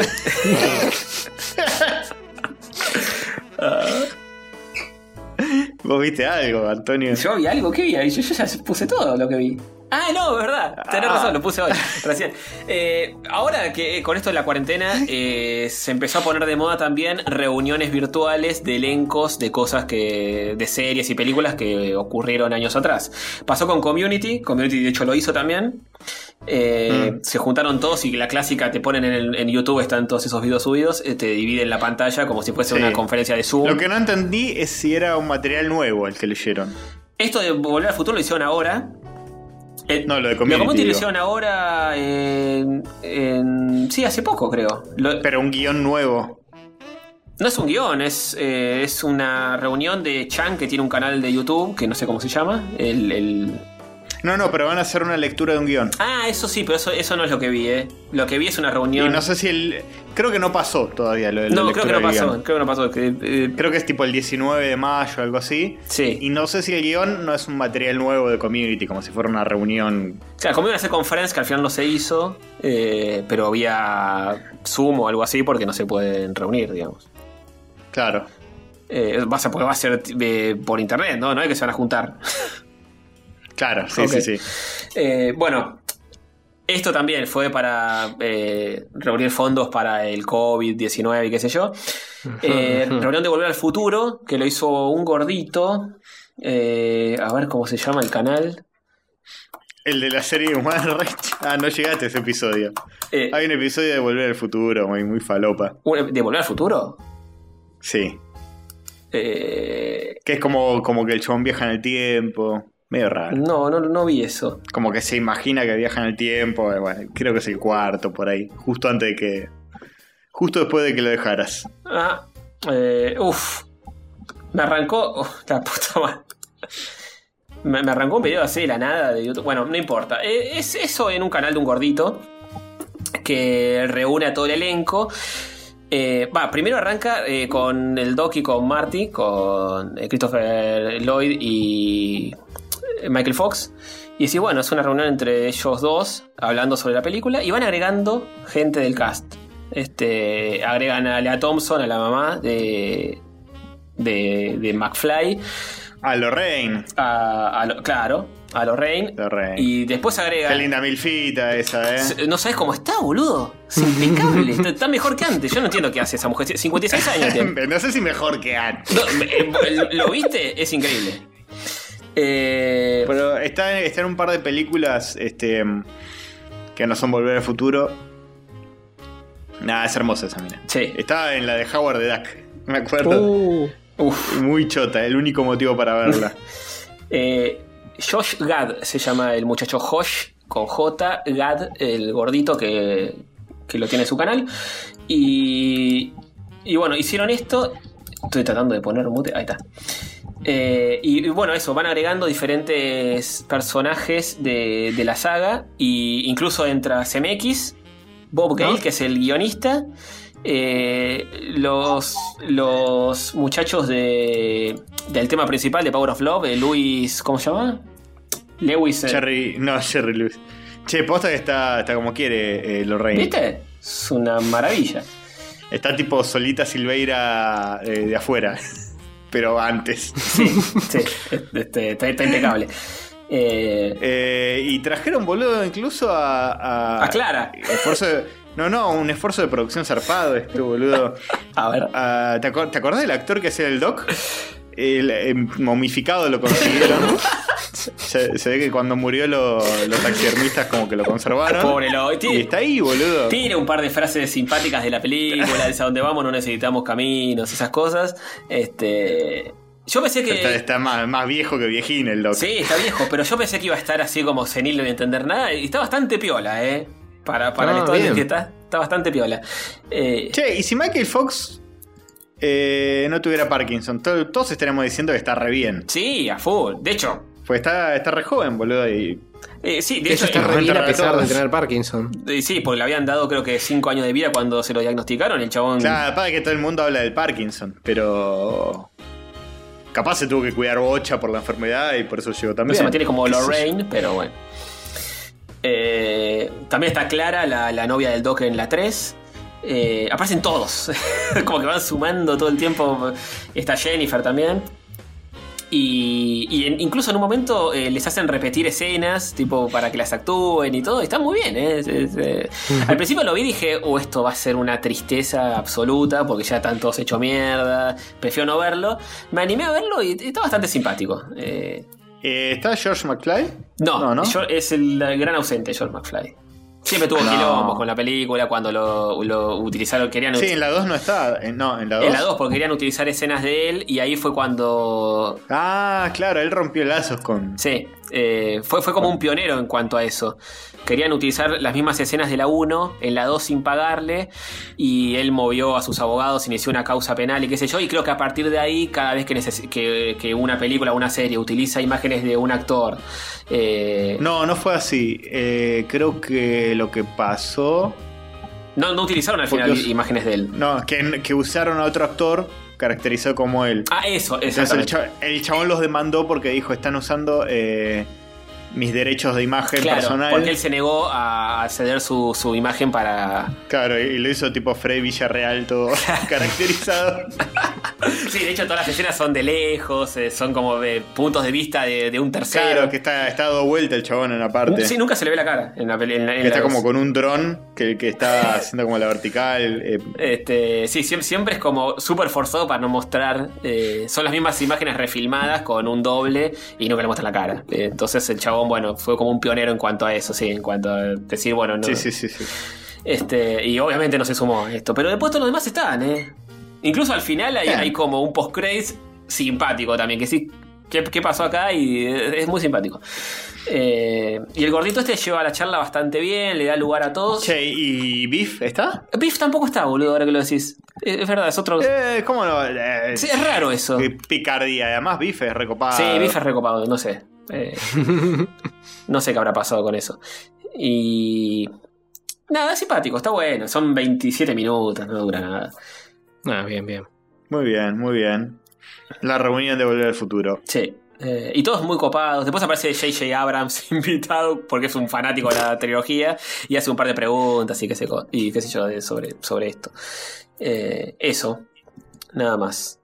vos viste algo, Antonio.
Yo vi algo, ¿qué vi? Yo, yo ya puse todo lo que vi. Ah, no, verdad. Tenés
Ah.
razón, lo puse hoy, recién. Eh, ahora que eh, con esto de la cuarentena eh, se empezó a poner de moda también reuniones virtuales de elencos de cosas que. de series y películas que ocurrieron años atrás. Pasó con Community, Community de hecho lo hizo también. Eh, Se juntaron todos y la clásica te ponen en, el- en YouTube, están todos esos videos subidos, eh, te dividen la pantalla como si fuese
Sí.
una conferencia de Zoom.
Lo que no entendí es si era un material nuevo el que leyeron.
Esto de volver al futuro lo hicieron ahora. Eh,
No, lo de Community,
lo
digo.
hicieron ahora en, en- Sí, hace poco creo. Lo-
Pero un guión nuevo.
no es un guión, es, eh, es una reunión de Chan que tiene un canal de YouTube, que no sé cómo se llama. El, el-
No, no, pero van a hacer una lectura de un guión.
Ah, eso sí, pero eso, eso no es lo que vi, ¿eh? Lo que vi es una
Y
reunión.
no sé si el. Creo que no pasó todavía lo de la
No,
lectura
creo que no
del
pasó.
guión.
Creo que no pasó. que, eh,
Creo que es tipo el 19 de mayo, algo así.
Sí.
Y no sé si el guión no es un material nuevo de community, como si fuera una reunión.
Claro, como iban a hacer conference, que al final no se hizo, eh, pero había Zoom o algo así porque no se pueden reunir, digamos.
Claro.
Eh, vas a, porque va a ser eh, por internet, ¿no? No es que se van a juntar.
Claro, sí,
Ok.
sí, sí.
Eh, bueno, esto también fue para eh, reunir fondos para el COVID-19 y qué sé yo. Eh, reunión de Volver al Futuro, que lo hizo un gordito. Eh, a ver cómo se llama el canal.
El de la serie humana Reich. Ah, no llegaste a ese episodio.
Eh,
Hay un episodio de Volver al Futuro, muy, muy falopa.
¿De Volver al Futuro?
Sí.
Eh,
Que es como, como que el chabón viaja en el tiempo. Medio raro.
no, no, no vi eso.
Como que se imagina que viaja en el tiempo. eh, Bueno, creo que es el cuarto por ahí. Justo antes de que. Justo después de que lo dejaras.
Ah, eh, uff. Me arrancó. oh, la puta madre. Me, me arrancó un video así de la nada de YouTube. Bueno, no importa. Eh, es eso en un canal de un gordito que reúne a todo el elenco. Eh, va, primero arranca eh, con el Doc y con Marty, con eh, Christopher Lloyd y eh, Michael Fox. Y sí, bueno, es una reunión entre ellos dos hablando sobre la película y van agregando gente del cast. Este, agregan a Lea Thompson, a la mamá de, de, de McFly,
A Lorraine.
a, a Lo- claro, a Lorraine.
Lorraine.
Y ah, después
Qué
agregan...
linda ¿eh? milfita esa, ¿eh?
Se- No sabes cómo está, boludo. Es impecable. está, está mejor que antes. Yo no entiendo qué hace esa mujer. 56 años tiene.
no sé si mejor que antes.
No, eh, eh, ¿Lo viste? Es increíble. Eh,
Pero está, en- está en un par de películas este, que no son Volver al Futuro. Nada, es hermosa esa mina.
Sí.
Estaba en la de Howard the Duck, me acuerdo.
Uh,
Muy chota, el único motivo para verla.
eh, Josh Gad se llama el muchacho Josh con J. Gad, el gordito que, que lo tiene en su canal. Y, y bueno, hicieron esto. Estoy tratando de poner mute. Ahí está. Eh, y, y bueno, eso, van agregando diferentes personajes de, de la saga. Y incluso entra CMX, Bob Gale, que es el guionista. eh, los, los muchachos de, del tema principal de Power of Love, eh, Luis, ¿cómo se llama? Lewis. eh,
Cherry, no, Cherry Lewis. Che, posta que está, está como quiere eh, Lorraine.
¿Viste? Es una maravilla.
Está tipo Solita Silveira eh, de afuera. Pero antes.
Sí, sí, este, está, está impecable. Eh,
Eh, y trajeron, boludo, incluso a. A,
A Clara.
Esfuerzo de- no, no, un esfuerzo de producción zarpado este, boludo.
a ver.
Ah, ¿te, acor- te acordás del actor que hacía el Doc? El, eh, momificado lo consiguieron. se, se ve que cuando murió lo- los taxidermistas como que lo conservaron.
Pobre Lloyd.
Y
Tiene,
está ahí, boludo.
tiene un par de frases simpáticas de la película, de a dónde vamos, no necesitamos caminos, esas cosas. Este. Yo pensé que.
Está, este está más, más viejo que viejín el Doc.
Sí, está viejo, pero yo pensé que iba a estar así como senil no entender nada. Y está bastante piola, ¿eh? Para, para
Ah,
el estado en el
bien.
que está, está bastante piola. Eh,
Che, y si Michael Fox eh, no tuviera Parkinson, To- todos estaríamos diciendo que está re bien.
sí, a full. De hecho,
Pues está, está re joven, boludo. Y
eh, sí, de
ella
hecho,
está
nos
re bien
enterra
a
a
pesar de
todos.
tener Parkinson.
eh, sí, porque le habían dado creo que 5 años de vida cuando se lo diagnosticaron. El chabón.
Claro, para que todo el mundo habla del Parkinson, pero. Capaz se tuvo que cuidar bocha por la enfermedad y por eso llegó
No
también.
se mantiene como
¿Qué sé yo?
Lorraine, pero bueno. Eh, también está Clara, la, la novia del Doc en la 3. Eh, aparecen todos. como que van sumando todo el tiempo. Está Jennifer también. Y, y en- incluso en un momento eh, les hacen repetir escenas, tipo para que las actúen y todo. y Está muy bien, ¿eh? Es- es, eh, Al principio lo vi y dije, oh, esto va a ser una tristeza absoluta porque ya están todos hecho mierda. Prefiero no verlo. Me animé a verlo y está bastante simpático. Eh,
Eh, ¿Está George McFly?
no,
no. ¿no?
George- es el gran ausente, George McFly. Siempre tuvo
No.
quilombos con la película cuando lo, lo utilizaron, querían
Sí, en la 2 no está. En- no, en la 2.
en la 2 porque querían utilizar escenas de él y ahí fue cuando
Ah, claro, él rompió lazos con.
Sí, eh, fue, fue como un pionero en cuanto a eso. querían utilizar las mismas escenas de la 1 en la 2 sin pagarle y él movió a sus abogados, inició una causa penal y qué sé yo, y creo que a partir de ahí cada vez que, neces- que, que una película, una serie utiliza imágenes de un actor, eh,
No, no fue así. Eh, creo que lo que pasó.
no, no utilizaron al
Porque
final
os-
imágenes de él.
No, que, que usaron a otro actor caracterizado como él.
Ah, eso,
Entonces el,
exactamente.
cha- el chabón los demandó porque dijo: Están usando eh, mis derechos de imagen
Claro,
personal.
porque él se negó a ceder su, su imagen para...
Claro, y lo hizo tipo Freddy Villarreal, todo caracterizado.
Sí, de hecho todas las escenas son de lejos, eh, son como de puntos de vista de, de un tercero.
Claro, que está, está dado vuelta el chabón en la parte.
Sí, nunca se le ve la cara en la peli- en la- en
que está
la-
como con un dron que, que está haciendo como la vertical. eh,
Este, sí, siem- siempre, es como súper forzado para no mostrar. eh, son las mismas imágenes refilmadas con un doble y nunca le muestran la cara. Eh, entonces el chabón, bueno, fue como un pionero en cuanto a eso, sí, en cuanto a decir, bueno, no.
Sí, sí, sí, sí.
Este, y obviamente no se sumó a esto. Pero después todos los demás están, ¿eh? Incluso al final hay,
Bien.
hay como un post-credits simpático también, que sí. ¿Qué, qué pasó acá? Y eh, es muy simpático. Eh, y el gordito este lleva la charla bastante bien, le da lugar a todos.
Che, ¿y Beef está?
Biff tampoco está, boludo, ahora que lo decís. Eh, Es verdad, es otro.
Eh, ¿Cómo no? Eh,
Sí, es raro eso.
qué picardía. Además, Biff es recopado.
Sí, Biff es recopado, no sé. Eh, no sé qué habrá pasado con eso. Y. Nada, es simpático, está bueno. Son 27 minutos, no dura nada.
Ah, bien, bien.
Muy bien, muy bien. La reunión de Volver al Futuro.
Sí. Eh, y todos muy copados. Después aparece J.J. Abrams invitado porque es un fanático de la trilogía y hace un par de preguntas y qué sé, co- y qué sé yo de- sobre, sobre esto. Eh, eso. Nada más.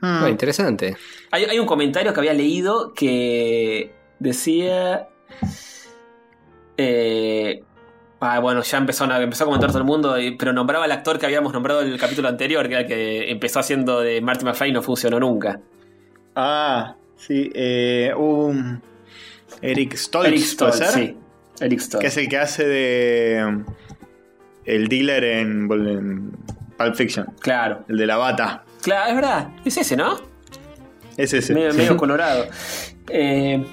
Hmm.
Ah, interesante.
Hay, hay un comentario que había leído que decía. eh, ah, bueno, ya empezó, a- empezó a comentar todo el mundo, y- pero nombraba al actor que habíamos nombrado en el capítulo anterior, que era el que empezó haciendo de Marty McFly y no funcionó nunca.
Ah, sí. Eh, un Eric Stoltz,
Eric Stoll,
¿puede ser?
sí. Eric Stoll.
Que es el que hace de. um, El dealer en, Vol- en Pulp Fiction.
Claro.
El de la bata.
Claro, es verdad. Es ese, ¿no?
Es ese.
medio, medio colorado. Eh,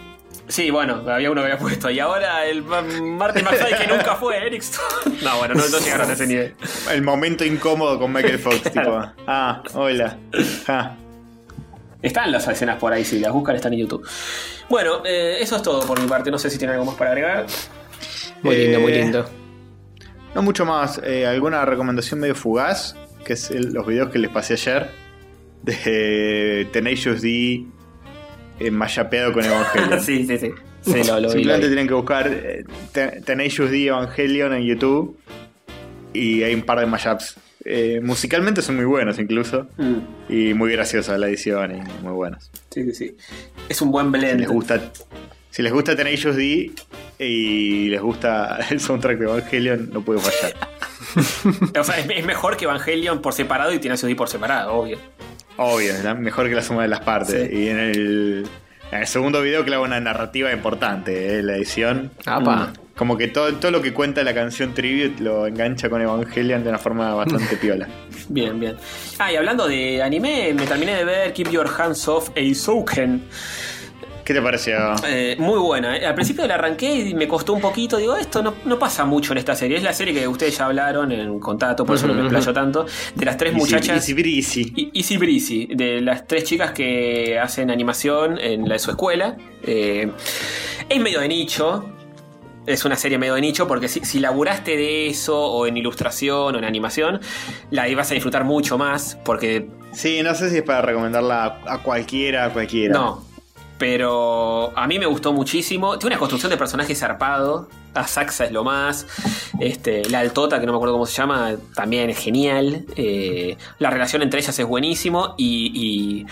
sí, bueno, había uno que había puesto. Y ahora el Ma- Marty McFly que nunca fue Eric Stoll. No, bueno, no, no llegaron a ese nivel.
El momento incómodo con Michael Fox. tipo, ah, hola. Ah.
Están las escenas por ahí, si las buscan, están en YouTube. Bueno, eh, eso es todo por mi parte. No sé si tienen algo más para agregar.
Muy lindo, muy
Eh,
lindo.
No mucho más. Eh, ¿Alguna recomendación medio fugaz? Que es el- los videos que les pasé ayer. De Tenacious D. eh, mayapeado con Evangelion.
sí, sí, sí. Sí, lo, lo vi, lo
Simplemente
vi.
tienen que buscar eh, Te- Tenacious D Evangelion en YouTube. Y hay un par de mashups. Eh, musicalmente son muy buenos incluso.
Mm,
Y muy graciosas la edición y muy buenos.
Sí, sí, sí. Es un buen
Si
blend.
les gusta, si les gusta Tenacious D y les gusta el soundtrack de Evangelion, no puede fallar.
O sea, es, es mejor que Evangelion por separado y tiene D por separado, obvio.
Obvio, es la- mejor que la suma de las partes.
Sí.
Y en el, en el segundo video clava una narrativa importante, eh, la edición. Mm.
Apa.
Como que todo, todo lo que cuenta la canción Tribute lo engancha con Evangelion de una forma bastante piola.
Bien, bien. Ah, y hablando de anime, me terminé de ver Keep Your Hands Off Eizouken.
¿Qué te pareció?
Eh, muy buena. eh. Al principio la arranqué y me costó un poquito. Digo, "Ah, esto no, no pasa mucho en esta serie. Es la serie que ustedes ya hablaron en contacto, por eso no me explayo tanto. De las tres
Easy-
muchachas.
Easy breezy.
E- Easy Breezy, de las tres chicas que hacen animación en la de su escuela. Eh, es medio de nicho. Es una serie medio de nicho porque si, si laburaste de eso o en ilustración o en animación, la ibas a disfrutar mucho más porque
Sí, no sé si es para recomendarla a, a cualquiera, a cualquiera.
no. Pero a mí me gustó muchísimo. Tiene una construcción de personajes zarpado. A Saxa es lo más. Este, la Altota, que no me acuerdo cómo se llama, también es genial. Eh, la relación entre ellas es buenísimo. Y, y-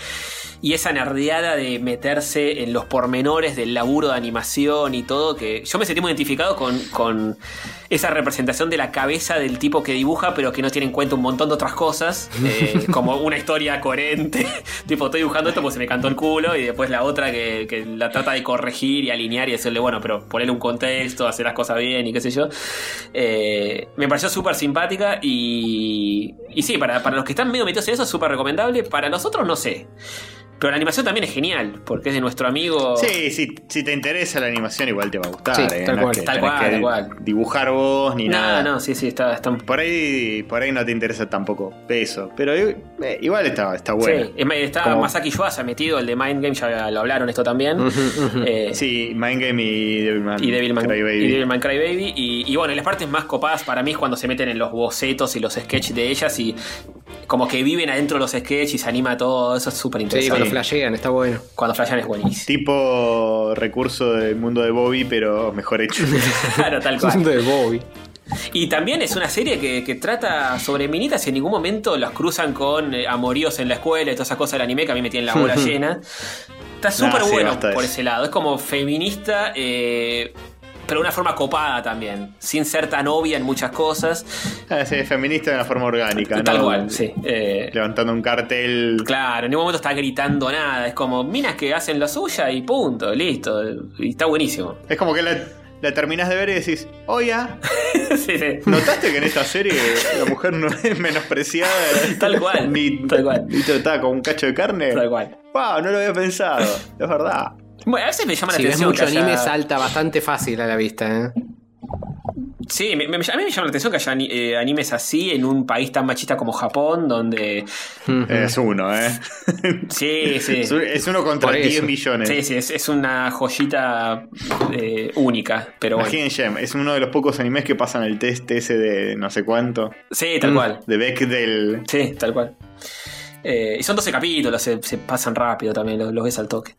y esa nerdeada de meterse en los pormenores del laburo de animación y todo, que yo me sentí muy identificado con, con esa representación de la cabeza del tipo que dibuja, pero que no tiene en cuenta un montón de otras cosas. eh, como una historia coherente. tipo, estoy dibujando esto porque se me cantó el culo. Y después la otra que, que la trata de corregir y alinear y decirle, bueno, pero ponerle un contexto, hacer las cosas bien y qué sé yo. Eh, me pareció súper simpática y, y sí, para, para los que están medio metidos en eso es súper recomendable. Para nosotros no sé. Pero la animación también es genial, porque es de nuestro amigo.
Sí, sí, si te interesa la animación, igual te va a gustar.
Sí,
eh,
tal
no es
cual,
que
tal
tenés
cual,
que
tal cual.
Dibujar vos ni
No,
nada.
no, sí, sí, está, está
Por ahí, por ahí no te interesa tampoco eso. Pero eh, igual está, está bueno.
Sí, es más, está
Como-
Masaki Yuasa metido, el de Mind Game, ya lo hablaron esto también. Eh,
Sí, Mind Game y Devilman.
Y Devilman
Crybaby.
y Devilman Crybaby. Y, y bueno, y las partes más copadas para mí es cuando se meten en los bocetos y los sketches de ellas y como que viven adentro de los sketches y se anima todo. Eso es súper
Sí, cuando
interesante.
flashean, está bueno.
Cuando flashan es buenísimo.
Tipo recurso del mundo de Bobby, pero mejor hecho.
claro, tal
Es un
cual.
de Bobby.
Y también es una serie que, que trata sobre minitas y en ningún momento los cruzan con eh, amoríos en la escuela y todas esas cosas del anime que a mí me tienen la bola llena. Está súper
Nah, Ah, sí,
bueno
basta de
por
eso.
ese lado. Es como feminista, eh, pero de una forma copada también. Sin ser tan obvia en muchas cosas.
Ah, sí, feminista de una forma orgánica,
Tal
¿no?
cual, sí. Eh,
Levantando un cartel.
Claro, en ningún momento está gritando nada. Es como minas que hacen la suya y punto, listo. Y está buenísimo.
Es como que la, la terminás de ver y decís, oiga,
Sí, sí.
¿notaste que en esta serie la mujer no es menospreciada?
Tal cual,
Ni,
tal cual.
ni tratada con un cacho de carne.
Tal cual.
Wow, no lo había pensado. Es verdad.
Bueno, a veces me llama la
Si ves
atención.
mucho
que haya-
anime, salta bastante fácil a la vista, ¿eh?
Sí, me- me- a mí me llama la atención que haya ani- eh, animes así en un país tan machista como Japón, donde.
Es uno, ¿eh?
Sí, sí.
Es un- es uno contra
Por eso.
10 millones.
Sí, sí, es, es una joyita eh, única, pero bueno.
Imaginen Gem, es uno de los pocos animes que pasan el test ese de no sé cuánto,
Sí,
Mm.
tal cual.
de Beck del...
Sí, tal cual. Eh, y son 12 capítulos, se, se pasan rápido también, los, los ves al toque.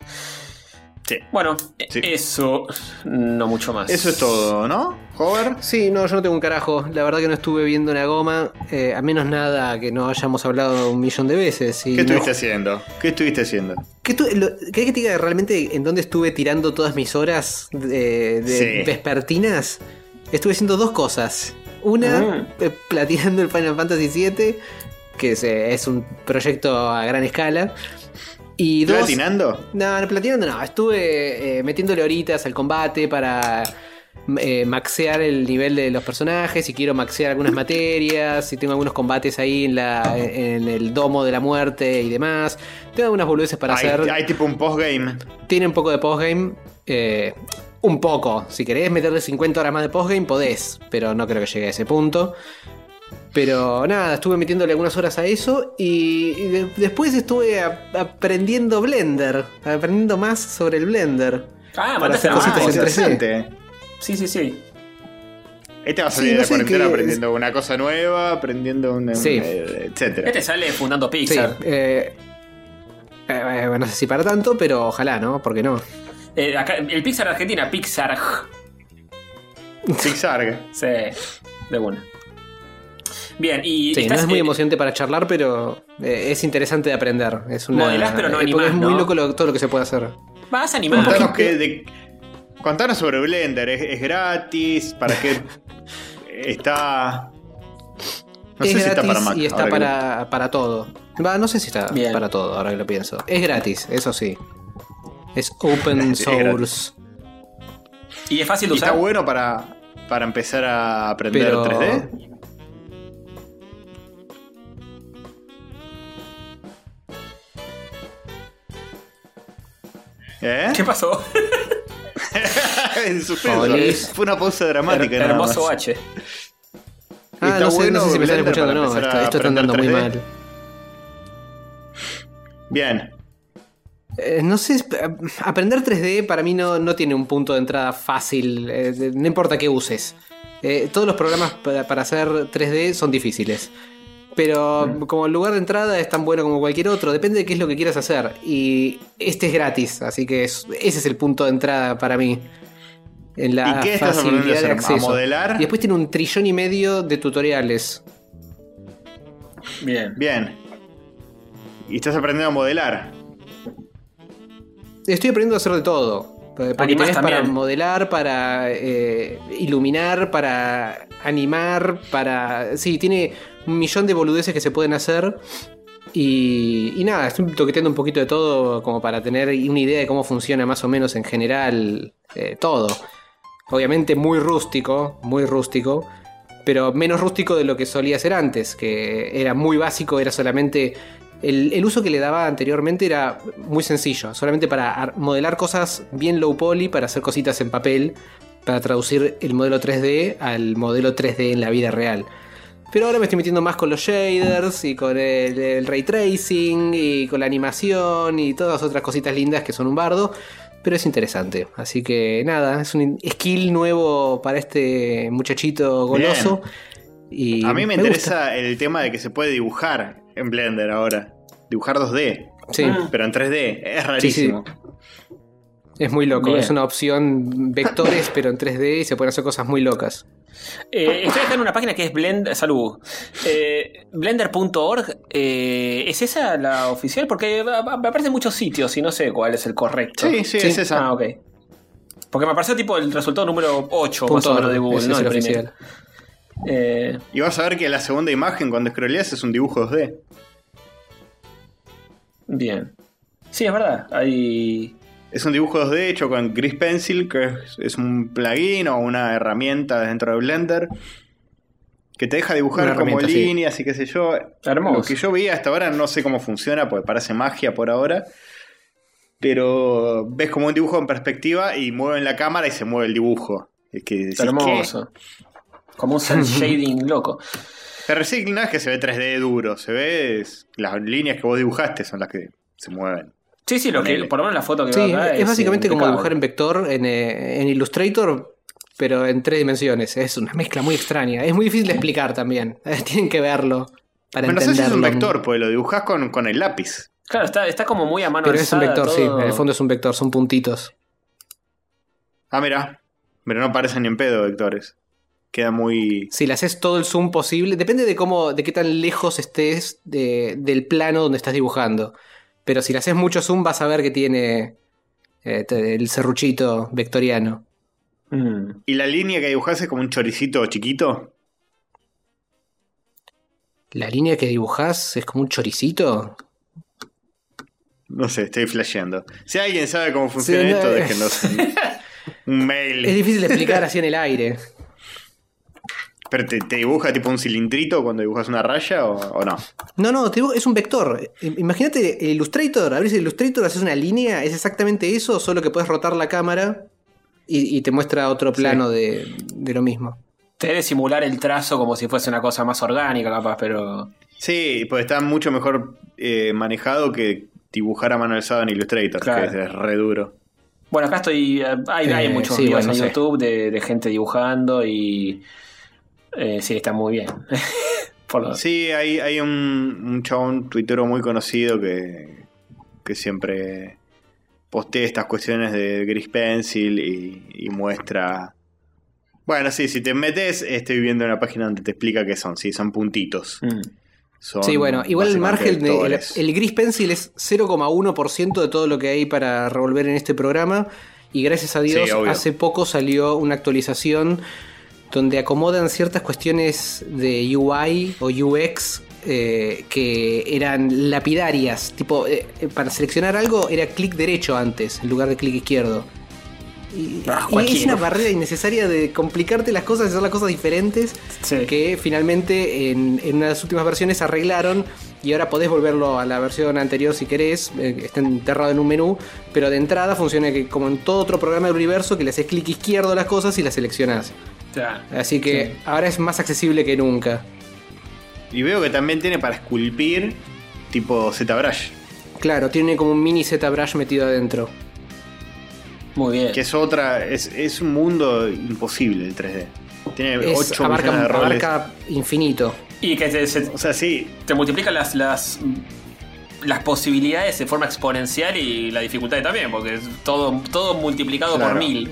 Sí.
Bueno, eh,
Sí.
eso, no mucho más.
Eso es todo, ¿no? Hover.
Sí, no, yo no tengo un carajo. La verdad que no estuve viendo una goma. eh, a menos nada que no hayamos hablado un millón de veces. Y
¿Qué
no-
estuviste haciendo? ¿Qué estuviste haciendo?
¿Qué tu- lo- ¿Querés que te diga realmente en dónde estuve tirando todas mis horas de, de
Sí.
vespertinas? Estuve haciendo dos cosas. Una,
Mm.
eh, platinando el Final Fantasy VII, que es, eh, es un proyecto a gran escala. Y dos,
¿Platinando?
no, no, platinando no. Estuve eh, metiéndole horitas al combate para eh, maxear el nivel de los personajes. Y quiero maxear algunas materias. Y tengo algunos combates ahí en, la, en el domo de la muerte y demás. Tengo algunas boludeces para
Hay,
hacer.
hay tipo un postgame.
Tiene un poco de postgame. eh, un poco. Si querés meterle 50 horas más de postgame, podés. Pero no creo que llegue a ese punto. Pero nada, estuve metiéndole algunas horas a eso y, y de- después estuve a- aprendiendo Blender, aprendiendo más sobre el Blender.
Ah,
Para
mandaste
hacer
la
cositas
mano.
en 3D.
interesante.
Sí, sí, sí.
Este va a
Sí,
salir de
no
la
sé
cuarentena
qué-
aprendiendo una cosa nueva, aprendiendo un...
Sí.
eh, etcétera.
Este sale fundando
Sí,
Pixar.
eh, eh, bueno, no sé si para tanto, pero ojalá, ¿no? ¿Por qué no?
Eh, acá- el Pixar de Argentina, Pixar.
Pixar.
Sí, de una. Bien, y.
Sí, no
estás,
es muy
eh,
emocionante para charlar, pero eh, es interesante de aprender. Es una,
Modelás, pero no
eh, porque
animás,
Es muy
¿no?
loco lo- todo lo que se puede hacer.
Vas a animar.
Contanos,
porque-
que, de- contanos sobre Blender. ¿Es, es gratis? ¿Para qué está...? No
es
sé si
gratis
está para Mac.
y está
ahora que-
para, para todo. Va, no sé si está
Bien.
para todo, ahora que lo pienso. Es gratis, eso sí. Es open
Sí, es gratis.
source.
Y es fácil de
¿Y está
usar.
bueno para, para empezar a aprender
Pero-
3D? ¿Eh?
¿Qué pasó?
en suspenso.
Olis.
Fue una pausa dramática.
Her-
nada
hermoso
más.
H.
Y
Ah,
está
no sé, no
bueno
sé si me están
Blender
escuchando
para
o no.
empezar
Esto,
a
esto está andando muy
aprender
mal.
3D. Bien.
Eh, no sé, es- eh, aprender 3D para mí no, no tiene un punto de entrada fácil, eh, de- no importa qué uses. Eh, todos los programas para, para hacer 3D son difíciles. Pero
Mm.
como lugar de entrada es tan bueno como cualquier otro, depende de qué es lo que quieras hacer. Y este es gratis, así que es- ese es el punto de entrada para mí. En la
¿Y qué estás aprendiendo a
facilidad de
hacer? ¿A
acceso.
modelar?
Y después tiene un trillón y medio de tutoriales.
Bien.
Bien. Y estás aprendiendo a modelar.
Estoy aprendiendo a hacer de todo. Porque
Animás
tenés para
también.
modelar, para eh, iluminar, para animar, para. Sí, tiene un millón de boludeces que se pueden hacer. Y, y nada, estoy toqueteando un poquito de todo como para tener una idea de cómo funciona más o menos en general eh, todo. Obviamente muy rústico, muy rústico, pero menos rústico de lo que solía ser antes, que era muy básico, era solamente El, el uso que le daba anteriormente era muy sencillo, solamente para ar- modelar cosas bien low poly, para hacer cositas en papel, para traducir el modelo 3D al modelo 3D en la vida real. Pero ahora me estoy metiendo más con los shaders y con el, el ray tracing y con la animación y todas las otras cositas lindas que son un bardo. Pero es interesante. Así que nada, es un skill nuevo para este muchachito goloso. Y
A mí me,
gusta.
interesa el tema de que se puede dibujar en Blender ahora. Dibujar 2D.
Sí.
Pero en 3D. Es rarísimo.
Es muy loco,
Bien.
es una opción vectores pero en 3D y se pueden hacer cosas muy locas.
Eh, estoy acá en una página que es Blender. Salud. Eh, Blender.org. eh, ¿Es esa la oficial? Porque va- va- me aparecen muchos sitios y no sé cuál es el correcto.
Sí, sí,
Sí.
es esa.
Ah, ok. Porque me apareció tipo el resultado número 8 más o
Punto
menos de Google,
ese
¿no?
es
El
el
primero.
oficial.
Eh,
Y vas a ver que la segunda imagen cuando scrolleas es un dibujo 2D.
bien. Sí, es verdad. Hay.
Es un dibujo 2D hecho con Gris Pencil, que es, es un plugin o una herramienta dentro de Blender. Que te deja dibujar
Una
como
herramienta, sí.
líneas y qué sé yo.
Hermoso.
Lo que yo vi hasta ahora no sé cómo funciona, porque parece magia por ahora. Pero ves como un dibujo en perspectiva y mueven la cámara y se mueve el dibujo. Es que decís,
hermoso. Como un cel shading loco.
¿qué? Pero sí, no es que se ve 3D duro, se ve es- las líneas que vos dibujaste son las que se mueven.
Sí, sí, lo que,
Ponele.
por lo menos la foto que
Sí,
veo acá
es básicamente como
impecable.
dibujar en vector en, eh, en Illustrator, pero en tres dimensiones. Es una mezcla muy extraña. Es muy difícil de explicar también. Tienen que verlo para
Pero no sé si
entenderlo.
es un vector, pues lo dibujás con, con el lápiz.
Claro, está, está como muy a mano
Pero es un
alzada
vector, sí.
todo.
En el fondo es un vector, son puntitos.
Ah, mira. Pero no parecen ni en pedo vectores. Queda muy.
Si le haces todo el zoom posible, depende de cómo, de qué tan lejos estés de- del plano donde estás dibujando. Pero si le haces mucho zoom, vas a ver que tiene eh, te- el serruchito vectoriano.
Mm.
¿Y la línea que dibujás es como un choricito chiquito?
La línea que dibujás es como un choricito.
No sé, estoy flasheando. Si alguien sabe cómo funciona
Sí, no,
esto,
eh.
déjenos un- un
Es
mail.
difícil de explicar así en el aire.
¿Pero te, te dibuja tipo un cilindrito cuando dibujas una raya o, o no?
No, no, te digo, es un vector. I- Imagínate el Illustrator, abrís el Illustrator, haces una línea, es exactamente eso, solo que puedes rotar la cámara y, y te muestra otro plano de, de lo mismo.
Te debe simular el trazo como si fuese una cosa más orgánica, capaz, pero.
Sí, pues está mucho mejor eh, manejado que dibujar a mano alzada en Illustrator,
Claro.
que es, es re duro.
Bueno, acá estoy. eh, Hay, hay
Eh,
muchos
sí,
videos
bueno,
en
sí.
YouTube de, de gente dibujando y. eh, sí, está muy bien. Por lo-
Sí, hay, hay un, un chabón tuitero muy conocido que, que siempre postea estas cuestiones de Gris Pencil y, y muestra. Bueno, sí, si te metes, estoy viendo una página donde te explica qué son. Sí, son puntitos.
Mm.
Son
sí, bueno, igual el
básicamente
margen, de, el,
vectores.
el gris pencil es 0,1% de todo lo que hay para revolver en este programa. Y gracias a Dios,
Sí, obvio.
hace poco salió una actualización donde acomodan ciertas cuestiones de UI o UX eh, que eran lapidarias. Tipo, eh, eh, para seleccionar algo era clic derecho antes, en lugar de clic izquierdo. Y,
Ah,
y es
cualquiera.
una barrera innecesaria de complicarte las cosas y hacer las cosas diferentes
Sí.
que finalmente en, en una de las últimas versiones arreglaron y ahora podés volverlo a la versión anterior si querés, eh, está enterrado en un menú, pero de entrada funciona que, como en todo otro programa del universo que le haces clic izquierdo a las cosas y las seleccionás.
Ya.
Así que
Sí.
ahora es más accesible que nunca.
Y veo que también tiene para esculpir tipo ZBrush,
Claro, tiene como un mini ZBrush metido adentro.
Muy bien.
que es otra. Es, es un mundo imposible el 3D. Tiene
Es-
8
abarca,
Eh, millones de roles.
abarca infinito.
Y que te, se-
O sea, sí,
te multiplican las, las, las posibilidades de forma exponencial y la dificultad también, porque es todo, todo multiplicado
Claro.
por mil.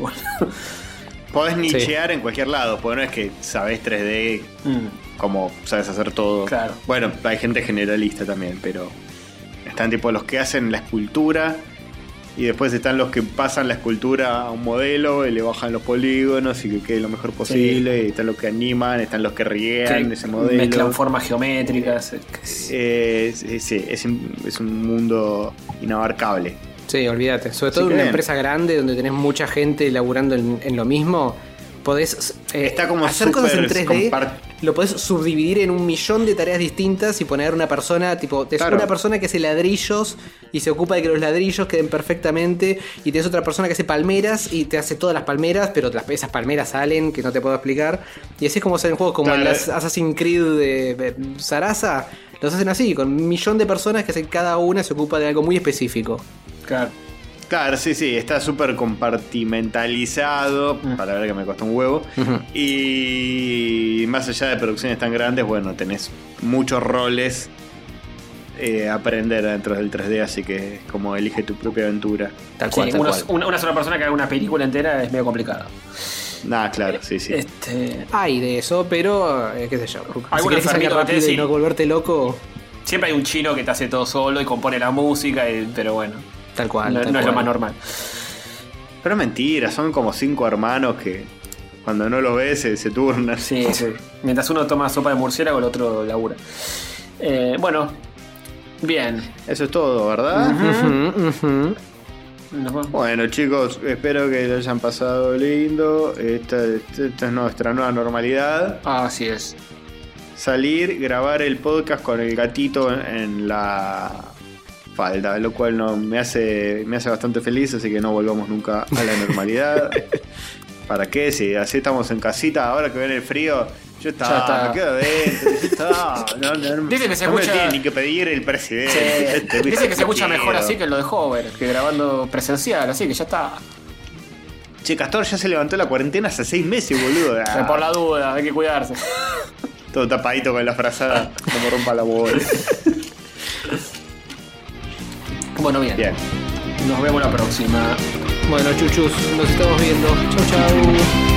Podés nichear en cualquier lado, porque no es que sabés 3D
Mm.
como sabes hacer todo.
Claro.
Bueno, hay gente generalista también, pero están tipo los que hacen la escultura y después están los que pasan la escultura a un modelo y le bajan los polígonos y que quede lo mejor posible. Y están los que animan, están los que riegan
Que
ese modelo.
Mezclan formas geométricas. eh, que es-
Eh, sí, sí, es, un- es un mundo inabarcable.
Sí, olvídate. Sobre
Así
todo en
que
una
bien.
empresa grande donde tenés mucha gente laburando en, en lo mismo, podés eh,
Está como
hacer cosas en
súper
3D.
compar-
lo podés subdividir en un millón de tareas distintas y poner una persona, tipo, te
Claro.
una persona que hace ladrillos y se ocupa de que los ladrillos queden perfectamente, y tenés otra persona que hace palmeras y te hace todas las palmeras, pero las- esas palmeras salen, que no te puedo explicar. Y así es como hacen juegos como
Claro. eh.
el As- Assassin's Creed de, de Sarasa, los hacen así, con un millón de personas que hacen cada una se ocupa de algo muy específico.
Claro.
Claro, sí, sí, está súper compartimentalizado, para ver que me costó un huevo. Y más allá de producciones tan grandes, bueno, tenés muchos roles eh, a aprender dentro del 3D, así que es como elige tu propia aventura.
Tal
Sí,
cual, tal
unos-
cual.
una, una sola persona que haga una película entera es medio complicado.
Nada, claro, sí, sí.
Este,
Hay de eso, pero eh, qué sé yo. Si
Algún
querés que salga
enfermito que te
rápido y
sí.
no volverte loco,
siempre hay un chino que te hace todo solo y compone la música, y- pero bueno,
tal cual.
no,
tal
no es lo
cual.
más normal.
Pero mentira, son como cinco hermanos que cuando no los ves eh, se, se turnan.
Sí, sí. Mientras uno toma sopa de murciélago, el otro labura. Eh, bueno, bien.
Eso es todo, ¿verdad?
Ujú, ujú.
Nos vamos.
Bueno chicos, espero que lo hayan pasado lindo. Esta, esta es nuestra nueva normalidad.
Ah, Así es.
Salir, grabar el podcast con el gatito en, en la falda, lo cual no, me, hace, me hace bastante feliz, así que no volvamos nunca a la normalidad. ¿Para qué? Si así estamos en casita, ahora que viene el frío, yo estaba,
Ya está.
me quedo dentro, ya está. No, no, no-
Dicen que se
no me
escucha-
tiene ni que pedir el presidente.
Sí.
Este,
Dicen que se escucha
quiero.
mejor así que en lo de Hover, que grabando presencial, así que ya está.
Che, Castor ya se levantó la cuarentena hace seis meses, boludo. Ah,
Por la duda, hay que cuidarse.
Todo tapadito con la frazada. No me rompa la bola.
Bueno, bien.
Bien.
Nos vemos la próxima.
Bueno, chuchus, nos estamos viendo. Chau, chau.